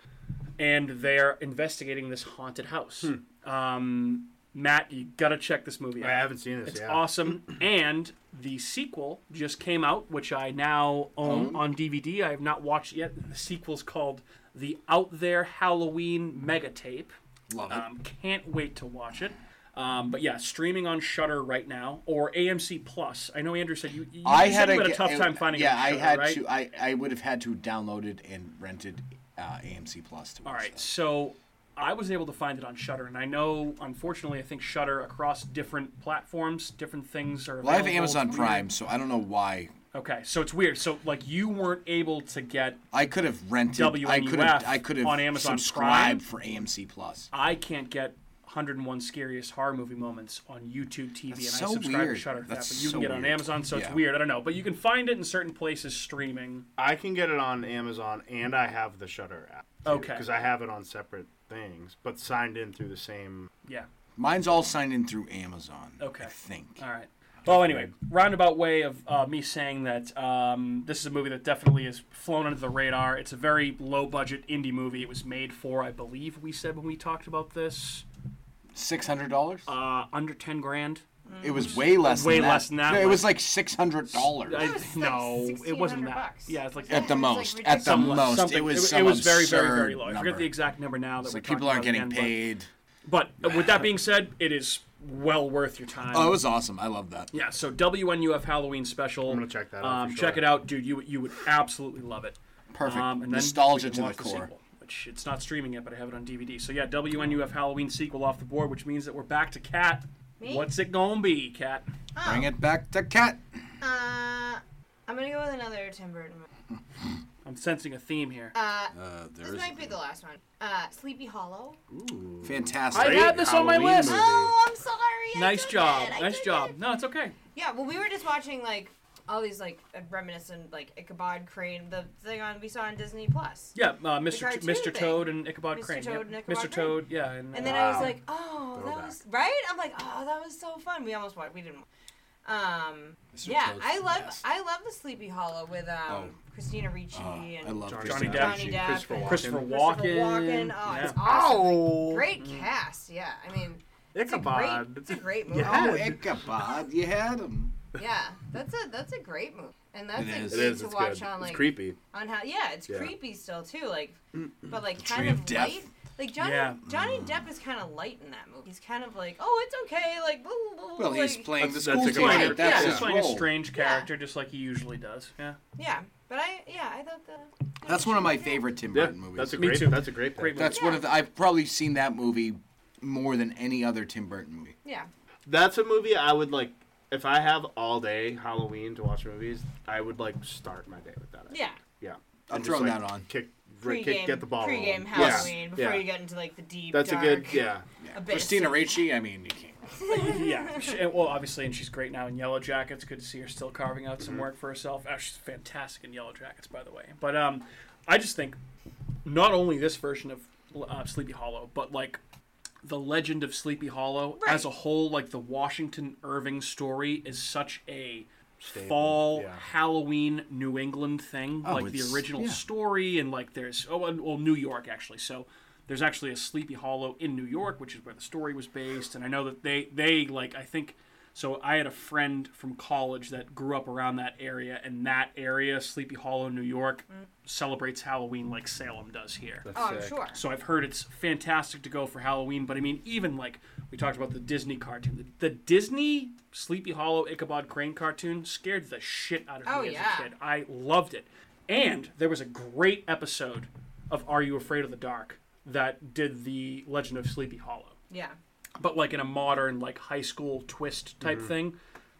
[SPEAKER 1] and they're investigating this haunted house.
[SPEAKER 4] Hmm.
[SPEAKER 1] Um, Matt, you gotta check this movie out.
[SPEAKER 2] I haven't seen this.
[SPEAKER 1] It's
[SPEAKER 2] yeah.
[SPEAKER 1] awesome. And the sequel just came out, which I now own on DVD. I have not watched it yet. The sequel's called The Out There Halloween Mega Tape.
[SPEAKER 4] Love it.
[SPEAKER 1] Um, can't wait to watch it. Um, but yeah, streaming on Shutter right now or AMC Plus. I know Andrew said you, you,
[SPEAKER 4] I
[SPEAKER 1] you
[SPEAKER 4] had,
[SPEAKER 1] said you
[SPEAKER 4] a,
[SPEAKER 1] had a tough
[SPEAKER 4] it-
[SPEAKER 1] time finding
[SPEAKER 4] Yeah,
[SPEAKER 1] it. on
[SPEAKER 4] I
[SPEAKER 1] Shudder,
[SPEAKER 4] had
[SPEAKER 1] right?
[SPEAKER 4] to. I, I would have had to download it and rented uh, AMC Plus to watch.
[SPEAKER 1] All right,
[SPEAKER 4] that.
[SPEAKER 1] so I was able to find it on Shutter, and I know, unfortunately, I think Shutter across different platforms, different things are.
[SPEAKER 4] Well, I have
[SPEAKER 1] available. It's
[SPEAKER 4] Amazon
[SPEAKER 1] weird.
[SPEAKER 4] Prime, so I don't know why.
[SPEAKER 1] Okay, so it's weird. So like, you weren't able to get.
[SPEAKER 4] I could have rented. I could have.
[SPEAKER 1] WNUF
[SPEAKER 4] I could have
[SPEAKER 1] on Amazon
[SPEAKER 4] subscribed for AMC Plus.
[SPEAKER 1] I can't get 101 scariest horror movie moments on YouTube TV, and
[SPEAKER 4] so
[SPEAKER 1] I subscribe
[SPEAKER 4] weird.
[SPEAKER 1] to Shutter for
[SPEAKER 4] That's
[SPEAKER 1] that. But you
[SPEAKER 4] so
[SPEAKER 1] can get it on
[SPEAKER 4] weird.
[SPEAKER 1] Amazon, so
[SPEAKER 4] Yeah.
[SPEAKER 1] it's weird. I don't know, but you can find it in certain places streaming.
[SPEAKER 2] I can get it on Amazon, and I have the Shutter app.
[SPEAKER 1] Okay.
[SPEAKER 2] Because I have it on separate things, but signed in through the same.
[SPEAKER 1] Yeah.
[SPEAKER 4] Mine's all signed in through Amazon.
[SPEAKER 1] Okay.
[SPEAKER 4] I think.
[SPEAKER 1] All right. Well, anyway, roundabout way of uh, me saying that um, this is a movie that definitely has flown under the radar. It's a very low budget indie movie. It was made for, I believe, we said when we talked about this,
[SPEAKER 4] Six hundred dollars.
[SPEAKER 1] uh, under ten grand.
[SPEAKER 4] It was way less.
[SPEAKER 1] way
[SPEAKER 4] than that.
[SPEAKER 1] less than that
[SPEAKER 4] No, It
[SPEAKER 1] one.
[SPEAKER 4] was like six hundred dollars
[SPEAKER 1] I-
[SPEAKER 3] was like
[SPEAKER 1] no, it wasn't
[SPEAKER 3] 1,600
[SPEAKER 1] that.
[SPEAKER 3] bucks.
[SPEAKER 1] Yeah, it's like
[SPEAKER 4] at the
[SPEAKER 3] like
[SPEAKER 4] most. at the
[SPEAKER 1] somewhat-
[SPEAKER 4] most,
[SPEAKER 1] something.
[SPEAKER 4] it was.
[SPEAKER 1] it
[SPEAKER 4] some
[SPEAKER 1] was very, very, very
[SPEAKER 4] absurd
[SPEAKER 1] low. I
[SPEAKER 4] number.
[SPEAKER 1] forget the exact number now. That
[SPEAKER 4] It's
[SPEAKER 1] we're
[SPEAKER 4] like people
[SPEAKER 1] talking
[SPEAKER 4] aren't
[SPEAKER 1] about
[SPEAKER 4] getting
[SPEAKER 1] again, but-
[SPEAKER 4] paid.
[SPEAKER 1] But, uh, with that being said, it is well worth your time.
[SPEAKER 4] Oh, it was awesome. I love that.
[SPEAKER 1] Yeah, so WNUF Halloween special. I'm
[SPEAKER 2] gonna check that out
[SPEAKER 1] Um,
[SPEAKER 2] for
[SPEAKER 1] Check
[SPEAKER 2] sure.
[SPEAKER 1] it out, dude. You you would absolutely love it.
[SPEAKER 4] Perfect.
[SPEAKER 1] Um, and then
[SPEAKER 4] Nostalgia
[SPEAKER 1] we can
[SPEAKER 4] to the
[SPEAKER 1] watch
[SPEAKER 4] core.
[SPEAKER 1] sequel, which it's not streaming yet, but I have it on DVD. So yeah, WNUF Halloween sequel off the board, which means that we're back to Cat.
[SPEAKER 3] Me?
[SPEAKER 1] What's it gonna be, Cat?
[SPEAKER 4] Bring it back to cat.
[SPEAKER 3] Uh, I'm gonna go with another Tim Burton. movie.
[SPEAKER 1] I'm sensing a theme here.
[SPEAKER 4] Uh, there
[SPEAKER 3] This
[SPEAKER 4] is
[SPEAKER 3] might be the last one. Uh, Sleepy Hollow.
[SPEAKER 4] fantastic. Uh,
[SPEAKER 1] I had this on my
[SPEAKER 2] Halloween
[SPEAKER 1] list.
[SPEAKER 2] movie.
[SPEAKER 3] Oh, I'm sorry. I
[SPEAKER 1] Nice
[SPEAKER 3] took
[SPEAKER 1] job.
[SPEAKER 3] it, I
[SPEAKER 1] Nice
[SPEAKER 3] took
[SPEAKER 1] job.
[SPEAKER 3] it.
[SPEAKER 1] No, it's okay.
[SPEAKER 3] Yeah, well, we were just watching like all these like reminiscent like Ichabod Crane, the thing on we saw on Disney Plus.
[SPEAKER 1] Yeah, uh, Mr. T-
[SPEAKER 3] cartoon
[SPEAKER 1] Mr.
[SPEAKER 3] thing.
[SPEAKER 1] Toad and Ichabod
[SPEAKER 3] Mr.
[SPEAKER 1] Crane.
[SPEAKER 3] Toad
[SPEAKER 1] yep.
[SPEAKER 3] and Ichabod
[SPEAKER 1] Mr.
[SPEAKER 3] Crane.
[SPEAKER 1] Toad, yeah, and, uh,
[SPEAKER 3] And then I was like, oh, that
[SPEAKER 2] Throwback.
[SPEAKER 3] was right. I'm like, oh, that was so fun. We almost watched. We didn't. Um,
[SPEAKER 4] Mr.
[SPEAKER 3] yeah,
[SPEAKER 4] Toad's
[SPEAKER 3] I
[SPEAKER 4] the
[SPEAKER 3] love
[SPEAKER 4] best.
[SPEAKER 3] I love the Sleepy Hollow with um,
[SPEAKER 4] Oh.
[SPEAKER 3] Christina Ricci and
[SPEAKER 4] I love
[SPEAKER 2] Johnny
[SPEAKER 4] Christina
[SPEAKER 1] Depp.
[SPEAKER 4] Ricci.
[SPEAKER 3] Johnny Depp,
[SPEAKER 2] Christopher
[SPEAKER 3] and
[SPEAKER 2] Walken.
[SPEAKER 1] Christopher Walken.
[SPEAKER 3] Christopher Walken. Oh,
[SPEAKER 1] yeah.
[SPEAKER 3] it's awesome. Great
[SPEAKER 4] Mm.
[SPEAKER 3] cast. Yeah, I mean, it's a great,
[SPEAKER 2] Ichabod.
[SPEAKER 3] it's a great movie.
[SPEAKER 4] Oh, Ichabod, you had him.
[SPEAKER 3] Yeah, that's a that's a great movie. and that's
[SPEAKER 4] It
[SPEAKER 3] like
[SPEAKER 4] is.
[SPEAKER 2] It
[SPEAKER 3] good
[SPEAKER 2] is.
[SPEAKER 3] to
[SPEAKER 2] It's
[SPEAKER 3] watch
[SPEAKER 2] good.
[SPEAKER 3] on like
[SPEAKER 2] it's creepy.
[SPEAKER 3] on how yeah it's
[SPEAKER 2] Yeah.
[SPEAKER 3] creepy still too like but like
[SPEAKER 4] Tree
[SPEAKER 3] kind
[SPEAKER 4] of
[SPEAKER 3] of
[SPEAKER 4] Death.
[SPEAKER 3] light like Johnny
[SPEAKER 1] Yeah.
[SPEAKER 3] Johnny
[SPEAKER 2] Mm.
[SPEAKER 3] Depp is kind of light in that movie he's kind of like oh it's okay like blah, blah, blah,
[SPEAKER 4] Well, he's
[SPEAKER 3] like-
[SPEAKER 4] playing
[SPEAKER 2] That's-
[SPEAKER 4] the
[SPEAKER 2] that's
[SPEAKER 4] school
[SPEAKER 2] a good
[SPEAKER 4] teacher.
[SPEAKER 2] point.
[SPEAKER 4] That's
[SPEAKER 1] yeah,
[SPEAKER 4] his
[SPEAKER 1] just playing a
[SPEAKER 4] role.
[SPEAKER 1] strange character, just like he usually does. Yeah,
[SPEAKER 3] yeah but I yeah I thought the
[SPEAKER 4] That's one of my favorite Tim
[SPEAKER 2] Yeah,
[SPEAKER 4] Burton movies.
[SPEAKER 2] that's a
[SPEAKER 1] Me
[SPEAKER 2] great.
[SPEAKER 1] too.
[SPEAKER 2] That's a great. pick.
[SPEAKER 1] Great movie.
[SPEAKER 4] That's one of the, I've probably seen that movie more than any other Tim Burton movie.
[SPEAKER 3] yeah
[SPEAKER 2] That's a movie I would like. If I have all day Halloween to watch movies, I would like start my day with that. I think.
[SPEAKER 3] yeah
[SPEAKER 2] Yeah.
[SPEAKER 4] I'm
[SPEAKER 2] And just,
[SPEAKER 4] throwing
[SPEAKER 2] like,
[SPEAKER 4] that on.
[SPEAKER 2] Kick,
[SPEAKER 3] pre-game
[SPEAKER 2] kick, get the ball.
[SPEAKER 3] pre-game
[SPEAKER 2] rolling.
[SPEAKER 3] Halloween
[SPEAKER 2] Yeah.
[SPEAKER 3] before
[SPEAKER 2] yeah.
[SPEAKER 3] you get into like the deep
[SPEAKER 2] That's a good.
[SPEAKER 3] dark
[SPEAKER 2] Yeah.
[SPEAKER 3] abyss.
[SPEAKER 4] Christina Ricci, I mean, you can't.
[SPEAKER 1] yeah. She, and- well, obviously, and she's great now in Yellow Jackets. Good to see her still carving out some work for herself. Oh, she's fantastic in Yellow Jackets, by the way. But um, I just think not only this version of uh, Sleepy Hollow, but like the legend of Sleepy Hollow as a whole, like the Washington Irving story, is such a fall
[SPEAKER 2] yeah.
[SPEAKER 1] Halloween New England thing. like the
[SPEAKER 4] Oh, it's-
[SPEAKER 1] original
[SPEAKER 4] yeah.
[SPEAKER 1] story, and like there's oh, and- well, New York actually. So there's actually a Sleepy Hollow in New York, which is where the story was based. And I know that they they like I think. So I had a friend from college that grew up around that area, and that area, Sleepy Hollow, New York, celebrates Halloween like Salem does here.
[SPEAKER 3] oh I'm sure
[SPEAKER 1] So I've heard it's fantastic to go for Halloween, but I mean, even like we talked about the Disney cartoon, the, the Disney Sleepy Hollow Ichabod Crane cartoon scared the shit out of
[SPEAKER 3] Oh,
[SPEAKER 1] me
[SPEAKER 3] yeah.
[SPEAKER 1] as a kid. I loved it, and there was a great episode of Are You Afraid of the Dark that did the Legend of Sleepy Hollow,
[SPEAKER 3] yeah
[SPEAKER 1] but like in a modern like high school twist type thing.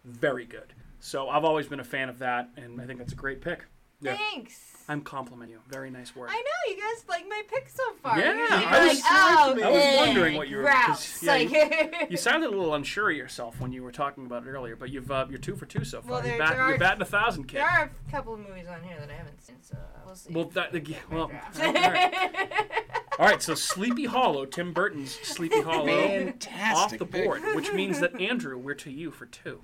[SPEAKER 1] Very good. So I've always been a fan of that, and I think that's a great pick.
[SPEAKER 3] thanks.
[SPEAKER 1] I'm complimenting you. Very nice work.
[SPEAKER 3] I know you guys like my pick so far.
[SPEAKER 1] Yeah,
[SPEAKER 3] You're just
[SPEAKER 1] I
[SPEAKER 3] like,
[SPEAKER 1] was-
[SPEAKER 3] oh,
[SPEAKER 1] I was
[SPEAKER 3] eh,
[SPEAKER 1] wondering what you were- 'cause,
[SPEAKER 3] grouse.
[SPEAKER 1] yeah,
[SPEAKER 3] like,
[SPEAKER 1] You sounded a little unsure of yourself when you were talking about it earlier, but you've uh, you're two for two so far.
[SPEAKER 3] Well, there-
[SPEAKER 1] you're, bat,
[SPEAKER 3] there are-
[SPEAKER 1] you're batting a thousand, kid.
[SPEAKER 3] there are a couple of movies on here that I haven't seen, so we'll see.
[SPEAKER 1] Well, that yeah, well. All right. All right, so Sleepy Hollow, Tim Burton's Sleepy Hollow, off
[SPEAKER 4] Fantastic
[SPEAKER 1] the
[SPEAKER 4] pick.
[SPEAKER 1] board, which means that Andrew, we're to you for two.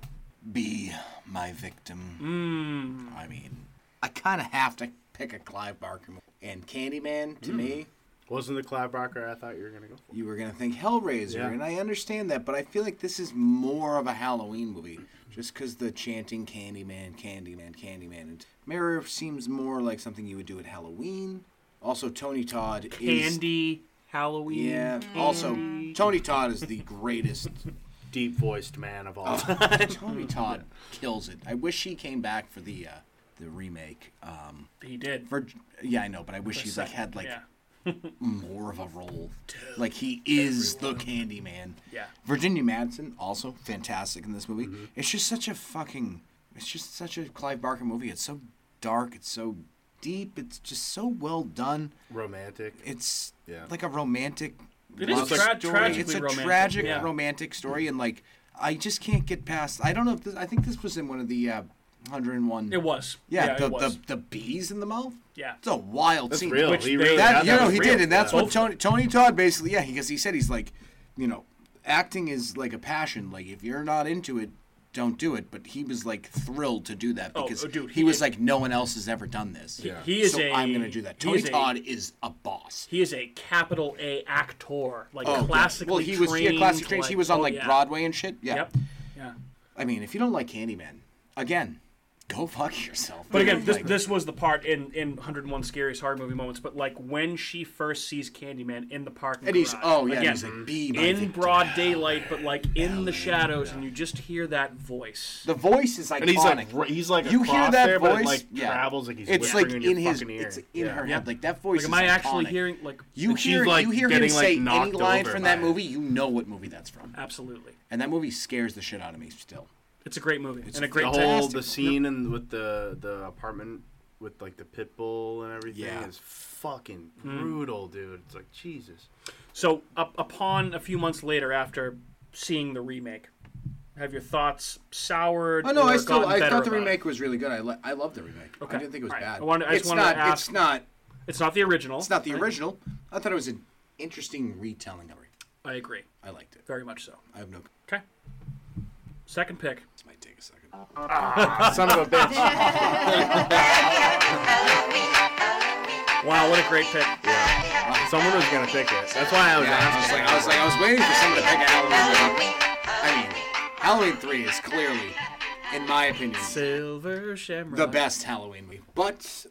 [SPEAKER 4] Be my victim. I mean, I kind of have to pick a Clive Barker movie. And Candyman, to me,
[SPEAKER 2] Wasn't the Clive Barker I thought you were gonna go for?
[SPEAKER 4] you were going to think Hellraiser,
[SPEAKER 2] Yeah.
[SPEAKER 4] and I understand that, but I feel like this is more of a Halloween movie just because the chanting Candyman, Candyman, Candyman. And Mirror seems more like something you would do at Halloween. Also, Tony Todd is.
[SPEAKER 1] Candy, Halloween.
[SPEAKER 4] Yeah. Also, Tony Todd is the greatest.
[SPEAKER 2] Deep voiced man of all. time.
[SPEAKER 4] Tony Todd kills it. I wish he came back for the uh, the remake. Um,
[SPEAKER 1] He did.
[SPEAKER 4] for yeah, I know, but I wish he like had like
[SPEAKER 1] yeah.
[SPEAKER 4] more of a role. Like he is the Candyman.
[SPEAKER 1] Yeah. Mm-hmm.
[SPEAKER 4] Virginia Madsen also fantastic in this movie. It's just such a fucking. It's just such a Clive Barker movie. It's so dark. It's so deep. It's just so well done.
[SPEAKER 2] Romantic.
[SPEAKER 4] It's
[SPEAKER 2] Yeah.
[SPEAKER 4] like a romantic.
[SPEAKER 1] It is
[SPEAKER 4] love
[SPEAKER 1] tra-
[SPEAKER 4] story.
[SPEAKER 1] tragically
[SPEAKER 4] It's a
[SPEAKER 1] romantic,
[SPEAKER 4] tragic
[SPEAKER 1] yeah.
[SPEAKER 4] romantic story, and like I just can't get past. I don't know if this. I think this was in one of the uh, 101.
[SPEAKER 1] It was.
[SPEAKER 4] Yeah, the,
[SPEAKER 1] it was.
[SPEAKER 4] the the bees in the mouth.
[SPEAKER 1] Yeah.
[SPEAKER 4] it's a wild
[SPEAKER 2] That's
[SPEAKER 4] scene.
[SPEAKER 2] real.
[SPEAKER 1] Which
[SPEAKER 2] he
[SPEAKER 1] they-
[SPEAKER 2] really
[SPEAKER 4] That
[SPEAKER 2] got
[SPEAKER 4] you know
[SPEAKER 2] was
[SPEAKER 4] he
[SPEAKER 2] real.
[SPEAKER 4] did, and that's
[SPEAKER 2] Yeah.
[SPEAKER 4] what Tony Tony Todd basically. Yeah, because he said he's like, you know, acting is like a passion. Like if you're not into it, don't do it. But he was like thrilled to do that
[SPEAKER 1] Oh,
[SPEAKER 4] because
[SPEAKER 1] oh, dude,
[SPEAKER 4] he,
[SPEAKER 1] he
[SPEAKER 4] was
[SPEAKER 1] is-
[SPEAKER 4] like, no one else has ever done this.
[SPEAKER 1] He- he is
[SPEAKER 4] so
[SPEAKER 1] a-
[SPEAKER 4] i am I'm gonna do that.
[SPEAKER 1] he
[SPEAKER 4] Tony
[SPEAKER 1] is a-
[SPEAKER 4] Todd is a boss.
[SPEAKER 1] he is a capital A actor, like
[SPEAKER 4] Oh, yeah.
[SPEAKER 1] classically
[SPEAKER 4] well, he was
[SPEAKER 1] trained.
[SPEAKER 4] yeah, classic trained. He was on
[SPEAKER 1] oh,
[SPEAKER 4] like
[SPEAKER 1] yeah.
[SPEAKER 4] Broadway and shit. Yeah.
[SPEAKER 1] Yep. Yeah.
[SPEAKER 4] I mean, if you don't like Candyman, again, go fuck yourself.
[SPEAKER 1] But again, this,
[SPEAKER 4] Like,
[SPEAKER 1] this was the part in, in 101 Scariest Horror Movie Moments, but like when she first sees Candyman in the parking
[SPEAKER 4] and he's
[SPEAKER 1] garage.
[SPEAKER 4] oh yeah,
[SPEAKER 1] again,
[SPEAKER 4] he's like be my
[SPEAKER 1] in
[SPEAKER 4] victim."
[SPEAKER 1] broad daylight, but like in the shadows, and you just hear that voice.
[SPEAKER 4] The voice is iconic.
[SPEAKER 2] And he's like, r- he's like,
[SPEAKER 4] you hear
[SPEAKER 2] across
[SPEAKER 4] that
[SPEAKER 2] there,
[SPEAKER 4] voice?
[SPEAKER 2] but it, like
[SPEAKER 4] yeah.
[SPEAKER 2] travels like he's
[SPEAKER 4] it's like
[SPEAKER 2] whispering
[SPEAKER 4] in,
[SPEAKER 2] in, your
[SPEAKER 4] his,
[SPEAKER 2] fucking ear.
[SPEAKER 4] it's in her
[SPEAKER 1] Yeah.
[SPEAKER 4] head. Like that
[SPEAKER 1] Like,
[SPEAKER 4] voice. is
[SPEAKER 1] am I
[SPEAKER 4] iconic.
[SPEAKER 1] actually hearing? Like,
[SPEAKER 4] You
[SPEAKER 2] she's,
[SPEAKER 4] hear,
[SPEAKER 2] like,
[SPEAKER 4] you hear him
[SPEAKER 2] getting, like,
[SPEAKER 4] say any
[SPEAKER 2] knocked
[SPEAKER 4] line
[SPEAKER 2] over
[SPEAKER 4] from
[SPEAKER 2] by
[SPEAKER 4] that
[SPEAKER 2] it.
[SPEAKER 4] movie, you know what movie that's from.
[SPEAKER 1] absolutely,
[SPEAKER 4] And that movie scares the shit out of me still.
[SPEAKER 1] it's a great movie and a
[SPEAKER 2] the
[SPEAKER 1] great
[SPEAKER 4] fantastic.
[SPEAKER 2] whole the scene and with the the apartment with like the pit bull and everything
[SPEAKER 4] Yeah. Mm.
[SPEAKER 2] is fucking brutal, dude. It's like Jesus.
[SPEAKER 1] So, up, upon a few months later, after seeing the remake, have your thoughts soured?
[SPEAKER 4] Oh no,
[SPEAKER 1] or
[SPEAKER 4] I still
[SPEAKER 1] gotten
[SPEAKER 4] I
[SPEAKER 1] better
[SPEAKER 4] thought the
[SPEAKER 1] about it?
[SPEAKER 4] remake was really good. I li- I love the remake.
[SPEAKER 1] Okay.
[SPEAKER 4] I didn't think it was
[SPEAKER 1] All right.
[SPEAKER 4] bad.
[SPEAKER 1] I wanted- I just
[SPEAKER 4] it's
[SPEAKER 1] wanted
[SPEAKER 4] not.
[SPEAKER 1] to ask-
[SPEAKER 4] It's not.
[SPEAKER 1] It's not the original.
[SPEAKER 4] It's not the original. I thought it was an interesting retelling of it.
[SPEAKER 1] I agree,
[SPEAKER 4] I liked it.
[SPEAKER 1] very much so.
[SPEAKER 4] I have no.
[SPEAKER 1] Okay, second pick.
[SPEAKER 4] This might take a second.
[SPEAKER 2] Son of a bitch.
[SPEAKER 1] Wow, what a great pick!
[SPEAKER 2] Someone was gonna pick it. That's why I was
[SPEAKER 4] Yeah, I was
[SPEAKER 2] asking.
[SPEAKER 4] like, I was like, I was waiting for someone to pick a Halloween. movie. I mean, Halloween three is clearly in my opinion,
[SPEAKER 1] Silver Shamrock.
[SPEAKER 4] the best Halloween movie. But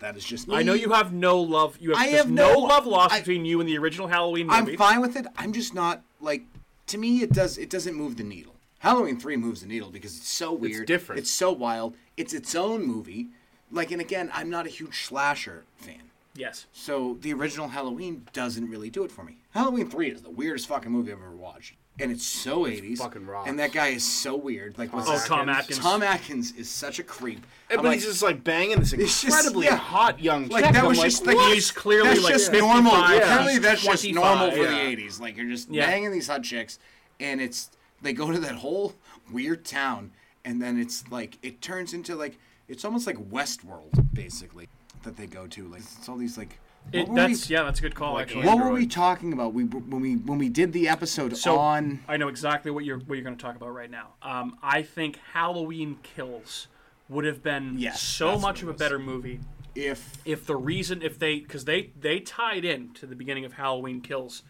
[SPEAKER 4] that is just me.
[SPEAKER 1] I know you have no love. You have,
[SPEAKER 4] I
[SPEAKER 1] there's
[SPEAKER 4] have
[SPEAKER 1] no,
[SPEAKER 4] no-
[SPEAKER 1] love lost
[SPEAKER 4] I-
[SPEAKER 1] between you and the original Halloween movie.
[SPEAKER 4] I'm fine with it. I'm just not like to me it does it doesn't move the needle. Halloween 3 moves the needle because it's so weird.
[SPEAKER 2] different.
[SPEAKER 4] It's so wild. It's its own movie. Like and again, I'm not a huge slasher fan.
[SPEAKER 1] Yes.
[SPEAKER 4] So the original Halloween doesn't really do it for me. Halloween 3 is the weirdest fucking movie I've ever watched. And it's so 80s.
[SPEAKER 2] fucking rocks.
[SPEAKER 4] And that guy is so weird. Like what's
[SPEAKER 1] Oh,
[SPEAKER 4] his-
[SPEAKER 1] Tom Atkins.
[SPEAKER 4] Tom Atkins is such a creep.
[SPEAKER 2] But
[SPEAKER 4] I'm like,
[SPEAKER 2] he's just like banging this
[SPEAKER 4] It's just-
[SPEAKER 2] incredibly
[SPEAKER 4] yeah.
[SPEAKER 2] hot young
[SPEAKER 4] like
[SPEAKER 2] chick.
[SPEAKER 4] that
[SPEAKER 2] I'm
[SPEAKER 4] was just
[SPEAKER 2] like,
[SPEAKER 4] like
[SPEAKER 1] He's clearly
[SPEAKER 4] that's
[SPEAKER 1] like
[SPEAKER 4] just
[SPEAKER 1] 55,
[SPEAKER 4] normal.
[SPEAKER 1] he's
[SPEAKER 4] Apparently that's just
[SPEAKER 1] 25.
[SPEAKER 4] normal for
[SPEAKER 2] yeah.
[SPEAKER 4] the '80s. Like you're just
[SPEAKER 1] Yeah.
[SPEAKER 4] banging these hot chicks, and it's they go to that whole weird town, and then it's like it turns into like it's almost like Westworld basically that they go to. Like it's all these like what
[SPEAKER 1] It,
[SPEAKER 4] were
[SPEAKER 1] that's
[SPEAKER 4] we,
[SPEAKER 1] yeah, that's a good call actually.
[SPEAKER 4] what were we talking about? We when we when we did the episode
[SPEAKER 1] so
[SPEAKER 4] on
[SPEAKER 1] I know exactly what you're what you're going to talk about right now. Um, I think Halloween Kills would have been
[SPEAKER 4] Yes,
[SPEAKER 1] so
[SPEAKER 4] that's
[SPEAKER 1] much
[SPEAKER 4] what
[SPEAKER 1] of
[SPEAKER 4] it
[SPEAKER 1] a
[SPEAKER 4] was.
[SPEAKER 1] better movie
[SPEAKER 4] if
[SPEAKER 1] if the reason if they because they they tied in to the beginning of Halloween Kills,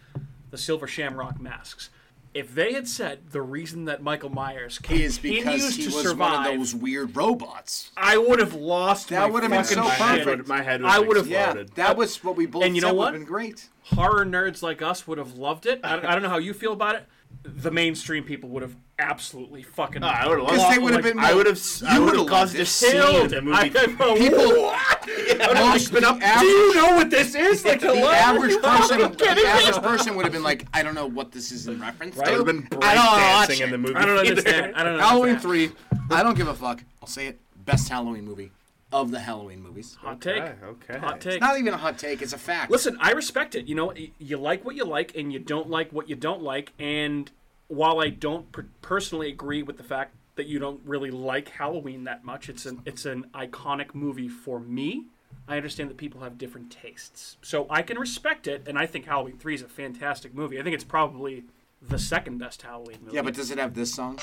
[SPEAKER 1] the Silver Shamrock masks. If they had said the reason that Michael Myers
[SPEAKER 4] he is
[SPEAKER 1] continues
[SPEAKER 4] because he
[SPEAKER 1] to
[SPEAKER 4] was
[SPEAKER 1] survive,
[SPEAKER 4] one of those weird robots.
[SPEAKER 1] I would have lost.
[SPEAKER 4] That
[SPEAKER 1] my
[SPEAKER 4] would have been
[SPEAKER 1] fucking
[SPEAKER 4] so
[SPEAKER 2] my
[SPEAKER 1] shit.
[SPEAKER 2] head would, my head would
[SPEAKER 1] I
[SPEAKER 2] have
[SPEAKER 1] would have-
[SPEAKER 4] Yeah,
[SPEAKER 2] exploded.
[SPEAKER 4] that was what we both
[SPEAKER 1] And you know
[SPEAKER 4] said would
[SPEAKER 1] what?
[SPEAKER 4] have been great.
[SPEAKER 1] horror nerds like us would have loved it. I, I don't know how you feel about it. The mainstream people would have absolutely fucking.
[SPEAKER 2] Ah, I would have
[SPEAKER 4] Because
[SPEAKER 2] lost.
[SPEAKER 4] they would have
[SPEAKER 1] like,
[SPEAKER 4] been.
[SPEAKER 2] I would have. I
[SPEAKER 4] You
[SPEAKER 2] would have
[SPEAKER 4] would've
[SPEAKER 2] caused
[SPEAKER 4] loved
[SPEAKER 2] a
[SPEAKER 4] it.
[SPEAKER 2] scene in the movie.
[SPEAKER 4] People,
[SPEAKER 2] I've been up.
[SPEAKER 4] average-
[SPEAKER 1] Do you know what this is? Like the,
[SPEAKER 4] the
[SPEAKER 1] last-
[SPEAKER 4] average person,
[SPEAKER 1] Are you
[SPEAKER 4] the
[SPEAKER 1] kidding me?
[SPEAKER 4] average person would have been like, I don't know what this is in reference
[SPEAKER 2] I would
[SPEAKER 4] to.
[SPEAKER 2] have been
[SPEAKER 4] I don't wanna watch
[SPEAKER 2] breakdancing in
[SPEAKER 4] it.
[SPEAKER 2] the movie.
[SPEAKER 1] I don't
[SPEAKER 2] either.
[SPEAKER 1] understand. I don't know.
[SPEAKER 4] Halloween three. I don't give a fuck. I'll say it. Best Halloween movie of the Halloween movies.
[SPEAKER 1] Hot take.
[SPEAKER 2] Okay.
[SPEAKER 1] Hot take.
[SPEAKER 4] Not even a hot take. It's a fact.
[SPEAKER 1] Listen, I respect it. You know, y- you like what you like, and you don't like what you don't like. And while I don't per- personally agree with the fact that you don't really like Halloween that much, it's an it's an iconic movie for me. I understand that people have different tastes, so I can respect it. And I think Halloween Three is a fantastic movie. I think it's probably the second best Halloween movie.
[SPEAKER 4] Yeah, but does it have this song?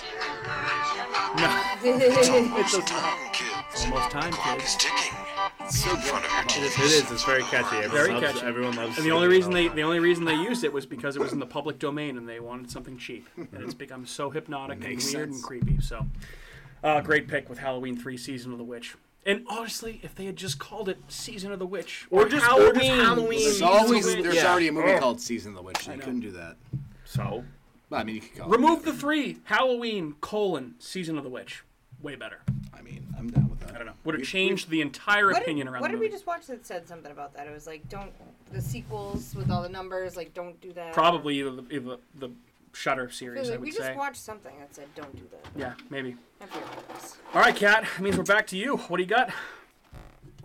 [SPEAKER 1] almost time, kids.
[SPEAKER 2] It is. It is. It's very catchy. Everyone
[SPEAKER 1] Very
[SPEAKER 2] loves,
[SPEAKER 1] catchy.
[SPEAKER 2] Everyone loves.
[SPEAKER 1] And the only reason they the only reason they used it was because it was in the public domain and they wanted something cheap. And it's become so hypnotic and weird
[SPEAKER 4] Makes
[SPEAKER 1] and
[SPEAKER 4] sense.
[SPEAKER 1] creepy. So, uh, great pick with Halloween three, season of the witch. And honestly, if they had just called it season of the witch or,
[SPEAKER 2] just-
[SPEAKER 1] Halloween,
[SPEAKER 2] or just Halloween.
[SPEAKER 4] There's
[SPEAKER 1] Season
[SPEAKER 4] always
[SPEAKER 1] of the Witch.
[SPEAKER 4] there's
[SPEAKER 2] Yeah.
[SPEAKER 4] already a
[SPEAKER 1] Oh.
[SPEAKER 4] movie called Season of the Witch. So you couldn't do that.
[SPEAKER 2] so.
[SPEAKER 4] Well, I mean, you could call
[SPEAKER 1] remove the three Halloween colon season of the witch. Way better.
[SPEAKER 4] it. I mean, I'm down with that.
[SPEAKER 1] I don't know. Would have changed the entire
[SPEAKER 3] What
[SPEAKER 1] opinion
[SPEAKER 3] did,
[SPEAKER 1] around
[SPEAKER 3] what
[SPEAKER 1] the
[SPEAKER 3] did
[SPEAKER 1] movie.
[SPEAKER 3] we just watch that said something about that? It was like, don't the sequels with all the numbers, like, don't do that.
[SPEAKER 1] Probably either the, either the Shutter
[SPEAKER 3] It
[SPEAKER 1] series.
[SPEAKER 3] was
[SPEAKER 1] I
[SPEAKER 3] like,
[SPEAKER 1] would
[SPEAKER 3] we
[SPEAKER 1] say.
[SPEAKER 3] just watched something that said, don't do that.
[SPEAKER 1] yeah, maybe.
[SPEAKER 3] I forget what it was.
[SPEAKER 1] All right, Kat. That means we're back to you. What do you got?
[SPEAKER 3] Are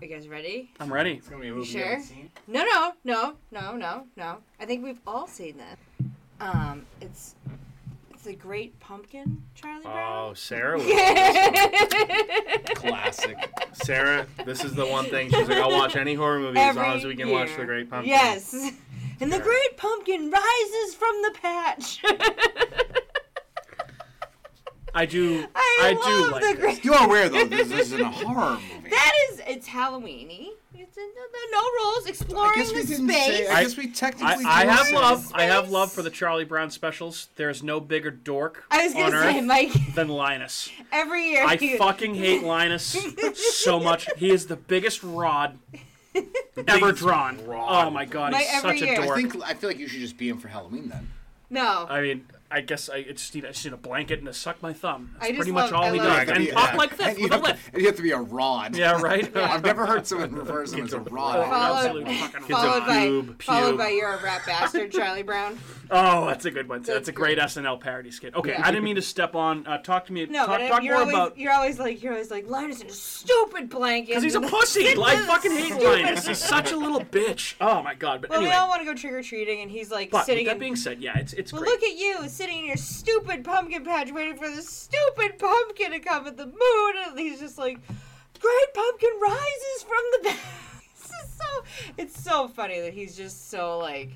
[SPEAKER 3] you guys ready?
[SPEAKER 1] I'm ready.
[SPEAKER 3] You sure? No, no, no, no, no, no. I think we've all seen that. Um, it's it's the Great Pumpkin, Charlie Brown.
[SPEAKER 2] Oh, Sarah. was-
[SPEAKER 4] Classic.
[SPEAKER 2] Sarah, this is the one thing she's like. I'll watch any horror movie as long
[SPEAKER 3] Every
[SPEAKER 2] as we can
[SPEAKER 3] year.
[SPEAKER 2] watch The Great Pumpkin.
[SPEAKER 3] Yes. And the Great Pumpkin rises from the patch.
[SPEAKER 1] I do.
[SPEAKER 3] I,
[SPEAKER 1] do
[SPEAKER 3] love
[SPEAKER 1] like
[SPEAKER 3] the
[SPEAKER 1] this.
[SPEAKER 3] Great.
[SPEAKER 4] you are aware though this isn't a horror movie.
[SPEAKER 3] That is, it's Halloweeny. It's in the, the no rules,
[SPEAKER 4] I
[SPEAKER 3] exploring
[SPEAKER 4] guess we
[SPEAKER 3] the
[SPEAKER 4] didn't say.
[SPEAKER 3] space.
[SPEAKER 4] I guess we technically.
[SPEAKER 1] I, I
[SPEAKER 4] didn't
[SPEAKER 1] have
[SPEAKER 4] say-
[SPEAKER 1] love. I have
[SPEAKER 3] Space.
[SPEAKER 1] love for the Charlie Brown specials. There's no bigger dork
[SPEAKER 3] I was
[SPEAKER 1] on
[SPEAKER 3] gonna say,
[SPEAKER 1] earth
[SPEAKER 3] Mike,
[SPEAKER 1] than Linus.
[SPEAKER 3] every year.
[SPEAKER 1] I
[SPEAKER 3] you-
[SPEAKER 1] fucking hate Linus so much. He is the biggest rod ever drawn. Oh my god,
[SPEAKER 3] Like,
[SPEAKER 1] he's
[SPEAKER 3] every
[SPEAKER 1] such a
[SPEAKER 3] year. I
[SPEAKER 1] dork.
[SPEAKER 4] I
[SPEAKER 1] I,
[SPEAKER 4] think I feel like you should just be him for Halloween then.
[SPEAKER 3] No.
[SPEAKER 1] mean, I guess I, I just need I just need a blanket and a suck my thumb. That's
[SPEAKER 3] I just
[SPEAKER 1] pretty much
[SPEAKER 3] love-
[SPEAKER 1] all
[SPEAKER 3] I
[SPEAKER 1] he
[SPEAKER 3] love
[SPEAKER 1] does.
[SPEAKER 3] that.
[SPEAKER 1] And
[SPEAKER 4] Yeah.
[SPEAKER 1] pop like this
[SPEAKER 4] And you,
[SPEAKER 1] with a
[SPEAKER 4] have
[SPEAKER 1] lip.
[SPEAKER 4] to, and you have to be a rod.
[SPEAKER 1] Yeah, right.
[SPEAKER 4] I've never heard someone refer to him as a rod.
[SPEAKER 3] Followed,
[SPEAKER 1] Absolute fucking
[SPEAKER 3] followed,
[SPEAKER 1] rod.
[SPEAKER 3] by,
[SPEAKER 2] pube,
[SPEAKER 3] followed
[SPEAKER 2] pube.
[SPEAKER 3] by you're a rat bastard, Charlie Brown.
[SPEAKER 1] Oh, that's a good one. Too.
[SPEAKER 3] That's
[SPEAKER 1] That's a great
[SPEAKER 3] great.
[SPEAKER 1] SNL parody skit. Okay,
[SPEAKER 3] Yeah.
[SPEAKER 1] I didn't mean to step on. Uh, talk to me.
[SPEAKER 3] No,
[SPEAKER 1] talk,
[SPEAKER 3] but
[SPEAKER 1] talk
[SPEAKER 3] you're
[SPEAKER 1] more
[SPEAKER 3] always
[SPEAKER 1] about.
[SPEAKER 3] you're always like you're always like Linus in a stupid blanket.
[SPEAKER 1] Because he's a
[SPEAKER 3] with
[SPEAKER 1] pussy.
[SPEAKER 3] with
[SPEAKER 1] Like
[SPEAKER 3] the
[SPEAKER 1] fucking hate
[SPEAKER 3] stupid-
[SPEAKER 1] Linus. He's such a little bitch. Oh my god. But
[SPEAKER 3] Well,
[SPEAKER 1] anyway.
[SPEAKER 3] we all want to go trick or treating, and he's like
[SPEAKER 1] but
[SPEAKER 3] sitting.
[SPEAKER 1] with that
[SPEAKER 3] in,
[SPEAKER 1] being said, yeah, it's it's
[SPEAKER 3] well,
[SPEAKER 1] great.
[SPEAKER 3] look at you sitting in your stupid pumpkin patch, waiting for the stupid pumpkin to come at the moon, and he's just like, "Great pumpkin rises from the." ba-" it's just so it's so funny that he's just so like,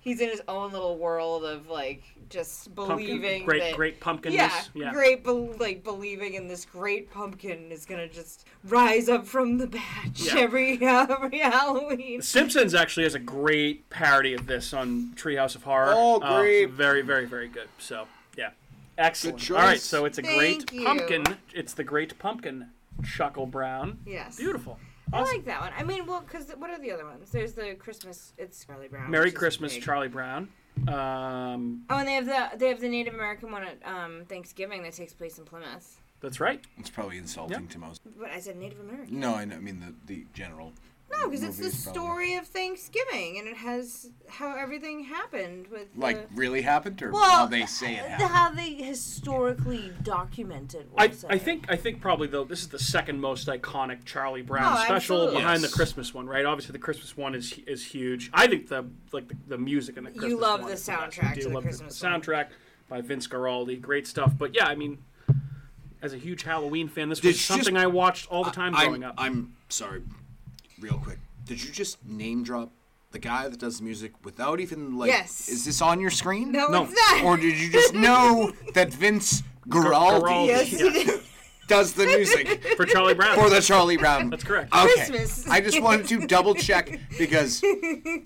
[SPEAKER 3] he's in his own little world of like just believing
[SPEAKER 1] pumpkin, great
[SPEAKER 3] that
[SPEAKER 1] great pumpkin.
[SPEAKER 3] yeah,
[SPEAKER 1] yeah.
[SPEAKER 3] great, bel like believing in this great pumpkin is gonna just rise up from the patch
[SPEAKER 1] Yeah.
[SPEAKER 3] every every Halloween.
[SPEAKER 1] The Simpsons actually has a great parody of this on Treehouse of Horror.
[SPEAKER 4] Oh,
[SPEAKER 1] Uh,
[SPEAKER 4] great.
[SPEAKER 1] very very very good. So yeah, Excellent.
[SPEAKER 4] Good
[SPEAKER 1] All right,
[SPEAKER 4] choice.
[SPEAKER 1] so it's a
[SPEAKER 9] Thank
[SPEAKER 1] great
[SPEAKER 9] you.
[SPEAKER 1] pumpkin. It's the great pumpkin, Chuckle Brown.
[SPEAKER 9] Yes.
[SPEAKER 1] Beautiful.
[SPEAKER 3] I
[SPEAKER 1] Awesome.
[SPEAKER 3] like that one. I mean, well, because what are the other ones? There's the Christmas. It's Charlie Brown. which
[SPEAKER 1] Merry
[SPEAKER 3] is
[SPEAKER 1] Christmas,
[SPEAKER 3] big.
[SPEAKER 1] Charlie Brown. Um,
[SPEAKER 3] Oh, and they have the they have the Native American one at um, Thanksgiving that takes place in Plymouth.
[SPEAKER 1] that's right.
[SPEAKER 4] It's probably insulting to most.
[SPEAKER 3] But I said Native American.
[SPEAKER 4] No, I, know, I mean the the general.
[SPEAKER 9] No, because it's the
[SPEAKER 4] movies probably-
[SPEAKER 9] story of Thanksgiving, and it has how everything happened with
[SPEAKER 4] Like
[SPEAKER 9] the,
[SPEAKER 4] really happened, or
[SPEAKER 3] Mm. Well,
[SPEAKER 4] how they say it happened.
[SPEAKER 3] how they historically documented.
[SPEAKER 1] I, I think I think probably though this is the second most iconic Charlie Brown
[SPEAKER 9] Oh,
[SPEAKER 1] special
[SPEAKER 9] absolutely.
[SPEAKER 1] behind
[SPEAKER 4] Yes.
[SPEAKER 1] the Christmas one, right? Obviously, the Christmas one is is huge. I think the like the, the music and the Christmas
[SPEAKER 3] love
[SPEAKER 1] one
[SPEAKER 3] the
[SPEAKER 1] is best.
[SPEAKER 3] soundtrack
[SPEAKER 1] I do
[SPEAKER 3] to the
[SPEAKER 1] love the
[SPEAKER 3] Christmas one.
[SPEAKER 1] soundtrack by Vince Guaraldi, great stuff. But yeah, I mean, as a huge Halloween fan, this was
[SPEAKER 4] It's
[SPEAKER 1] something
[SPEAKER 4] just-
[SPEAKER 1] I watched all the time
[SPEAKER 4] I'm,
[SPEAKER 1] growing up.
[SPEAKER 4] I'm sorry, real quick. Did you just name drop the guy that does the music without even like?
[SPEAKER 9] Yes.
[SPEAKER 4] Is this on your screen?
[SPEAKER 9] no,
[SPEAKER 1] No.
[SPEAKER 9] it's not.
[SPEAKER 4] Or did you just know that Vince Guaraldi
[SPEAKER 1] Guaraldi,
[SPEAKER 9] yes,
[SPEAKER 1] yeah,
[SPEAKER 9] it is.
[SPEAKER 4] does the music
[SPEAKER 1] for Charlie Brown.
[SPEAKER 4] for the Charlie Brown?
[SPEAKER 1] That's correct.
[SPEAKER 4] Okay.
[SPEAKER 9] Christmas.
[SPEAKER 4] I just wanted to double check because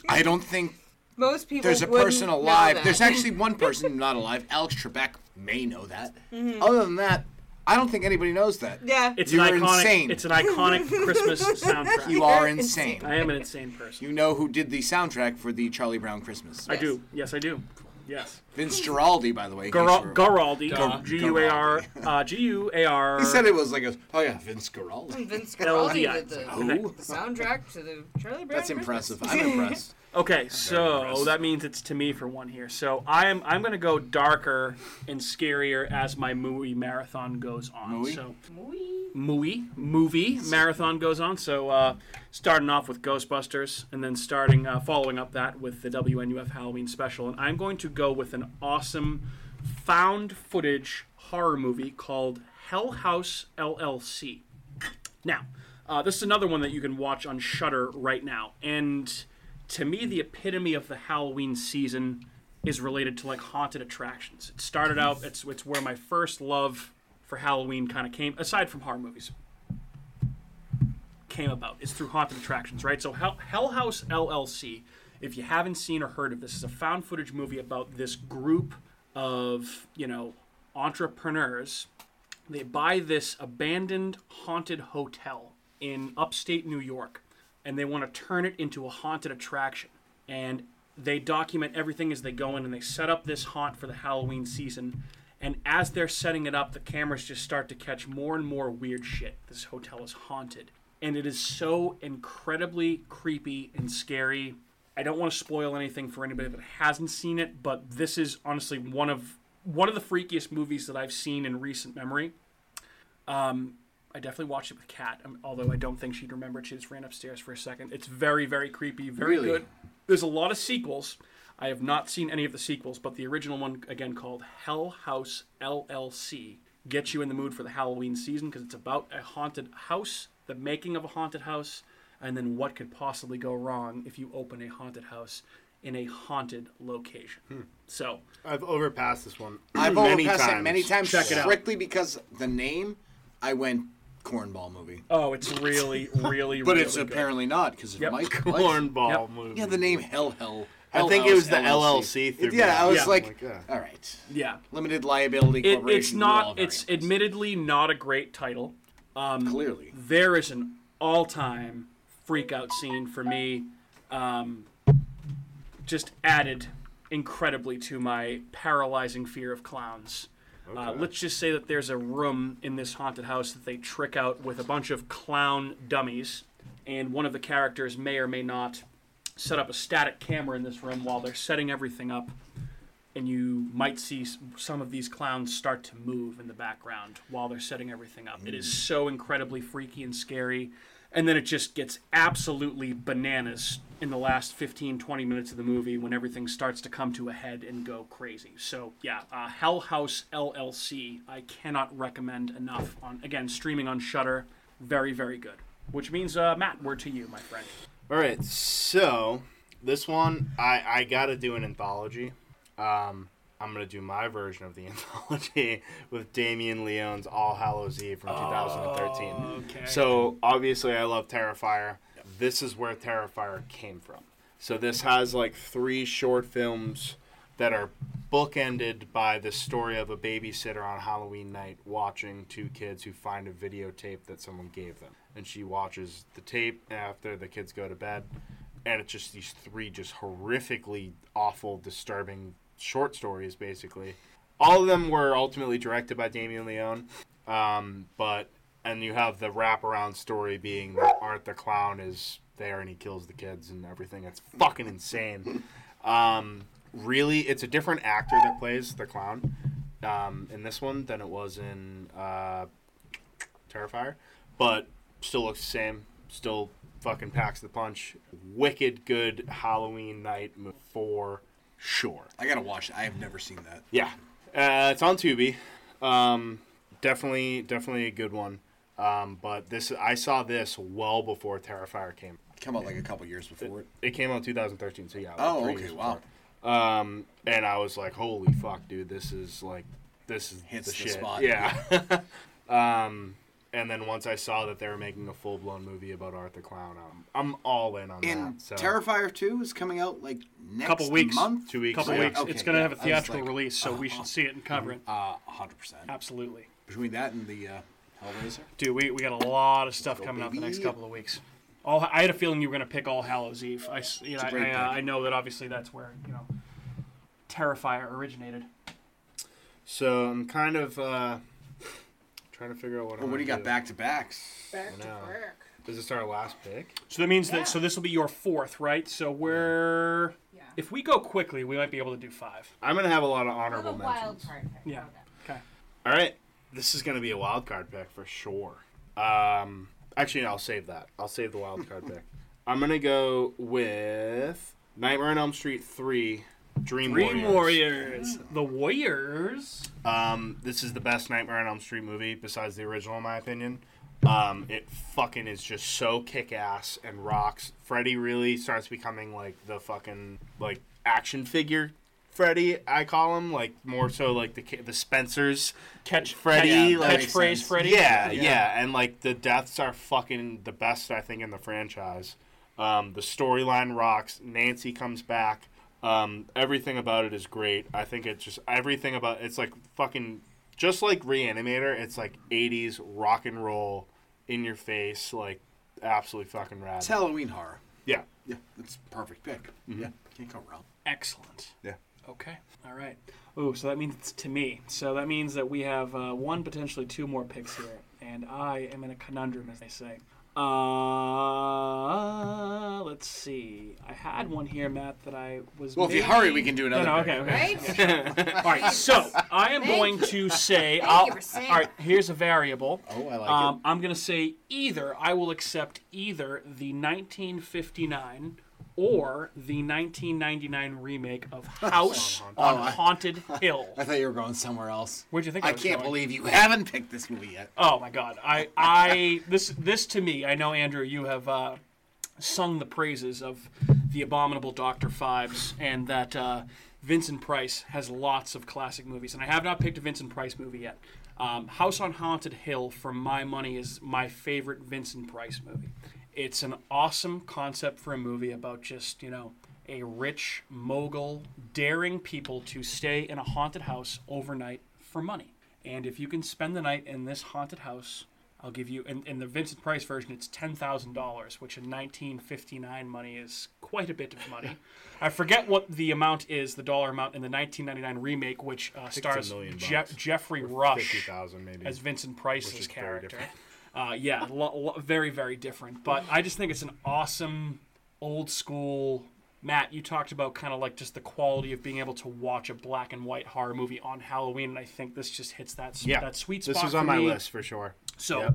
[SPEAKER 4] I don't think
[SPEAKER 9] most people.
[SPEAKER 4] there's a
[SPEAKER 9] wouldn't
[SPEAKER 4] person
[SPEAKER 9] know
[SPEAKER 4] alive.
[SPEAKER 9] that.
[SPEAKER 4] There's actually one person not alive. Alex Trebek may know that. Other than that, I don't think anybody knows that.
[SPEAKER 9] Mm-hmm. yeah.
[SPEAKER 1] it's
[SPEAKER 4] You're
[SPEAKER 1] an iconic.
[SPEAKER 4] insane.
[SPEAKER 1] It's an iconic Christmas soundtrack.
[SPEAKER 4] You are insane.
[SPEAKER 1] I am an insane person.
[SPEAKER 4] You know who did the soundtrack for the Charlie Brown Christmas?
[SPEAKER 1] I do. Yes, I do. Yes.
[SPEAKER 4] Vince Giraldi, by the way. in case you
[SPEAKER 1] Gar-
[SPEAKER 4] were-
[SPEAKER 1] Garaldi. G U A R. uh, G U A R.
[SPEAKER 4] he said it was like a. Oh yeah, Vince Giraldi.
[SPEAKER 9] Vince
[SPEAKER 1] L D
[SPEAKER 9] Guaraldi
[SPEAKER 1] I.
[SPEAKER 9] did the
[SPEAKER 4] Who?
[SPEAKER 9] soundtrack to the Charlie Brown.
[SPEAKER 4] That's
[SPEAKER 9] Christmas.
[SPEAKER 4] impressive. I'm impressed.
[SPEAKER 1] Okay, so that means it's to me for one here. So I'm I'm gonna go darker and scarier as my movie marathon goes on.
[SPEAKER 4] Movie?
[SPEAKER 1] So movie movie marathon goes on. So uh, starting off with Ghostbusters and then starting uh, following up that with the WNUF Halloween special. And I'm going to go with an awesome found footage horror movie called Hell House LLC. Now, uh, this is another one that you can watch on Shudder right now, and to me, the epitome of the Halloween season is related to like haunted attractions. It started out; it's it's where my first love for Halloween kind of came, aside from horror movies, came about. It's through haunted attractions, right? So Hell, Hell House LLC. If you haven't seen or heard of this, is a found footage movie about this group of you know entrepreneurs they buy this abandoned haunted hotel in upstate New York and they want to turn it into a haunted attraction. And they document everything as they go in and they set up this haunt for the Halloween season. And as they're setting it up, the cameras just start to catch more and more weird shit. This hotel is haunted. And it is so incredibly creepy and scary. I don't want to spoil anything for anybody that hasn't seen it, but this is honestly one of one of the freakiest movies that I've seen in recent memory. Um, I definitely watched it with Kat, um, although I don't think she'd remember. it. She just ran upstairs for a second. It's very, very creepy, very
[SPEAKER 4] Really?
[SPEAKER 1] good. There's a lot of sequels. I have not seen any of the sequels, but the original one, again called Hell House LLC, gets you in the mood for the Halloween season because it's about a haunted house, the making of a haunted house, and then what could possibly go wrong if you open a haunted house in a haunted location.
[SPEAKER 4] Hmm.
[SPEAKER 1] So
[SPEAKER 2] I've overpassed this one.
[SPEAKER 4] I've
[SPEAKER 2] many
[SPEAKER 4] overpassed
[SPEAKER 2] times.
[SPEAKER 4] it many times
[SPEAKER 1] Check it out.
[SPEAKER 4] strictly because the name. I went cornball movie,
[SPEAKER 1] Oh, it's really, really,
[SPEAKER 4] but
[SPEAKER 1] really
[SPEAKER 4] it's
[SPEAKER 1] good.
[SPEAKER 4] apparently not because of
[SPEAKER 1] Yep.
[SPEAKER 4] Mike.
[SPEAKER 2] Cornball
[SPEAKER 1] Yep.
[SPEAKER 2] movie.
[SPEAKER 4] Yeah, the name Hell Hell.
[SPEAKER 2] I think it was the LLC. through me.
[SPEAKER 4] yeah, I was
[SPEAKER 1] Yeah.
[SPEAKER 4] like,
[SPEAKER 2] Oh my God.
[SPEAKER 4] all right,
[SPEAKER 1] yeah.
[SPEAKER 4] limited liability
[SPEAKER 1] It,
[SPEAKER 4] corporation.
[SPEAKER 1] it's not.
[SPEAKER 4] we're all
[SPEAKER 1] It's
[SPEAKER 4] very-
[SPEAKER 1] admittedly not a great title.
[SPEAKER 4] clearly
[SPEAKER 1] There is an all-time freakout scene for me, um, just added incredibly to my paralyzing fear of clowns. Uh, let's just say that there's a room in this haunted house that they trick out with a bunch of clown dummies, and one of the characters may or may not set up a static camera in this room while they're setting everything up. and you might see s- some of these clowns start to move in the background while they're setting everything up. It is so incredibly freaky and scary. And then it just gets absolutely bananas in the last 15, 20 minutes of the movie when everything starts to come to a head and go crazy. So, yeah, uh, Hell House LLC, I cannot recommend enough. On Again, streaming on Shudder, very, very good. Which means, uh, Matt, word to you, my friend.
[SPEAKER 2] All right, so this one I I gotta do an anthology. Um, I'm gonna do my version of the anthology with Damien Leone's All Hallows Eve from 2013.
[SPEAKER 1] okay.
[SPEAKER 2] So obviously I love Terrifier. This is where Terrifier came from. So this has like three short films that are bookended by the story of a babysitter on Halloween night watching two kids who find a videotape that someone gave them. And she watches the tape after the kids go to bed. And it's just these three just horrifically awful, disturbing short stories, basically. All of them were ultimately directed by Damien Leone. Um, but, and you have the wraparound story being that Art the Clown is there and he kills the kids and everything. It's fucking insane. Um, really, it's a different actor that plays the clown um, in this one than it was in uh, Terrifier, but still looks the same. Still fucking packs the punch. Wicked good Halloween night mo- for sure.
[SPEAKER 4] I gotta watch it. I have never seen that.
[SPEAKER 2] Yeah, uh, it's on Tubi. Um, definitely, definitely a good one. Um, but this, I saw this well before Terrifier came.
[SPEAKER 4] Come out like a couple years before it.
[SPEAKER 2] It came out in 2013, so yeah. like
[SPEAKER 4] Oh,
[SPEAKER 2] three
[SPEAKER 4] okay,
[SPEAKER 2] years
[SPEAKER 4] wow.
[SPEAKER 2] before. Um, and I was like, holy fuck, dude, this is like, this is
[SPEAKER 4] Hits
[SPEAKER 2] the,
[SPEAKER 4] the
[SPEAKER 2] shit.
[SPEAKER 4] spot.
[SPEAKER 2] Yeah. um, and then once I saw that they were making a full blown movie about Art the Clown, I'm, I'm all in on
[SPEAKER 4] And
[SPEAKER 2] that. So.
[SPEAKER 4] Terrifier 2 is coming out like next
[SPEAKER 1] couple weeks,
[SPEAKER 4] month?
[SPEAKER 2] two weeks.
[SPEAKER 1] couple
[SPEAKER 2] yeah.
[SPEAKER 1] weeks.
[SPEAKER 4] Okay,
[SPEAKER 1] it's going to
[SPEAKER 4] yeah.
[SPEAKER 1] have a
[SPEAKER 4] I was
[SPEAKER 1] theatrical
[SPEAKER 4] like, uh-huh.
[SPEAKER 1] release, so we should see it and cover it.
[SPEAKER 4] Uh, 100%.
[SPEAKER 1] Absolutely,
[SPEAKER 4] Between that and the uh, Hellraiser.
[SPEAKER 1] dude. We, we got a lot of stuff coming up the next
[SPEAKER 4] baby.
[SPEAKER 1] couple of weeks. All I had a feeling you were going to pick All Hallows Eve. I s- you know,
[SPEAKER 4] a great
[SPEAKER 1] I, I, uh,
[SPEAKER 4] pick.
[SPEAKER 1] I know that obviously that's where you know Terrifier originated.
[SPEAKER 2] So I'm kind of uh, trying to figure out what.
[SPEAKER 4] Well, what do you got back to backs?
[SPEAKER 9] Back to
[SPEAKER 2] know.
[SPEAKER 9] work.
[SPEAKER 2] Is this our last pick?
[SPEAKER 1] So that means
[SPEAKER 3] Yeah.
[SPEAKER 1] that so this will be your fourth, right? So we're
[SPEAKER 3] Yeah.
[SPEAKER 1] if we go quickly, we might be able to do five.
[SPEAKER 2] I'm gonna have a lot of
[SPEAKER 3] Well, the
[SPEAKER 2] honorable
[SPEAKER 3] wild
[SPEAKER 2] mentions.
[SPEAKER 3] card. pick,
[SPEAKER 1] Yeah.
[SPEAKER 3] how's that?
[SPEAKER 1] Okay.
[SPEAKER 2] All right, this is gonna be a wild card pick for sure. Um, actually, I'll save that. I'll save the wild card pick. I'm gonna go with Nightmare on Elm Street three. Dream,
[SPEAKER 1] Dream
[SPEAKER 2] Warriors.
[SPEAKER 1] Warriors. The Warriors.
[SPEAKER 2] Um, this is the best Nightmare on Elm Street movie besides the original, in my opinion. Um, it fucking is just so kick ass and rocks. Freddy really starts becoming like the fucking like action figure. Freddy, I call him like more so like the ki- the Spencers
[SPEAKER 1] Catch
[SPEAKER 2] Freddy,
[SPEAKER 1] catch-
[SPEAKER 2] like-
[SPEAKER 1] catchphrase Freddy.
[SPEAKER 2] yeah, yeah, and like the deaths are fucking the best I think in the franchise. Um, the storyline rocks. Nancy comes back. Um, everything about it is great. I think it's just everything about it's like fucking just like Reanimator. It's like '80s rock and roll in your face, like absolutely fucking rad.
[SPEAKER 4] It's Mm-hmm. Halloween horror.
[SPEAKER 2] yeah,
[SPEAKER 4] Yeah, it's a perfect pick. Yeah, can't go wrong.
[SPEAKER 1] Excellent.
[SPEAKER 2] yeah.
[SPEAKER 1] Okay. All right. Oh, so that means it's to me. So that means that we have uh, one, potentially two more picks here, and I am in a conundrum, as they say. Uh, let's see. I had one here, Matt, that I was.
[SPEAKER 4] Well, if you
[SPEAKER 1] maybe-
[SPEAKER 4] hurry, we can do
[SPEAKER 1] No, no,
[SPEAKER 4] another. pick.
[SPEAKER 1] okay, okay.
[SPEAKER 3] Right?
[SPEAKER 1] All right. So I am going to say. I'll,
[SPEAKER 3] you for saying
[SPEAKER 1] all right. Here's a variable.
[SPEAKER 4] Oh, I like
[SPEAKER 1] Um, I'm going to say either I will accept either the 1959 or the 1999 remake of House on
[SPEAKER 4] Oh, I-
[SPEAKER 1] Haunted Hill.
[SPEAKER 4] it. I thought you were going somewhere else.
[SPEAKER 1] Where'd you think I
[SPEAKER 4] I
[SPEAKER 1] was
[SPEAKER 4] can't
[SPEAKER 1] going?
[SPEAKER 4] believe you haven't picked this movie yet.
[SPEAKER 1] Oh my God! I, I, this, this to me, I know Andrew, you have uh, sung the praises of the abominable Doctor Fives, and that uh, Vincent Price has lots of classic movies, and I have not picked a Vincent Price movie yet. Um, House on Haunted Hill, for my money, is my favorite Vincent Price movie. It's an awesome concept for a movie about just you know a rich mogul daring people to stay in a haunted house overnight for money. And if you can spend the night in this haunted house, I'll give you in, in the Vincent Price version it's ten thousand dollars, which in nineteen fifty nine money is quite a bit of money. I forget what the amount is, the dollar amount in the nineteen ninety nine remake, which uh,
[SPEAKER 2] it's a
[SPEAKER 1] stars
[SPEAKER 2] million
[SPEAKER 1] Je-
[SPEAKER 2] bucks.
[SPEAKER 1] Jeffrey
[SPEAKER 2] Fifty
[SPEAKER 1] Rush
[SPEAKER 2] thousand maybe.
[SPEAKER 1] as Vincent
[SPEAKER 2] Which
[SPEAKER 1] Price's
[SPEAKER 2] is very
[SPEAKER 1] character. Uh, yeah, lo- lo- very very different. But I just think it's an awesome old school. Matt, you talked about kind of like just the quality of being able to watch a black and white horror movie on Halloween, and I think this just hits that s-
[SPEAKER 2] yeah,
[SPEAKER 1] that sweet spot.
[SPEAKER 2] This was
[SPEAKER 1] for
[SPEAKER 2] on my
[SPEAKER 1] me.
[SPEAKER 2] list for sure.
[SPEAKER 1] So,
[SPEAKER 2] Yep.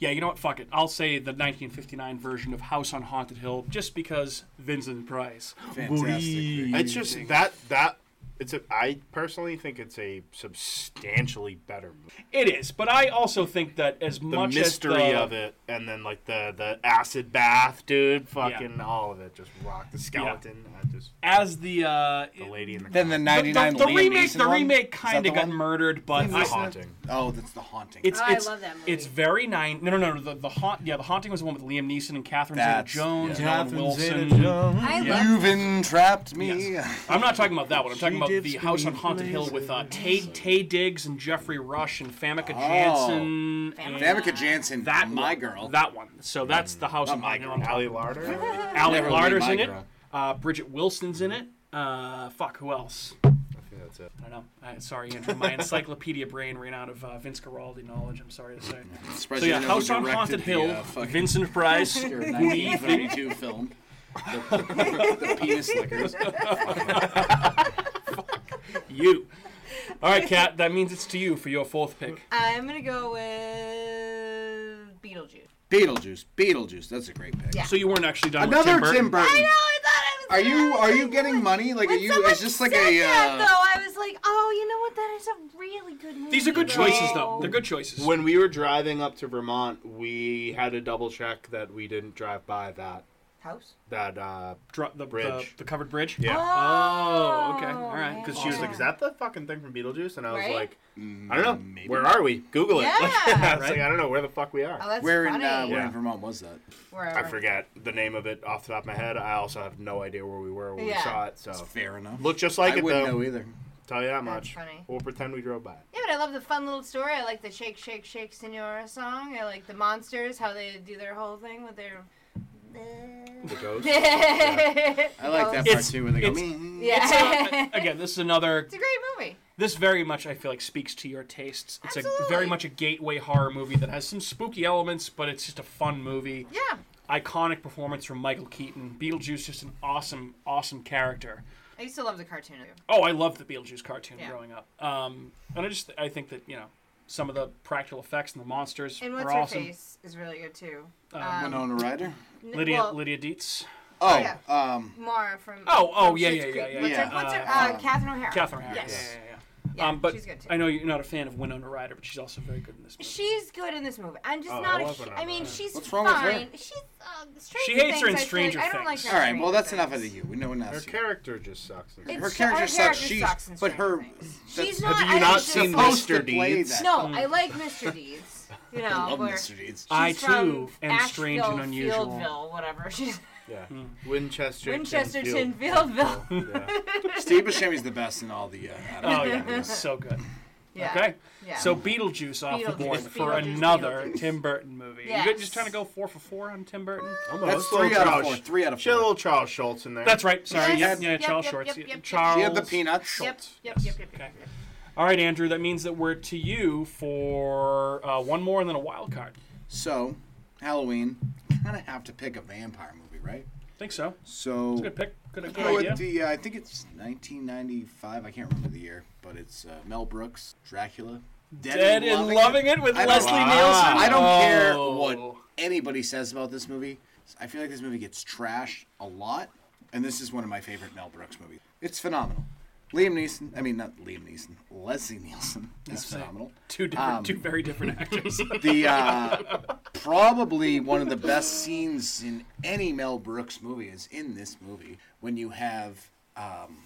[SPEAKER 1] yeah, you know what? Fuck it. I'll say the 1959 version of House on Haunted Hill just because Vincent Price.
[SPEAKER 4] Fantastic.
[SPEAKER 2] It's just that that it's a. I personally think it's a substantially better movie.
[SPEAKER 1] It is, but I also think that as
[SPEAKER 2] The
[SPEAKER 1] much
[SPEAKER 2] mystery
[SPEAKER 1] as the,
[SPEAKER 2] of it, and then like the the acid bath, dude, fucking all of it just rocked. The skeleton, I just
[SPEAKER 1] as the uh,
[SPEAKER 2] the lady in the.
[SPEAKER 4] Then the
[SPEAKER 2] clown.
[SPEAKER 4] '99
[SPEAKER 1] the, the
[SPEAKER 4] Liam
[SPEAKER 1] remake,
[SPEAKER 4] Neeson
[SPEAKER 1] the
[SPEAKER 4] one?
[SPEAKER 1] remake
[SPEAKER 4] Is that
[SPEAKER 1] kind
[SPEAKER 4] the
[SPEAKER 1] of got
[SPEAKER 4] one?
[SPEAKER 1] murdered, but
[SPEAKER 2] the
[SPEAKER 1] I,
[SPEAKER 2] haunting.
[SPEAKER 4] Oh, that's the haunting.
[SPEAKER 1] It's,
[SPEAKER 3] Oh, I
[SPEAKER 1] it's,
[SPEAKER 3] love that movie.
[SPEAKER 1] It's very nine. No, no, no. The, the haunt. Yeah, the haunting was the one with Liam Neeson and Catherine
[SPEAKER 4] That's-
[SPEAKER 1] Zeta-Jones,
[SPEAKER 4] yeah.
[SPEAKER 1] and Owen Wilson.
[SPEAKER 3] I love
[SPEAKER 4] You've entrapped me.
[SPEAKER 1] I'm not talking about that one. I'm talking about the House on Haunted Hill with uh, Tay Tay Diggs and Jeffrey Rush and
[SPEAKER 4] Oh.
[SPEAKER 1] Famke Janssen. and-
[SPEAKER 4] Famke Janssen,
[SPEAKER 1] That
[SPEAKER 4] my
[SPEAKER 1] one.
[SPEAKER 4] girl.
[SPEAKER 1] That one. So that's the House
[SPEAKER 4] Not
[SPEAKER 1] on
[SPEAKER 4] my
[SPEAKER 1] Haunted Hill. I'm
[SPEAKER 4] girl.
[SPEAKER 1] talking
[SPEAKER 2] Ali Larder.
[SPEAKER 1] about. Ally
[SPEAKER 4] Never
[SPEAKER 1] Larder's
[SPEAKER 4] leave my
[SPEAKER 1] in it.
[SPEAKER 4] girl.
[SPEAKER 1] Uh, Bridget Wilson's in it. Uh, fuck, who else?
[SPEAKER 2] That's it.
[SPEAKER 1] I don't know. I, sorry, Andrew. My encyclopedia brain ran out of uh, Vince Guaraldi knowledge. I'm sorry to say.
[SPEAKER 4] Surprised
[SPEAKER 1] So
[SPEAKER 4] you
[SPEAKER 1] yeah,
[SPEAKER 4] didn't know who
[SPEAKER 1] House on
[SPEAKER 4] directed
[SPEAKER 1] Haunted
[SPEAKER 4] the,
[SPEAKER 1] Hill,
[SPEAKER 4] uh, fucking
[SPEAKER 1] Vincent Price,
[SPEAKER 4] Oscar
[SPEAKER 1] Woody
[SPEAKER 4] 1932 film. The, the penis lickers.
[SPEAKER 1] you. All right, Kat, that means it's to you for your fourth pick.
[SPEAKER 3] I'm gonna go with Beetlejuice.
[SPEAKER 4] Beetlejuice. Beetlejuice. That's a great pick.
[SPEAKER 3] Yeah.
[SPEAKER 1] So you weren't actually done
[SPEAKER 4] Another
[SPEAKER 1] with
[SPEAKER 4] Tim Burton.
[SPEAKER 3] I know. I thought I
[SPEAKER 4] Um,
[SPEAKER 3] was.
[SPEAKER 4] Are you
[SPEAKER 3] gonna-
[SPEAKER 4] are you getting money? Like are
[SPEAKER 3] When
[SPEAKER 4] you?
[SPEAKER 3] someone
[SPEAKER 4] It's just like
[SPEAKER 3] said
[SPEAKER 4] a.
[SPEAKER 3] that,
[SPEAKER 4] Uh,
[SPEAKER 3] though, I was like, oh, you know what? That is a really good movie.
[SPEAKER 1] These are good choices, though.
[SPEAKER 3] though.
[SPEAKER 1] They're good choices.
[SPEAKER 2] When we were driving up to Vermont, we had to double check that we didn't drive by that
[SPEAKER 3] House.
[SPEAKER 2] that uh
[SPEAKER 1] Drop the, the
[SPEAKER 2] Bridge.
[SPEAKER 1] the covered bridge.
[SPEAKER 2] yeah.
[SPEAKER 1] Oh, okay. All right.
[SPEAKER 2] Because she was like, "Is that the fucking thing from Beetlejuice?" And I was
[SPEAKER 3] Oh. Right?
[SPEAKER 2] like, "I don't know. Where are we? Google it."
[SPEAKER 3] Yeah.
[SPEAKER 2] I was
[SPEAKER 1] Right.
[SPEAKER 2] like, "I don't know where the fuck we are."
[SPEAKER 3] Oh, that's
[SPEAKER 4] where in
[SPEAKER 3] funny.
[SPEAKER 4] uh, where
[SPEAKER 2] Yeah.
[SPEAKER 4] in Vermont was that?
[SPEAKER 3] Wherever.
[SPEAKER 2] I forget the name of it off the top of my head. I also have no idea where we were when
[SPEAKER 3] Yeah.
[SPEAKER 2] we saw it. So
[SPEAKER 4] Fair enough.
[SPEAKER 2] looked just Oh. like
[SPEAKER 4] I
[SPEAKER 2] it
[SPEAKER 4] wouldn't
[SPEAKER 2] though.
[SPEAKER 4] know either.
[SPEAKER 2] Tell you that
[SPEAKER 3] That's
[SPEAKER 2] much.
[SPEAKER 3] funny.
[SPEAKER 2] We'll pretend we drove by. it.
[SPEAKER 3] Yeah, but I love the fun little story. I like the Shake, Shake, Shake, Senora song. I like the monsters, how they do their whole thing with their.
[SPEAKER 2] The ghost.
[SPEAKER 4] I like that part
[SPEAKER 1] It's-
[SPEAKER 4] too. Where they go.
[SPEAKER 1] it's-
[SPEAKER 4] "Meh."
[SPEAKER 3] Yeah. It's
[SPEAKER 4] um,
[SPEAKER 1] Uh, again, this is another.
[SPEAKER 3] a great movie.
[SPEAKER 1] This very much I feel like speaks to your tastes. It's a very
[SPEAKER 3] Absolutely.
[SPEAKER 1] much a gateway horror movie that has some spooky elements, but it's just a fun movie.
[SPEAKER 3] Yeah.
[SPEAKER 1] Iconic performance from Michael Keaton. Beetlejuice just an awesome, awesome character.
[SPEAKER 3] I used to love the cartoon. too.
[SPEAKER 1] Oh, I loved the Beetlejuice cartoon
[SPEAKER 3] Yeah.
[SPEAKER 1] growing up. Um, and I just I think that you know some of the practical effects and the monsters
[SPEAKER 3] And
[SPEAKER 1] were
[SPEAKER 3] What's Her
[SPEAKER 1] awesome. Uh,
[SPEAKER 3] Face is really good too.
[SPEAKER 4] Winona Ryder.
[SPEAKER 3] N-
[SPEAKER 1] Lydia
[SPEAKER 3] well,
[SPEAKER 1] Lydia Dietz.
[SPEAKER 4] Oh,
[SPEAKER 3] yeah.
[SPEAKER 4] um,
[SPEAKER 3] Mara from.
[SPEAKER 1] Oh, oh,
[SPEAKER 3] from
[SPEAKER 1] yeah, yeah,
[SPEAKER 3] Schitt's
[SPEAKER 1] yeah,
[SPEAKER 3] Creek.
[SPEAKER 1] yeah, um,
[SPEAKER 3] What's
[SPEAKER 4] yeah.
[SPEAKER 3] her? What's her?
[SPEAKER 4] Uh,
[SPEAKER 3] Uh, Catherine O'Hara.
[SPEAKER 1] Catherine Harris.
[SPEAKER 3] Yes.
[SPEAKER 1] Yeah, yeah, yeah.
[SPEAKER 3] Yeah,
[SPEAKER 1] um, but
[SPEAKER 3] she's good too.
[SPEAKER 1] I know you're not a fan of Winona Ryder, but she's also very good in this movie.
[SPEAKER 3] She's good in this movie. I'm just
[SPEAKER 2] Oh, I
[SPEAKER 3] not. a
[SPEAKER 2] love
[SPEAKER 3] hu-
[SPEAKER 2] her.
[SPEAKER 3] I mean, she's
[SPEAKER 4] What's wrong with her?
[SPEAKER 3] fine. She's. Um,
[SPEAKER 1] She hates her in Stranger
[SPEAKER 3] I don't like
[SPEAKER 1] Things.
[SPEAKER 3] her.
[SPEAKER 4] all right. Well, that's enough
[SPEAKER 3] of
[SPEAKER 4] of the you. We know
[SPEAKER 2] Her
[SPEAKER 4] enough.
[SPEAKER 2] character just sucks.
[SPEAKER 3] It's-
[SPEAKER 4] Her
[SPEAKER 3] Her
[SPEAKER 4] character sucks.
[SPEAKER 3] character
[SPEAKER 4] She's
[SPEAKER 3] sucks in
[SPEAKER 4] but her.
[SPEAKER 3] Stranger Things.
[SPEAKER 4] that's-
[SPEAKER 3] She's not.
[SPEAKER 2] Have you
[SPEAKER 3] I
[SPEAKER 2] not
[SPEAKER 3] think she's
[SPEAKER 2] seen
[SPEAKER 3] supposed
[SPEAKER 2] Mr.
[SPEAKER 4] to play
[SPEAKER 2] Deeds?
[SPEAKER 4] that.
[SPEAKER 3] No, I like Mr. Deeds. You know,
[SPEAKER 4] Mm. I love
[SPEAKER 3] where
[SPEAKER 4] Mr. Deeds.
[SPEAKER 3] she's
[SPEAKER 1] I, too,
[SPEAKER 3] from
[SPEAKER 1] am strange and
[SPEAKER 3] Asheville,
[SPEAKER 1] unusual.
[SPEAKER 3] Fieldville, whatever. She's
[SPEAKER 2] Yeah. Winchester.
[SPEAKER 3] Winchesterton, Fieldville.
[SPEAKER 2] Yeah.
[SPEAKER 4] Steve Buscemi's the best in all the. Uh, I don't know.
[SPEAKER 1] Oh yeah, it's so good.
[SPEAKER 3] Yeah.
[SPEAKER 1] Okay,
[SPEAKER 3] Yeah.
[SPEAKER 1] so Beetlejuice off the board
[SPEAKER 3] Beetlejuice,
[SPEAKER 1] for
[SPEAKER 3] Beetlejuice,
[SPEAKER 1] another
[SPEAKER 3] Beetlejuice.
[SPEAKER 1] Tim Burton movie. You
[SPEAKER 3] Yes.
[SPEAKER 1] good- just trying to go four for four on Tim Burton. Oh.
[SPEAKER 4] That's three out of four. Three out of
[SPEAKER 2] She had a
[SPEAKER 4] four.
[SPEAKER 2] little Charles Schultz in there.
[SPEAKER 1] That's right. Sorry.
[SPEAKER 3] Yes.
[SPEAKER 1] Yeah, yeah.
[SPEAKER 3] Yep,
[SPEAKER 1] Charles
[SPEAKER 3] yep,
[SPEAKER 1] Schwartz.
[SPEAKER 3] yep, yep, yep.
[SPEAKER 1] Charles.
[SPEAKER 4] She had the peanuts.
[SPEAKER 3] Yep, yep, yep, yep,
[SPEAKER 1] Okay.
[SPEAKER 3] yep. yep.
[SPEAKER 1] All right, Andrew. That means that we're to you for uh, one more and then a wild card.
[SPEAKER 4] So, Halloween. Kind of have to pick a vampire movie, right?
[SPEAKER 1] think so.
[SPEAKER 4] So.
[SPEAKER 1] Good pick. Good,
[SPEAKER 4] Go
[SPEAKER 1] good
[SPEAKER 4] with
[SPEAKER 1] idea.
[SPEAKER 4] the, uh, I think it's 1995. I can't remember the year, but it's uh, Mel Brooks, Dracula, Dead,
[SPEAKER 1] Dead and loving it with
[SPEAKER 4] I don't-
[SPEAKER 1] Leslie
[SPEAKER 4] Wow.
[SPEAKER 1] Nielsen.
[SPEAKER 4] I don't care
[SPEAKER 1] Oh.
[SPEAKER 4] what anybody says about this movie. I feel like this movie gets trashed a lot, and this is one of my favorite Mel Brooks movies. It's phenomenal. Liam Neeson, I mean not Liam Neeson, Leslie Nielsen is phenomenal.
[SPEAKER 1] Two different,
[SPEAKER 4] Um,
[SPEAKER 1] two very different actors.
[SPEAKER 4] The uh, probably one of the best scenes in any Mel Brooks movie is in this movie when you have um,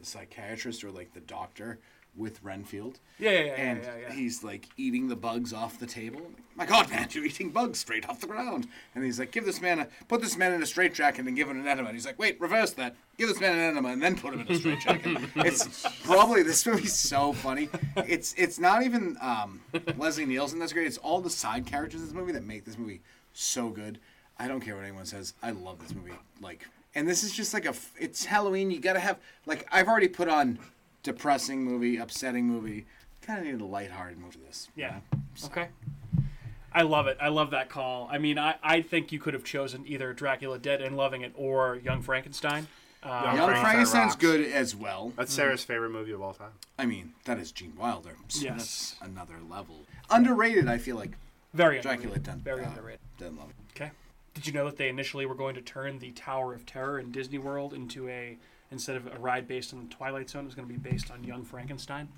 [SPEAKER 4] the psychiatrist or like the doctor with Renfield.
[SPEAKER 1] Yeah, yeah, yeah,
[SPEAKER 4] and
[SPEAKER 1] yeah, yeah.
[SPEAKER 4] he's like eating the bugs off the table. Like, My God, man, you're eating bugs straight off the ground. And he's like, give this man a put this man in a straitjacket and give him an enema. And he's like, wait, reverse that. Give this man an enema and then put him in a straitjacket. it's probably this movie's so funny. It's it's not even um, Leslie Nielsen that's great. It's all the side characters in this movie that make this movie so good. I don't care what anyone says. I love this movie. Like, and this is just like a. f- It's Halloween. You gotta have like I've already put on depressing movie, upsetting movie. Kind of need a lighthearted movie. for This.
[SPEAKER 1] Yeah. Okay. I love it. I love that call. I mean, I, I think you could have chosen either Dracula Dead and Loving It or Young Frankenstein.
[SPEAKER 2] Young
[SPEAKER 4] Young Frankenstein's
[SPEAKER 2] rocks.
[SPEAKER 4] good as well.
[SPEAKER 2] That's Sarah's favorite movie of all time.
[SPEAKER 4] I mean, that is Gene Wilder. So
[SPEAKER 1] Yes.
[SPEAKER 4] that's another level. Underrated, I feel like.
[SPEAKER 1] Very
[SPEAKER 4] Dracula
[SPEAKER 1] underrated.
[SPEAKER 4] done.
[SPEAKER 1] Very
[SPEAKER 4] uh,
[SPEAKER 1] underrated.
[SPEAKER 4] Done love it.
[SPEAKER 1] Okay. Did you know that they initially were going to turn the Tower of Terror in Disney World into a instead of a ride based on the Twilight Zone, it was going to be based on Young Frankenstein?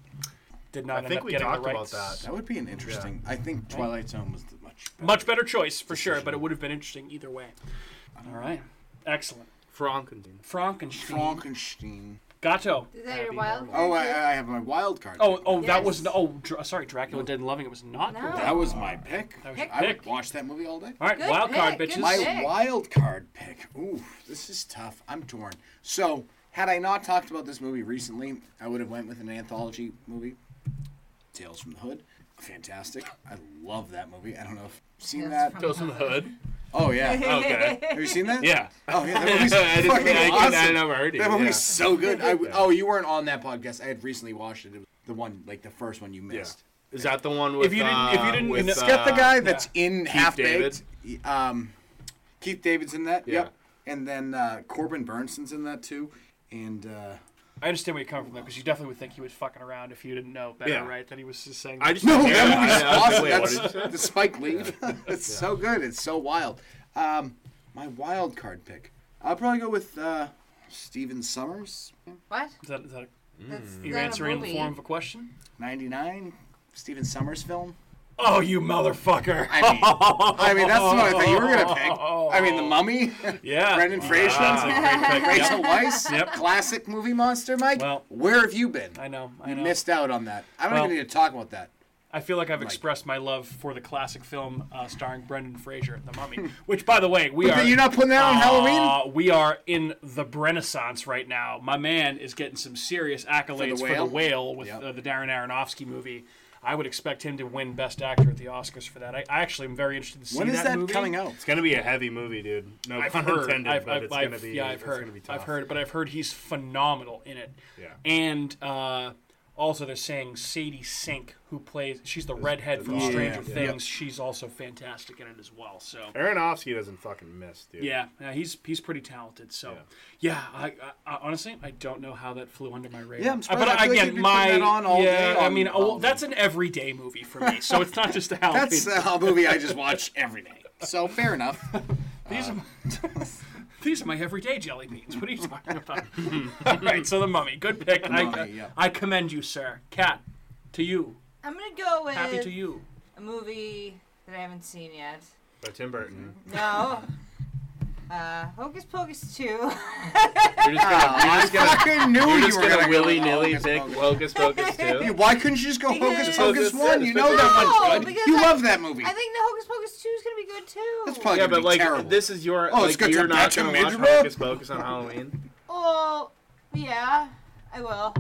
[SPEAKER 1] Did not
[SPEAKER 2] I
[SPEAKER 1] end
[SPEAKER 2] think
[SPEAKER 1] up
[SPEAKER 2] we
[SPEAKER 1] getting
[SPEAKER 2] talked
[SPEAKER 1] the
[SPEAKER 2] about
[SPEAKER 1] rights.
[SPEAKER 2] that.
[SPEAKER 4] That would be an interesting. I think Twilight Zone was the much. better-
[SPEAKER 1] Much better choice for sure, but it would have been interesting either way. All right. Excellent.
[SPEAKER 2] Frankenstein.
[SPEAKER 1] Frankenstein.
[SPEAKER 4] Frankenstein.
[SPEAKER 1] Gatto.
[SPEAKER 3] Is that your
[SPEAKER 1] Happy
[SPEAKER 3] wild?
[SPEAKER 4] Oh, I, I have my wild card.
[SPEAKER 1] Oh,
[SPEAKER 4] pick.
[SPEAKER 1] oh, that
[SPEAKER 3] Yes.
[SPEAKER 1] was oh, dr- sorry, Dracula Dead and Loving. It was not.
[SPEAKER 3] No.
[SPEAKER 1] All
[SPEAKER 4] that was my pick.
[SPEAKER 1] was your
[SPEAKER 4] I
[SPEAKER 1] pick.
[SPEAKER 4] would watch that movie all day.
[SPEAKER 1] right,
[SPEAKER 3] Good
[SPEAKER 1] wild card
[SPEAKER 3] pick, good
[SPEAKER 1] bitches.
[SPEAKER 4] My
[SPEAKER 3] pick.
[SPEAKER 4] wild card pick. Ooh, this is tough. I'm torn. So Had I not talked about this movie recently, I would have went with an anthology movie, Tales from the Hood. Fantastic. I love that movie. I don't know if you've seen that.
[SPEAKER 11] Tales from the Hood.
[SPEAKER 4] Oh yeah.
[SPEAKER 11] Okay.
[SPEAKER 4] Have you seen that?
[SPEAKER 11] Yeah.
[SPEAKER 4] Oh yeah. That movie's
[SPEAKER 11] I didn't-
[SPEAKER 4] fucking
[SPEAKER 11] I didn't- I
[SPEAKER 4] awesome.
[SPEAKER 11] never heard it,
[SPEAKER 4] That movie's
[SPEAKER 11] yeah.
[SPEAKER 4] so good. I w
[SPEAKER 11] Yeah.
[SPEAKER 4] Oh, you weren't on that podcast. I had recently watched it. It was the one, like the first one you missed.
[SPEAKER 11] Is that the one with?
[SPEAKER 4] if you didn't, if you didn't,
[SPEAKER 11] with,
[SPEAKER 4] let's
[SPEAKER 11] uh,
[SPEAKER 4] get the guy that's in
[SPEAKER 11] Keith
[SPEAKER 4] Half
[SPEAKER 11] David?
[SPEAKER 4] Baked. Um, Keith David's in that.
[SPEAKER 11] Yeah.
[SPEAKER 4] Yep. And then uh, Corbin Burnson's in that too. And uh,
[SPEAKER 1] I understand where you come from, though, because you definitely would think he was fucking around if you didn't know better,
[SPEAKER 4] Yeah.
[SPEAKER 1] right? That he was just saying.
[SPEAKER 4] I just no, that movie's awesome. That's the Spike Lee. it's so good. It's so wild. Um, my wild card pick. I'll probably go with uh, Steven Summers.
[SPEAKER 3] What?
[SPEAKER 1] Is that, is that
[SPEAKER 4] Hmm.
[SPEAKER 1] a,
[SPEAKER 3] That's-
[SPEAKER 1] you're
[SPEAKER 3] that a
[SPEAKER 1] answering in the
[SPEAKER 3] movie?
[SPEAKER 1] form of a question?
[SPEAKER 4] 99, Steven Summers film.
[SPEAKER 1] Oh, you motherfucker.
[SPEAKER 4] I mean, I mean that's what I thought you were going to pick. I mean, The Mummy.
[SPEAKER 1] Yeah.
[SPEAKER 4] Brendan Fraser.
[SPEAKER 1] Ah, great pick.
[SPEAKER 4] Rachel
[SPEAKER 1] Yep.
[SPEAKER 4] Weisz.
[SPEAKER 1] Yep.
[SPEAKER 4] Classic movie monster, Mike.
[SPEAKER 1] Well,
[SPEAKER 4] Where have you been?
[SPEAKER 1] I know. I
[SPEAKER 4] You
[SPEAKER 1] know.
[SPEAKER 4] missed out on that. I don't
[SPEAKER 1] Well-
[SPEAKER 4] even need to talk about that.
[SPEAKER 1] I feel like I've expressed my love for the classic film uh, starring Brendan Fraser, The Mummy. Which, by the way, we
[SPEAKER 4] But
[SPEAKER 1] are.
[SPEAKER 4] then you're not putting that on
[SPEAKER 1] Uh,
[SPEAKER 4] Halloween?
[SPEAKER 1] We are in the Renaissance right now. My man is getting some serious accolades for The Whale,
[SPEAKER 4] Whale?
[SPEAKER 1] with
[SPEAKER 4] Yep.
[SPEAKER 1] uh, the Darren Aronofsky movie. I would expect him to win Best Actor at the Oscars for that. I, I actually am very interested to see
[SPEAKER 4] When is that
[SPEAKER 1] movie.
[SPEAKER 4] coming out?
[SPEAKER 2] It's gonna be a heavy movie, dude. No
[SPEAKER 1] I've
[SPEAKER 2] pun
[SPEAKER 1] heard.
[SPEAKER 2] intended,
[SPEAKER 1] I've,
[SPEAKER 2] but
[SPEAKER 1] I've-
[SPEAKER 2] it's
[SPEAKER 1] I've-
[SPEAKER 2] gonna be.
[SPEAKER 1] yeah, I've
[SPEAKER 2] it's
[SPEAKER 1] heard.
[SPEAKER 2] Gonna be tough.
[SPEAKER 1] I've heard, but I've heard he's phenomenal in it.
[SPEAKER 2] Yeah.
[SPEAKER 1] And uh, also, they're saying Sadie Sink, who plays, she's the redhead from
[SPEAKER 2] daughter,
[SPEAKER 1] Stranger
[SPEAKER 2] yeah.
[SPEAKER 1] Things.
[SPEAKER 2] Yep.
[SPEAKER 1] She's also fantastic in it as well. So.
[SPEAKER 2] Aronofsky doesn't fucking miss, dude.
[SPEAKER 1] Yeah, yeah, he's he's pretty talented. So, yeah, I, I, I honestly I don't know how that flew under my radar.
[SPEAKER 4] Yeah, I'm
[SPEAKER 1] Uh,
[SPEAKER 4] surprised.
[SPEAKER 1] But
[SPEAKER 4] I feel like
[SPEAKER 1] again,
[SPEAKER 4] you've been
[SPEAKER 1] my
[SPEAKER 4] putting that on all
[SPEAKER 1] yeah,
[SPEAKER 4] day
[SPEAKER 1] I
[SPEAKER 4] on-
[SPEAKER 1] mean, oh, well,
[SPEAKER 4] on-
[SPEAKER 1] that's an everyday movie for me. So it's not just a Halloween.
[SPEAKER 4] That's a movie I just watch every day. So fair enough.
[SPEAKER 1] These are my, these are my everyday jelly beans. What are you talking about? All right, so the mummy, good pick.
[SPEAKER 4] The
[SPEAKER 1] I,
[SPEAKER 4] Mummy, yeah.
[SPEAKER 1] I commend you, sir. Cat, to you.
[SPEAKER 3] I'm gonna go with
[SPEAKER 1] Happy to you.
[SPEAKER 3] a movie that I haven't seen yet.
[SPEAKER 2] By Tim Burton.
[SPEAKER 3] No. Uh, Hocus Pocus 2.
[SPEAKER 11] You're just gonna, you're just gonna,
[SPEAKER 4] fucking knew
[SPEAKER 11] you're
[SPEAKER 4] you
[SPEAKER 11] just
[SPEAKER 4] were
[SPEAKER 11] gonna,
[SPEAKER 4] gonna go
[SPEAKER 11] willy nilly
[SPEAKER 4] Hocus
[SPEAKER 11] pick Hocus
[SPEAKER 4] Pocus.
[SPEAKER 11] Pocus
[SPEAKER 4] Hey,
[SPEAKER 11] too.
[SPEAKER 4] Why couldn't you just go Hocus Pocus
[SPEAKER 3] Because-
[SPEAKER 11] Hocus
[SPEAKER 4] One?
[SPEAKER 11] Pocus
[SPEAKER 4] You know that
[SPEAKER 3] no,
[SPEAKER 4] one's good.
[SPEAKER 3] because
[SPEAKER 4] You
[SPEAKER 3] I-
[SPEAKER 4] love that movie.
[SPEAKER 3] I think the Hocus Pocus 2 is gonna be good too.
[SPEAKER 4] That's probably
[SPEAKER 11] Yeah,
[SPEAKER 4] gonna
[SPEAKER 11] but
[SPEAKER 4] be
[SPEAKER 11] like
[SPEAKER 4] terrible.
[SPEAKER 11] this is your
[SPEAKER 4] Oh, it's
[SPEAKER 11] like
[SPEAKER 4] got
[SPEAKER 11] you're
[SPEAKER 4] to
[SPEAKER 11] not
[SPEAKER 4] Beckham
[SPEAKER 11] gonna watch
[SPEAKER 4] Midrow?
[SPEAKER 11] Hocus Pocus on Halloween.
[SPEAKER 3] Well, yeah, I will.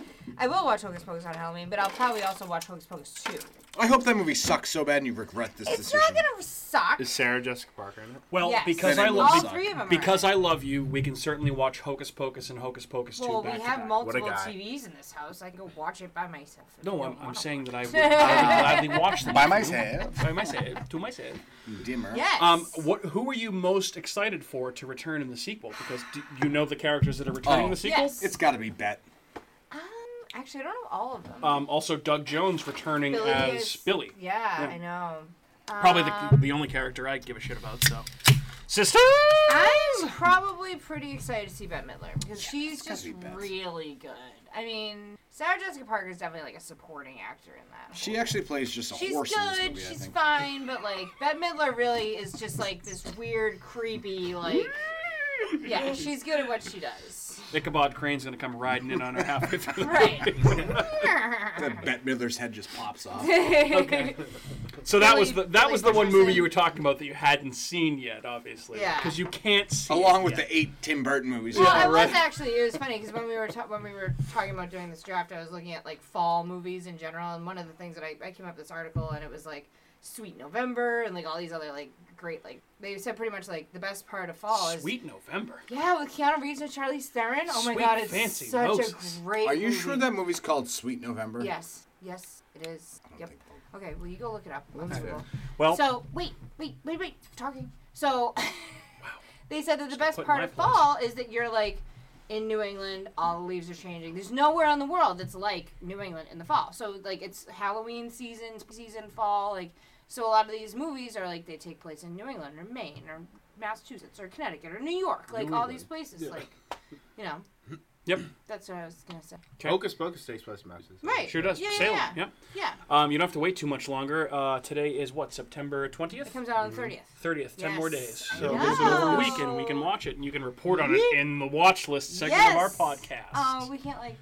[SPEAKER 3] I will watch Hocus Pocus on Halloween, but I'll probably also watch Hocus Pocus 2.
[SPEAKER 4] I hope that movie sucks so bad and you regret this
[SPEAKER 3] It's
[SPEAKER 4] decision.
[SPEAKER 3] not gonna suck.
[SPEAKER 2] Is Sarah Jessica Parker in it?
[SPEAKER 1] Well,
[SPEAKER 3] Yes.
[SPEAKER 1] because
[SPEAKER 4] Then
[SPEAKER 1] I
[SPEAKER 4] it
[SPEAKER 1] love
[SPEAKER 4] will
[SPEAKER 3] All
[SPEAKER 4] suck.
[SPEAKER 3] three of them.
[SPEAKER 1] because I love you, we can certainly watch Hocus Pocus and Hocus Pocus
[SPEAKER 3] well,
[SPEAKER 1] two back
[SPEAKER 3] we
[SPEAKER 1] to
[SPEAKER 3] have
[SPEAKER 1] back.
[SPEAKER 3] multiple
[SPEAKER 2] guy.
[SPEAKER 3] TVs in this house. I can go watch it by myself. if
[SPEAKER 1] No,
[SPEAKER 3] I
[SPEAKER 1] I'm,
[SPEAKER 3] don't
[SPEAKER 1] I'm
[SPEAKER 3] wanna.
[SPEAKER 1] saying that I would, I would gladly watch them.
[SPEAKER 4] By myself.
[SPEAKER 1] By myself. To myself.
[SPEAKER 4] Dimmer.
[SPEAKER 3] Yes.
[SPEAKER 1] Um, what, who were you most excited for to return in the sequel? Because do you know the characters that are returning in
[SPEAKER 4] Oh.
[SPEAKER 1] the sequel?
[SPEAKER 3] Yes.
[SPEAKER 4] It's got to be Bet.
[SPEAKER 3] um, actually, I don't know all of them.
[SPEAKER 1] Um, also, Doug Jones returning
[SPEAKER 3] Billy
[SPEAKER 1] as
[SPEAKER 3] is-
[SPEAKER 1] Billy.
[SPEAKER 3] Yeah,
[SPEAKER 1] Yeah.
[SPEAKER 3] I know.
[SPEAKER 1] Probably the, the only character I give a shit about, so. Sister!
[SPEAKER 3] I'm probably pretty excited to see Bette Midler because she's
[SPEAKER 4] gotta
[SPEAKER 3] just
[SPEAKER 4] be Bette.
[SPEAKER 3] really good. I mean, Sarah Jessica Parker is definitely like a supporting actor in that.
[SPEAKER 4] She actually plays just a
[SPEAKER 3] She's
[SPEAKER 4] horse in this
[SPEAKER 3] good,
[SPEAKER 4] movie, I
[SPEAKER 3] she's
[SPEAKER 4] think.
[SPEAKER 3] fine, but like Bette Midler really is just like this weird, creepy, like yeah, she's good at what she does.
[SPEAKER 1] Ichabod Crane's gonna come riding in on her halfway through. the-
[SPEAKER 3] Right.
[SPEAKER 4] That Bette Midler's head just pops off.
[SPEAKER 1] So that was the
[SPEAKER 3] Billy-
[SPEAKER 1] that
[SPEAKER 3] Billy
[SPEAKER 1] was the one movie
[SPEAKER 3] Richardson.
[SPEAKER 1] you were talking about that you hadn't seen yet, obviously.
[SPEAKER 3] Yeah.
[SPEAKER 1] Because you can't see. it
[SPEAKER 4] Along with
[SPEAKER 1] yet.
[SPEAKER 4] the eight Tim Burton movies.
[SPEAKER 3] Well, I
[SPEAKER 1] right.
[SPEAKER 3] was actually. It was funny because when we were ta- when we were talking about doing this draft, I was looking at like fall movies in general, and one of the things that I, I came up with this article, and it was like Sweet November and like all these other like great like they said pretty much like the best part of fall is
[SPEAKER 1] Sweet November.
[SPEAKER 3] yeah with Keanu Reeves and Charlie Theron. Oh my
[SPEAKER 1] Sweet
[SPEAKER 3] god, it's
[SPEAKER 1] fancy
[SPEAKER 3] such
[SPEAKER 1] Moses.
[SPEAKER 3] a great.
[SPEAKER 4] Are you sure
[SPEAKER 3] movie.
[SPEAKER 4] that movie's called Sweet November?
[SPEAKER 3] Yes, yes, it is. Yep. Okay, well you go look it up. I'm Google.
[SPEAKER 1] Well,
[SPEAKER 3] So wait, wait, wait, wait. Talking. So they said that the best
[SPEAKER 1] putting
[SPEAKER 3] part
[SPEAKER 1] my
[SPEAKER 3] of
[SPEAKER 1] place.
[SPEAKER 3] fall is that you're like in New England, all the leaves are changing. There's nowhere in the world that's like New England in the fall. So like it's Halloween season, season fall. Like so, a lot of these movies are like they take place in New England or Maine or Massachusetts or Connecticut or New York. Like all these places. Like you know.
[SPEAKER 1] Yep.
[SPEAKER 3] That's what I was gonna say.
[SPEAKER 1] Okay.
[SPEAKER 2] Hocus Pocus takes place in Massachusetts.
[SPEAKER 3] Right.
[SPEAKER 1] sure does.
[SPEAKER 3] Yeah, yeah,
[SPEAKER 1] Salem.
[SPEAKER 3] yeah.
[SPEAKER 1] Yep.
[SPEAKER 3] Yeah.
[SPEAKER 1] Um, you don't have to wait too much longer. Uh, today is what September
[SPEAKER 3] It
[SPEAKER 1] twentieth,
[SPEAKER 3] comes out on the thirtieth.
[SPEAKER 1] thirtieth. Ten more
[SPEAKER 3] Yes.
[SPEAKER 1] days.
[SPEAKER 3] I
[SPEAKER 1] So there's another
[SPEAKER 3] know.
[SPEAKER 1] week, and we can watch it, and you can report on it in the watch list segment of our
[SPEAKER 3] Yes. Uh,
[SPEAKER 1] podcast.
[SPEAKER 3] Oh, we can't like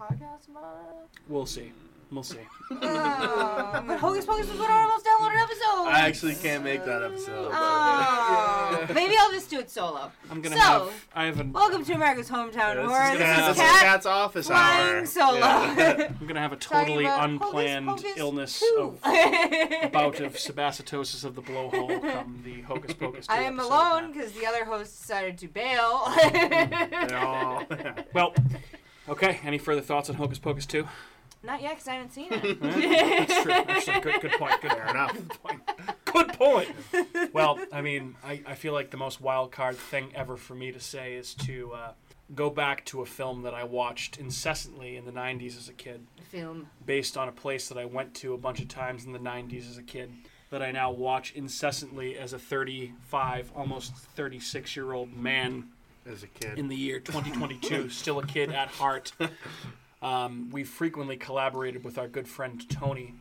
[SPEAKER 3] podcast about it.
[SPEAKER 1] we'll see. We'll see.
[SPEAKER 3] Oh, but Hocus Pocus was one of our most downloaded episodes.
[SPEAKER 2] I actually can't make that episode.
[SPEAKER 3] Oh, maybe I'll just do it solo.
[SPEAKER 1] I'm gonna
[SPEAKER 3] so,
[SPEAKER 1] have. I have an.
[SPEAKER 3] welcome to America's hometown
[SPEAKER 1] Yeah,
[SPEAKER 3] horror. This
[SPEAKER 1] this
[SPEAKER 3] is Kat
[SPEAKER 2] Cat's office
[SPEAKER 3] flying solo.
[SPEAKER 1] Yeah. I'm gonna have a
[SPEAKER 3] Talking
[SPEAKER 1] totally
[SPEAKER 3] about Hocus
[SPEAKER 1] unplanned
[SPEAKER 3] Pocus
[SPEAKER 1] illness of bout of sebastatosis of the blowhole come the hocus pocus. 2
[SPEAKER 3] I am
[SPEAKER 1] episode.
[SPEAKER 3] alone because the other host decided to bail.
[SPEAKER 1] well, okay. Any further thoughts on Hocus Pocus two?
[SPEAKER 3] Not yet, because I haven't seen
[SPEAKER 1] That's true. Actually,
[SPEAKER 3] it.
[SPEAKER 1] good, good point. Good Fair enough. Good point. Good point. Well, I mean, I, I feel like the most wild card thing ever for me to say is to uh, go back to a film that I watched incessantly in the 90s as a kid.
[SPEAKER 3] Film.
[SPEAKER 1] Based on a place that I went to a bunch of times in the 90s as a kid that I now watch incessantly as a 35, almost 36 year old man.
[SPEAKER 2] As a kid.
[SPEAKER 1] In the year 2022, still a kid at heart. Um, we frequently collaborated with our good friend Tony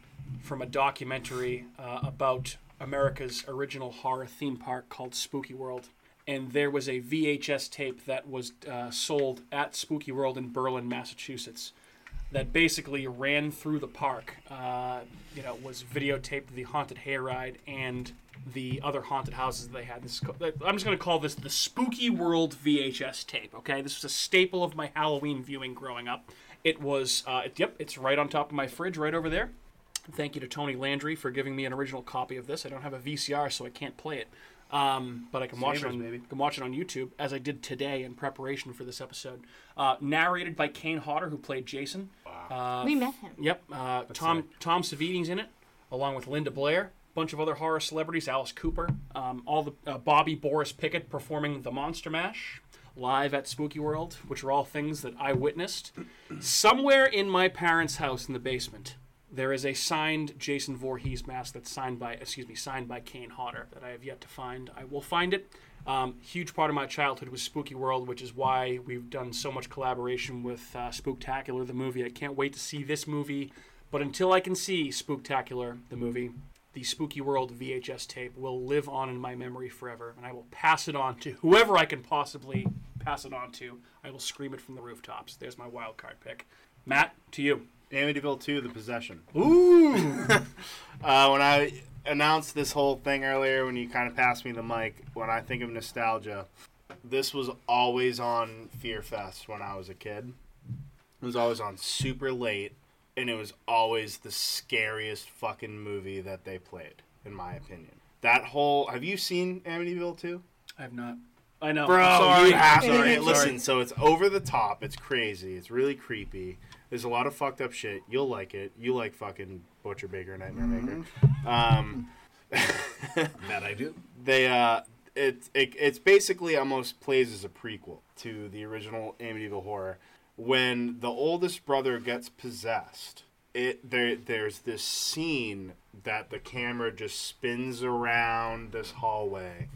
[SPEAKER 1] from a documentary uh, about America's original horror theme park called Spooky World. And there was a VHS tape that was uh, sold at Spooky World in Berlin, Massachusetts, that basically ran through the park. Uh, you know, was videotaped the haunted hayride and the other haunted houses they had. This is co- I'm just going to call this the Spooky World VHS tape. Okay, this was a staple of my Halloween viewing growing up. It was, uh, it- yep, it's right on top of my fridge, right over there. Thank you to Tony Landry for giving me an original copy of this. I don't have a VCR, so I can't play it. Um, but I can watch
[SPEAKER 2] Savers,
[SPEAKER 1] it on
[SPEAKER 2] baby.
[SPEAKER 1] can watch it on YouTube as I did today in preparation for this episode. Uh, narrated by Kane Hodder, who played Jason. Wow.
[SPEAKER 3] We met him.
[SPEAKER 1] Yep. Uh, Tom Tom Savini's in it, along with Linda Blair, bunch of other horror celebrities, Alice Cooper, um, all the uh, Bobby Boris Pickett performing the Monster Mash live at Spooky World, which are all things that I witnessed. Somewhere in my parents' house in the basement, there is a signed Jason Voorhees mask that's signed by, excuse me, signed by Kane Hodder that I have yet to find. I will find it. Um, huge part of my childhood was Spooky World, which is why we've done so much collaboration with uh, Spooktacular, the movie. I can't wait to see this movie, but until I can see Spooktacular, the movie, the Spooky World VHS tape will live on in my memory forever, and I will pass it on to whoever I can possibly pass it on to. I will scream it from the rooftops. There's my wild card pick. Matt, to you.
[SPEAKER 2] Amityville 2, The Possession.
[SPEAKER 1] Ooh.
[SPEAKER 2] uh, when I announced this whole thing earlier, when you kind of passed me the mic, when I think of nostalgia, this was always on Fear Fest when I was a kid. It was always on super late, and it was always the scariest fucking movie that they played, in my opinion. That whole. Have you seen Amityville 2?
[SPEAKER 1] I have not. I know.
[SPEAKER 2] Bro,
[SPEAKER 1] I'm sorry.
[SPEAKER 2] you have to.
[SPEAKER 1] Sorry.
[SPEAKER 2] Sorry, listen, so it's over the top. It's crazy. It's really creepy. There's a lot of fucked up shit. You'll like it. You like fucking Butcher Baker, Nightmare Maker. Um, that I do. They uh, it, it it's basically almost plays as a prequel to the original Amityville Horror. When the oldest brother gets possessed, it there there's this scene that the camera just spins around this hallway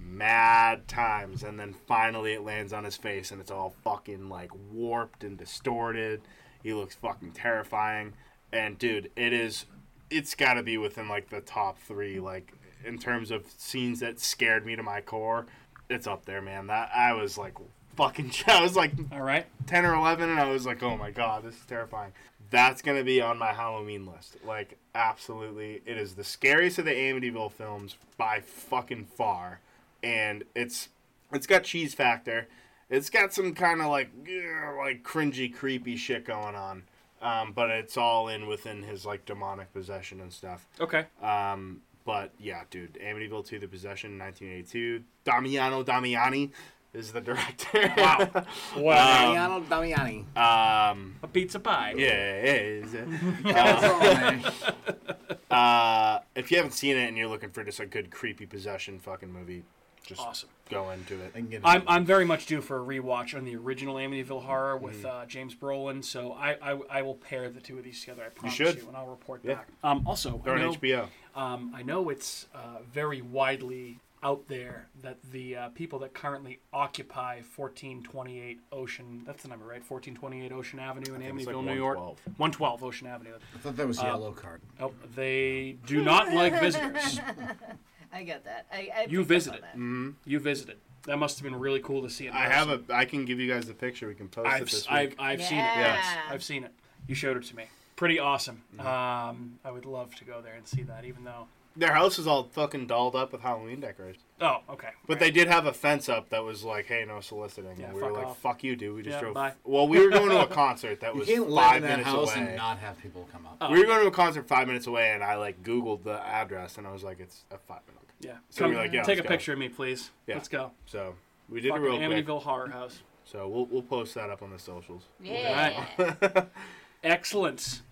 [SPEAKER 2] mad times and then finally it lands on his face and it's all fucking like warped and distorted he looks fucking terrifying and dude it is it's got to be within like the top 3 like in terms of scenes that scared me to my core it's up there man that i was like fucking i was like
[SPEAKER 1] all right
[SPEAKER 2] 10 or 11 and i was like oh my god this is terrifying that's gonna be on my halloween list like absolutely it is the scariest of the amityville films by fucking far and it's it's got cheese factor it's got some kind of like yeah, like cringy creepy shit going on um, but it's all in within his like demonic possession and stuff
[SPEAKER 1] Okay.
[SPEAKER 2] um, but yeah, dude, Amityville 2: The Possession, 1982. Damiano Damiani is the director. Wow.
[SPEAKER 4] Damiano Damiani.
[SPEAKER 2] Um,
[SPEAKER 1] a pizza pie.
[SPEAKER 2] Yeah, it is. Uh, uh, if you haven't seen it and you're looking for just a good creepy possession fucking movie, just
[SPEAKER 1] Awesome.
[SPEAKER 2] go into it. And get
[SPEAKER 1] I'm, I'm very much due for a rewatch on the original Amityville Horror with uh, James Brolin, so I, I I will pair the two of these together. I promise you,
[SPEAKER 2] should.
[SPEAKER 1] and I'll report
[SPEAKER 2] Yeah.
[SPEAKER 1] back. Um, also,
[SPEAKER 2] They're
[SPEAKER 1] I
[SPEAKER 2] on
[SPEAKER 1] know,
[SPEAKER 2] HBO.
[SPEAKER 1] Um, I know it's uh, very widely out there that the uh, people that currently occupy 1428 Ocean, that's the number, right? 1428 Ocean Avenue in
[SPEAKER 4] think it's
[SPEAKER 1] Amityville,
[SPEAKER 4] like
[SPEAKER 1] New York.
[SPEAKER 4] 112.
[SPEAKER 1] 112 Ocean Avenue. I
[SPEAKER 4] thought that was yellow card.
[SPEAKER 1] Oh, they do not like visitors.
[SPEAKER 3] I get that. I, I picked
[SPEAKER 1] You
[SPEAKER 3] up
[SPEAKER 1] visited.
[SPEAKER 3] on
[SPEAKER 2] Mm-hmm.
[SPEAKER 1] You visited. That must have been really cool to see it. in
[SPEAKER 2] I have
[SPEAKER 1] person.
[SPEAKER 2] a. I can give you guys the picture. We can post
[SPEAKER 1] I've,
[SPEAKER 2] it this week.
[SPEAKER 1] I've, I've seen it.
[SPEAKER 3] Yeah.
[SPEAKER 1] Yes, I've seen it. You showed it to me. pretty awesome.
[SPEAKER 2] Mm-hmm.
[SPEAKER 1] Um, I would love to go there and see that, even though.
[SPEAKER 2] Their house is all fucking dolled up with Halloween decorations.
[SPEAKER 1] Oh, okay.
[SPEAKER 2] But they did have a fence up that was like, "Hey, no soliciting."
[SPEAKER 1] Yeah,
[SPEAKER 2] and we
[SPEAKER 1] fuck
[SPEAKER 2] were like,
[SPEAKER 1] off.
[SPEAKER 2] "Fuck you, dude." We just
[SPEAKER 1] Yeah,
[SPEAKER 2] drove.
[SPEAKER 1] bye.
[SPEAKER 2] Well, we were going to a concert that
[SPEAKER 1] You
[SPEAKER 2] was
[SPEAKER 1] can't live
[SPEAKER 2] five
[SPEAKER 1] in that
[SPEAKER 2] minutes
[SPEAKER 1] house
[SPEAKER 2] away.
[SPEAKER 1] and not
[SPEAKER 4] have people come up.
[SPEAKER 2] We were going to a concert five minutes away, and I like Googled the address, and I was like, "It's a five minute."
[SPEAKER 1] Yeah.
[SPEAKER 2] So
[SPEAKER 1] Come,
[SPEAKER 2] we were like, "Yeah,
[SPEAKER 1] take a
[SPEAKER 2] let's go."
[SPEAKER 1] picture of me, please.
[SPEAKER 2] Yeah.
[SPEAKER 1] Let's go.
[SPEAKER 2] So we did
[SPEAKER 1] Fucking
[SPEAKER 2] it real quick.
[SPEAKER 1] Amityville Horror House.
[SPEAKER 2] So we'll we'll post that up on the socials.
[SPEAKER 1] Yeah. Excellent.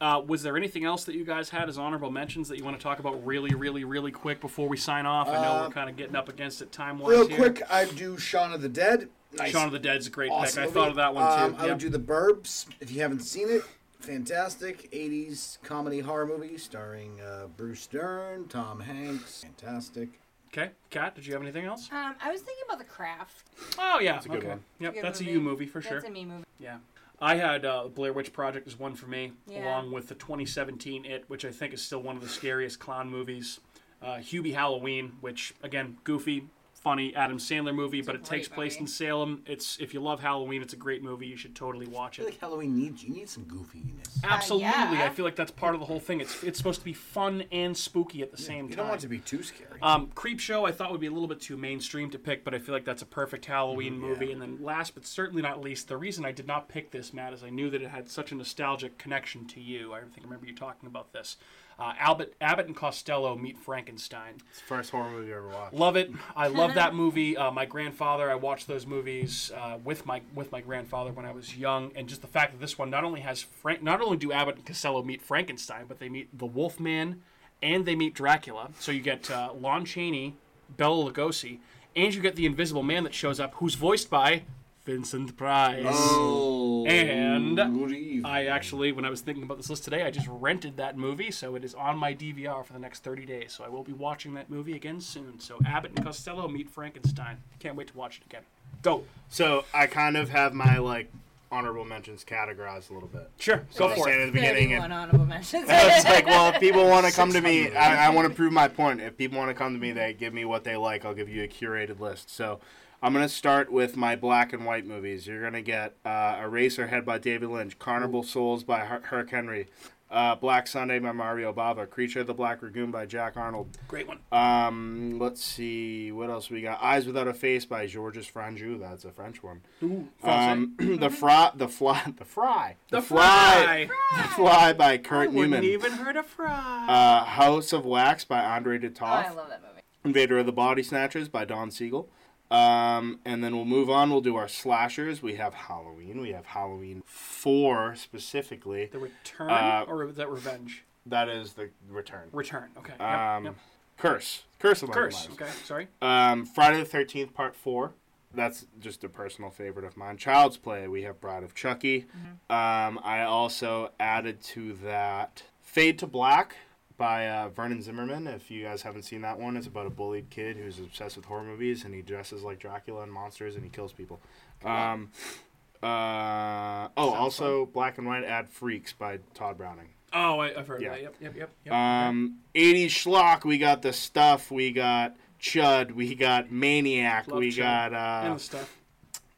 [SPEAKER 1] Uh, was there anything else that you guys had as honorable mentions that you want to talk about really, really, really quick before we sign off? I know
[SPEAKER 12] Uh,
[SPEAKER 1] we're kind of getting up against it time wise.
[SPEAKER 12] Real quick, I do Shaun of the Dead.
[SPEAKER 1] Shaun of the Dead's a great
[SPEAKER 12] Awesome
[SPEAKER 1] pick. I
[SPEAKER 12] movie.
[SPEAKER 1] thought of that one too.
[SPEAKER 12] Um, I
[SPEAKER 1] Yeah.
[SPEAKER 12] would do The Burbs if you haven't seen it. Fantastic 80s comedy horror movie starring uh, Bruce Dern, Tom Hanks. Fantastic.
[SPEAKER 1] Okay, Kat, did you have anything else?
[SPEAKER 3] Um, I was thinking about the craft.
[SPEAKER 1] Oh yeah,
[SPEAKER 3] That's a good
[SPEAKER 1] okay.
[SPEAKER 3] one.
[SPEAKER 1] Yep,
[SPEAKER 3] Good
[SPEAKER 1] that's a
[SPEAKER 3] movie.
[SPEAKER 1] you movie for
[SPEAKER 3] That's
[SPEAKER 1] sure.
[SPEAKER 3] a me movie.
[SPEAKER 1] Yeah, I had uh, Blair Witch Project is one for me,
[SPEAKER 3] Yeah.
[SPEAKER 1] along with the 2017 It, which I think is still one of the scariest clown movies. Uh, Hubie Halloween, which again, goofy, funny Adam Sandler movie, but it takes
[SPEAKER 12] great
[SPEAKER 1] place in Salem. It's if you love Halloween, it's a great movie. You should totally watch
[SPEAKER 12] I feel
[SPEAKER 1] it.
[SPEAKER 12] like Halloween needs you need some goofiness.
[SPEAKER 4] uh,
[SPEAKER 1] Absolutely, I feel like that's part of the whole thing. It's it's supposed to be fun and spooky at the same time.
[SPEAKER 12] You don't want it to be too scary.
[SPEAKER 1] Um, Creep Show, I thought would be a little bit too mainstream to pick, but I feel like that's a perfect Halloween movie. And then, last but certainly not least, the reason I did not pick this, Matt, is I knew that it had such a nostalgic connection to you. I think I remember you talking about this. Uh, Albert Abbott and Costello meet Frankenstein.
[SPEAKER 2] It's the first horror movie I ever watched.
[SPEAKER 1] Love it. I love that movie. Uh, my grandfather. I watched those movies uh, with my with my grandfather when I was young, and just the fact that this one not only has Frank, not only do Abbott and Costello meet Frankenstein, but they meet the Wolfman, and they meet Dracula. So you get uh, Lon Chaney, Bela Lugosi, and you get the Invisible Man that shows up, who's voiced by Vincent Price.
[SPEAKER 12] Oh,
[SPEAKER 1] and I actually, when I was thinking about this list today, I just rented that movie, so it is on my DVR for the next 30 days. So I will be watching that movie again soon. So Abbott and Costello meet Frankenstein. Can't wait to watch it again. Go.
[SPEAKER 2] So I kind of have my like honorable mentions categorized a little bit.
[SPEAKER 1] Sure,
[SPEAKER 2] So
[SPEAKER 1] go
[SPEAKER 2] I was
[SPEAKER 1] for
[SPEAKER 2] saying
[SPEAKER 1] it.
[SPEAKER 2] at the beginning, and
[SPEAKER 3] Thirty-one honorable mentions.
[SPEAKER 2] it's like, well, if people want to come to me,
[SPEAKER 3] 600.
[SPEAKER 2] I, I want to prove my point. If people want to come to me, they give me what they like. I'll give you a curated list. So I'm gonna start with my black and white movies. You're gonna get uh, Eraserhead by David Lynch, Carnival Souls by Her- Herc Henry, uh, Black Sunday by Mario Bava, Creature of the Black Lagoon by Jack Arnold.
[SPEAKER 1] Great one.
[SPEAKER 2] Um, let's see what else we got. Eyes Without a Face by Georges Franju. That's a French one.
[SPEAKER 1] Ooh,
[SPEAKER 2] Um, the fry, the fly, the fry,
[SPEAKER 1] Mm-hmm. The
[SPEAKER 2] fly, the fly by Kurt Newman.
[SPEAKER 1] Wouldn't even hurt a fry.
[SPEAKER 2] Uh, House of Wax by Andre Detoff.
[SPEAKER 1] Oh, I
[SPEAKER 3] Oh,
[SPEAKER 1] love that movie.
[SPEAKER 2] Invader of the Body Snatchers by Don Siegel. Um, and then we'll move on. We'll do our slashers. We have Halloween. We have Halloween four specifically.
[SPEAKER 1] The Return
[SPEAKER 2] Uh,
[SPEAKER 1] or is that Revenge?
[SPEAKER 2] that is the return.
[SPEAKER 1] Return. Okay. Yep,
[SPEAKER 2] Um,
[SPEAKER 1] yep.
[SPEAKER 2] Curse. Curse of Michael
[SPEAKER 1] Curse.
[SPEAKER 2] Myers.
[SPEAKER 1] Okay. Sorry.
[SPEAKER 2] Um, Friday the Thirteenth Part Four. That's just a personal favorite of mine. Child's Play. We have Bride of Chucky. Um, I also added to that Fade to Black by uh, Vernon Zimmerman. If you guys haven't seen that one, it's about a bullied kid who's obsessed with horror movies and he dresses like Dracula and monsters and he kills people. Um, uh, oh, also Black and White. Add Freaks by Todd Browning.
[SPEAKER 1] Oh, I, I've heard
[SPEAKER 2] Yeah.
[SPEAKER 1] of that. Yep. Yep. Yep. yep.
[SPEAKER 2] Um, 80s schlock. We got the stuff. We got Chud. We got Maniac.
[SPEAKER 1] Love
[SPEAKER 2] we
[SPEAKER 1] Chud.
[SPEAKER 2] got
[SPEAKER 1] And
[SPEAKER 2] uh,
[SPEAKER 1] the stuff.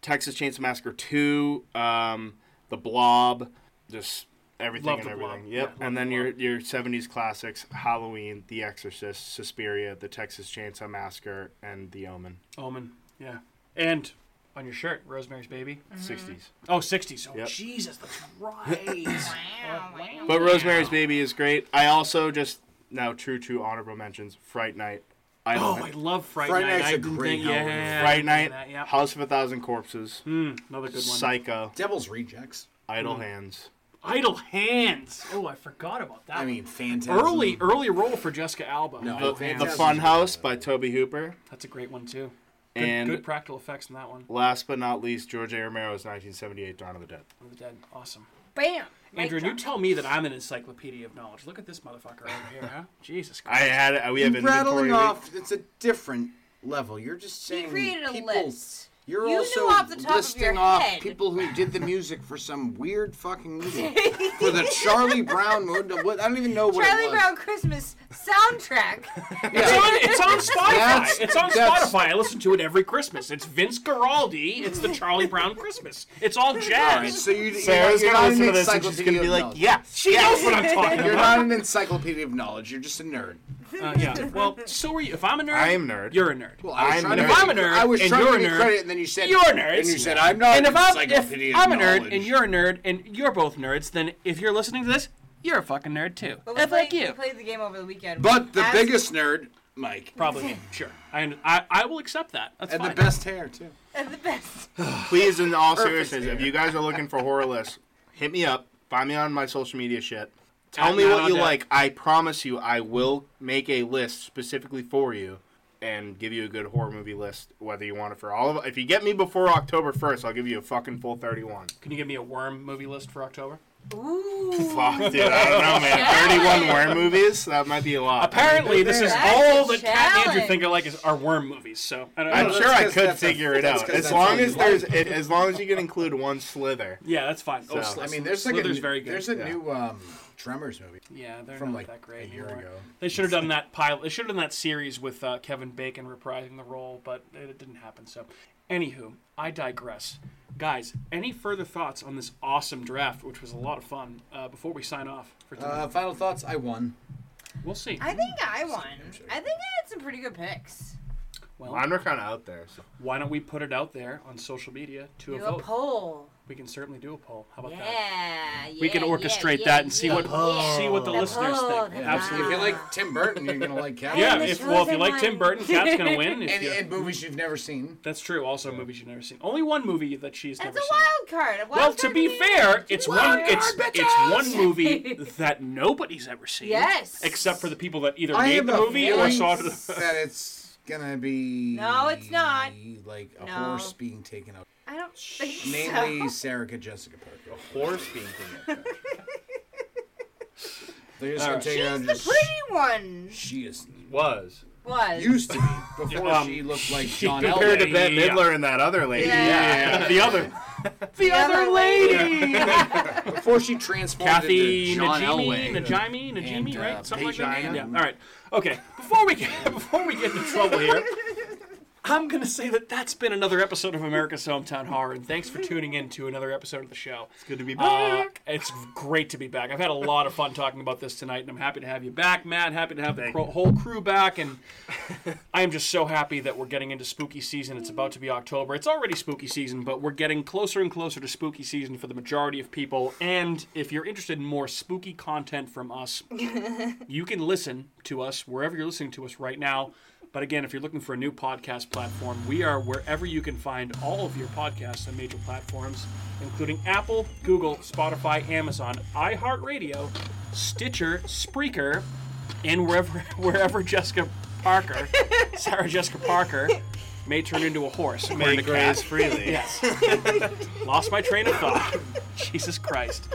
[SPEAKER 2] Texas Chainsaw Massacre 2. Um, the Blob. Just everything
[SPEAKER 1] Love
[SPEAKER 2] and
[SPEAKER 1] The Blob.
[SPEAKER 2] everything.
[SPEAKER 1] Yeah,
[SPEAKER 2] Yep.
[SPEAKER 1] love
[SPEAKER 2] and
[SPEAKER 1] The
[SPEAKER 2] then your your 70s classics: Halloween, The Exorcist, Suspiria, The Texas Chainsaw Massacre, and The Omen.
[SPEAKER 1] Omen. Yeah. And on your shirt, Rosemary's Baby.
[SPEAKER 2] 60s.
[SPEAKER 1] Oh, 60s. Oh,
[SPEAKER 2] Mm. Yep.
[SPEAKER 1] Jesus, that's right. wow,
[SPEAKER 2] But Rosemary's Baby is great. I also just now true true honorable mentions: Fright Night. I
[SPEAKER 1] Oh, I love Fright
[SPEAKER 2] Fright
[SPEAKER 1] Night.
[SPEAKER 2] Night's
[SPEAKER 1] I
[SPEAKER 2] a
[SPEAKER 1] didn't
[SPEAKER 2] great
[SPEAKER 1] think- yeah,
[SPEAKER 2] Halloween.
[SPEAKER 1] I
[SPEAKER 2] Fright
[SPEAKER 1] didn't
[SPEAKER 2] Night,
[SPEAKER 1] think of that, yep.
[SPEAKER 2] House of a Thousand Corpses,
[SPEAKER 1] another good one.
[SPEAKER 2] Psycho,
[SPEAKER 12] Devil's Rejects,
[SPEAKER 2] Idle
[SPEAKER 1] Mm.
[SPEAKER 2] Hands.
[SPEAKER 1] Idle Hands. Oh, I forgot about that.
[SPEAKER 12] I mean, Phantasm.
[SPEAKER 1] Early, early role for Jessica Alba.
[SPEAKER 2] the,
[SPEAKER 1] Idle
[SPEAKER 2] the
[SPEAKER 1] Hands.
[SPEAKER 2] Fun House by Toby Hooper.
[SPEAKER 1] That's a great one too. Good,
[SPEAKER 2] And
[SPEAKER 1] good practical effects in that one.
[SPEAKER 2] last but not least, George A. Romero's 1978 Dawn of the Dead.
[SPEAKER 1] Of the Dead. Awesome.
[SPEAKER 3] Bam. Mic
[SPEAKER 1] Andrew, you
[SPEAKER 3] drop.
[SPEAKER 1] tell me that I'm an encyclopedia of knowledge. Look at this motherfucker over here, huh? Jesus
[SPEAKER 2] I
[SPEAKER 1] Christ.
[SPEAKER 2] had we have
[SPEAKER 12] Rattling
[SPEAKER 2] inventory.
[SPEAKER 12] off, it's a different level. You're just
[SPEAKER 3] He
[SPEAKER 12] saying
[SPEAKER 3] created a
[SPEAKER 12] people
[SPEAKER 3] list.
[SPEAKER 4] You're
[SPEAKER 3] You
[SPEAKER 4] also
[SPEAKER 3] knew off the top of your
[SPEAKER 4] listing off
[SPEAKER 3] head.
[SPEAKER 4] people who did the music for some weird fucking movie. for the Charlie Brown movie. What, I don't even know what
[SPEAKER 3] Charlie
[SPEAKER 4] it was.
[SPEAKER 3] Brown Christmas soundtrack.
[SPEAKER 1] It's, on, it's on Spotify.
[SPEAKER 4] That's-
[SPEAKER 1] it's on
[SPEAKER 4] that's-
[SPEAKER 1] Spotify. I listen to it every Christmas. It's Vince Guaraldi. It's the Charlie Brown Christmas. It's all jazz.
[SPEAKER 4] Alright, so you,
[SPEAKER 1] Sarah's
[SPEAKER 4] you're
[SPEAKER 1] gonna
[SPEAKER 4] not
[SPEAKER 1] listen
[SPEAKER 4] an
[SPEAKER 1] to this and she's gonna
[SPEAKER 4] encyclopedia
[SPEAKER 1] be
[SPEAKER 4] of
[SPEAKER 1] like,
[SPEAKER 4] knowledge.
[SPEAKER 1] "Yeah, She yeah." knows what I'm talking
[SPEAKER 4] You're
[SPEAKER 1] about.
[SPEAKER 4] not an encyclopedia of knowledge. You're just a nerd.
[SPEAKER 1] Uh, yeah. Well, so are you. If I'm a nerd,
[SPEAKER 4] I
[SPEAKER 1] am nerd. You're a nerd. Well,
[SPEAKER 4] I was trying
[SPEAKER 1] and
[SPEAKER 4] to
[SPEAKER 1] if
[SPEAKER 4] give
[SPEAKER 1] I'm a
[SPEAKER 4] you-
[SPEAKER 1] nerd,
[SPEAKER 4] I was
[SPEAKER 1] and
[SPEAKER 4] trying to
[SPEAKER 1] you're
[SPEAKER 4] give
[SPEAKER 1] a
[SPEAKER 4] you
[SPEAKER 1] nerd,
[SPEAKER 4] credit, and then you said-
[SPEAKER 1] you're a nerd.
[SPEAKER 4] and you said, "I'm not
[SPEAKER 1] And
[SPEAKER 4] an
[SPEAKER 1] if I'm,
[SPEAKER 4] encyclopedia
[SPEAKER 1] if
[SPEAKER 4] of
[SPEAKER 1] I'm a nerd,
[SPEAKER 4] knowledge."
[SPEAKER 1] and you're a nerd, and you're both nerds, then if you're listening to this, you're a fucking nerd too.
[SPEAKER 3] But we, played, we played the game over the weekend. As-
[SPEAKER 1] nerd, Mike, probably me. Sure, I, I I will accept that. That's
[SPEAKER 4] And the
[SPEAKER 1] fine.
[SPEAKER 4] best hair too.
[SPEAKER 3] And the best.
[SPEAKER 2] Please, in all
[SPEAKER 1] Perfect
[SPEAKER 2] seriousness, if
[SPEAKER 1] hair.
[SPEAKER 2] you guys are looking for horror lists, hit me up. Find me on my social media shit. Tell
[SPEAKER 1] At
[SPEAKER 2] me
[SPEAKER 1] Not
[SPEAKER 2] what
[SPEAKER 1] On
[SPEAKER 2] you
[SPEAKER 1] Deck.
[SPEAKER 2] like. I promise you, I will make a list specifically for you and give you a good horror movie list. Whether you want it for all of, if you get me before October first, I'll give you a fucking full thirty-one.
[SPEAKER 1] Can you give me a worm movie list for October?
[SPEAKER 2] Fuck, dude, I don't know, man. Thirty-one worm movies? That might be a lot.
[SPEAKER 1] Apparently, this is all that Cat and Andrew
[SPEAKER 2] challenge.
[SPEAKER 1] think I like is are worm movies. So I don't
[SPEAKER 2] I'm
[SPEAKER 1] know.
[SPEAKER 2] sure I could figure it out. As long as there's, it, as long as you can include one slither.
[SPEAKER 1] Yeah, that's fine.
[SPEAKER 2] So,
[SPEAKER 4] I mean, there's like a,
[SPEAKER 1] Slither's
[SPEAKER 4] new-
[SPEAKER 1] very good.
[SPEAKER 4] There's a
[SPEAKER 1] Yeah.
[SPEAKER 4] new um, Tremors movie.
[SPEAKER 1] Yeah, they're
[SPEAKER 4] from
[SPEAKER 1] not
[SPEAKER 4] like
[SPEAKER 1] that great
[SPEAKER 4] a year
[SPEAKER 1] anymore.
[SPEAKER 4] ago.
[SPEAKER 1] They should have done that pilot. They should have done that series with uh, Kevin Bacon reprising the role, but it, it didn't happen. So, anywho, I digress. Guys, any further thoughts on this awesome draft, which was a lot of fun? Uh, before we sign off for tonight,
[SPEAKER 4] Uh, final thoughts. I won.
[SPEAKER 1] we'll see.
[SPEAKER 3] I think I won. I think I had some pretty good picks.
[SPEAKER 1] Well,
[SPEAKER 2] Mine were kind of out there. So.
[SPEAKER 1] Why don't we put it out there on social media to
[SPEAKER 3] Do
[SPEAKER 1] a
[SPEAKER 3] a
[SPEAKER 1] vote?
[SPEAKER 3] poll.
[SPEAKER 1] We can certainly do a poll. How about
[SPEAKER 3] Yeah,
[SPEAKER 1] that?
[SPEAKER 3] yeah.
[SPEAKER 1] We can
[SPEAKER 3] yeah,
[SPEAKER 1] orchestrate
[SPEAKER 3] yeah,
[SPEAKER 1] that and see
[SPEAKER 3] yeah,
[SPEAKER 1] what
[SPEAKER 3] yeah.
[SPEAKER 1] see what the, listeners
[SPEAKER 3] poll,
[SPEAKER 1] think.
[SPEAKER 3] the
[SPEAKER 1] Absolutely.
[SPEAKER 4] If you like Tim Burton, you're gonna like Cat.
[SPEAKER 1] Yeah, if well, if you like Tim Burton, Cat's gonna win. If
[SPEAKER 4] and,
[SPEAKER 1] you-
[SPEAKER 4] and movies you've never seen.
[SPEAKER 1] That's true. Also, movies you've never seen. Only one movie that she's
[SPEAKER 3] That's
[SPEAKER 1] never
[SPEAKER 3] a
[SPEAKER 1] seen.
[SPEAKER 3] wild card. A wild
[SPEAKER 1] Well,
[SPEAKER 3] card
[SPEAKER 1] to be
[SPEAKER 3] me.
[SPEAKER 1] fair, it's
[SPEAKER 3] Wild
[SPEAKER 1] one it's
[SPEAKER 3] card, bitches!
[SPEAKER 1] it's one movie that nobody's ever seen.
[SPEAKER 3] Yes.
[SPEAKER 1] Except for the people that either
[SPEAKER 4] I
[SPEAKER 1] made
[SPEAKER 4] have
[SPEAKER 1] the
[SPEAKER 4] a
[SPEAKER 1] movie or
[SPEAKER 4] feeling
[SPEAKER 1] saw it.
[SPEAKER 4] that it's gonna be
[SPEAKER 3] No, it's not.
[SPEAKER 4] like a
[SPEAKER 3] No.
[SPEAKER 4] horse being taken out,
[SPEAKER 3] I don't think
[SPEAKER 4] namely
[SPEAKER 3] so.
[SPEAKER 4] Sarah Jessica Parker.
[SPEAKER 2] A horse being taken
[SPEAKER 4] out. They're just
[SPEAKER 2] All
[SPEAKER 4] gonna
[SPEAKER 2] right.
[SPEAKER 4] take her out.
[SPEAKER 3] She's
[SPEAKER 4] and
[SPEAKER 3] the
[SPEAKER 4] just-
[SPEAKER 3] pretty one.
[SPEAKER 4] She is
[SPEAKER 2] was
[SPEAKER 3] Was.
[SPEAKER 4] used to be before
[SPEAKER 2] Um,
[SPEAKER 4] she looked like John
[SPEAKER 2] compared
[SPEAKER 4] Elway.
[SPEAKER 2] to Bette Midler and that other lady.
[SPEAKER 4] Yeah. Yeah.
[SPEAKER 1] The other. The,
[SPEAKER 4] other
[SPEAKER 1] lady.
[SPEAKER 4] before she transformed
[SPEAKER 1] Kathy
[SPEAKER 4] into John
[SPEAKER 1] Najimy,
[SPEAKER 4] Elway.
[SPEAKER 1] Najimy, Najimy,
[SPEAKER 4] And,
[SPEAKER 1] right?
[SPEAKER 4] uh,
[SPEAKER 1] Something like
[SPEAKER 4] Pagina.
[SPEAKER 1] that. Yeah. All right. Okay. Before we get before we get into trouble here, I'm gonna say that that's been another episode of America's Hometown Horror, and thanks for tuning in to another episode of the show. It's good to be
[SPEAKER 2] back.
[SPEAKER 1] Uh, it's great to be back. I've had a lot of fun talking about this tonight, and I'm happy to have you back, Matt. Happy to have the cro- whole crew back, and I am just so happy that we're getting into spooky season. It's about to be October. It's already spooky season, but we're getting closer and closer to spooky season for the majority of people. And if you're interested in more spooky content from us, you can listen to us wherever you're listening to us right now. But again, if you're looking for a new podcast platform, we are wherever you can find all of your podcasts on major platforms, including Apple, Google, Spotify, Amazon, iHeartRadio, Stitcher, Spreaker, and wherever wherever Jessica Parker, Sarah Jessica Parker, may turn into a horse. according
[SPEAKER 2] May
[SPEAKER 1] to Kat.
[SPEAKER 2] graze freely.
[SPEAKER 1] Yes. Lost my train of thought. Jesus Christ.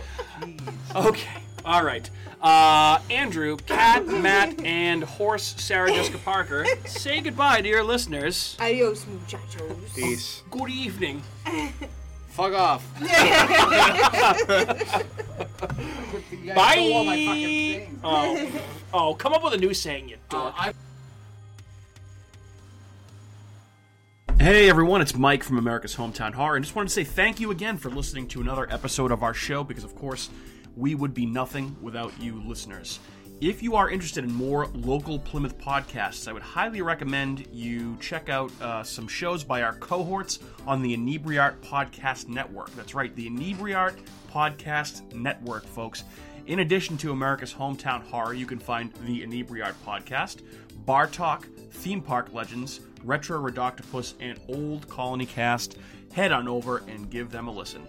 [SPEAKER 1] Okay. All right. Uh, Andrew, Kat, Matt, and horse Sarah Jessica Parker, say goodbye to your listeners.
[SPEAKER 9] Adios, muchachos.
[SPEAKER 2] Peace.
[SPEAKER 1] Good evening.
[SPEAKER 4] Fuck off.
[SPEAKER 1] Bye.
[SPEAKER 4] guys stole all my fucking things.
[SPEAKER 1] oh. oh, come up with a new saying, you
[SPEAKER 4] Uh,
[SPEAKER 1] dork. Hey everyone, it's Mike from America's Hometown Horror, and just wanted to say thank you again for listening to another episode of our show because, of course, we would be nothing without you listeners. If you are interested in more local Plymouth podcasts, I would highly recommend you check out uh, some shows by our cohorts on the Inebriart Podcast Network. That's right, the Inebriart Podcast Network, folks. In addition to America's Hometown Horror, you can find the Inebriart Podcast, Bar Talk, Theme Park Legends, Retro Redoctopus, and Old Colony Cast. Head on over and give them a listen.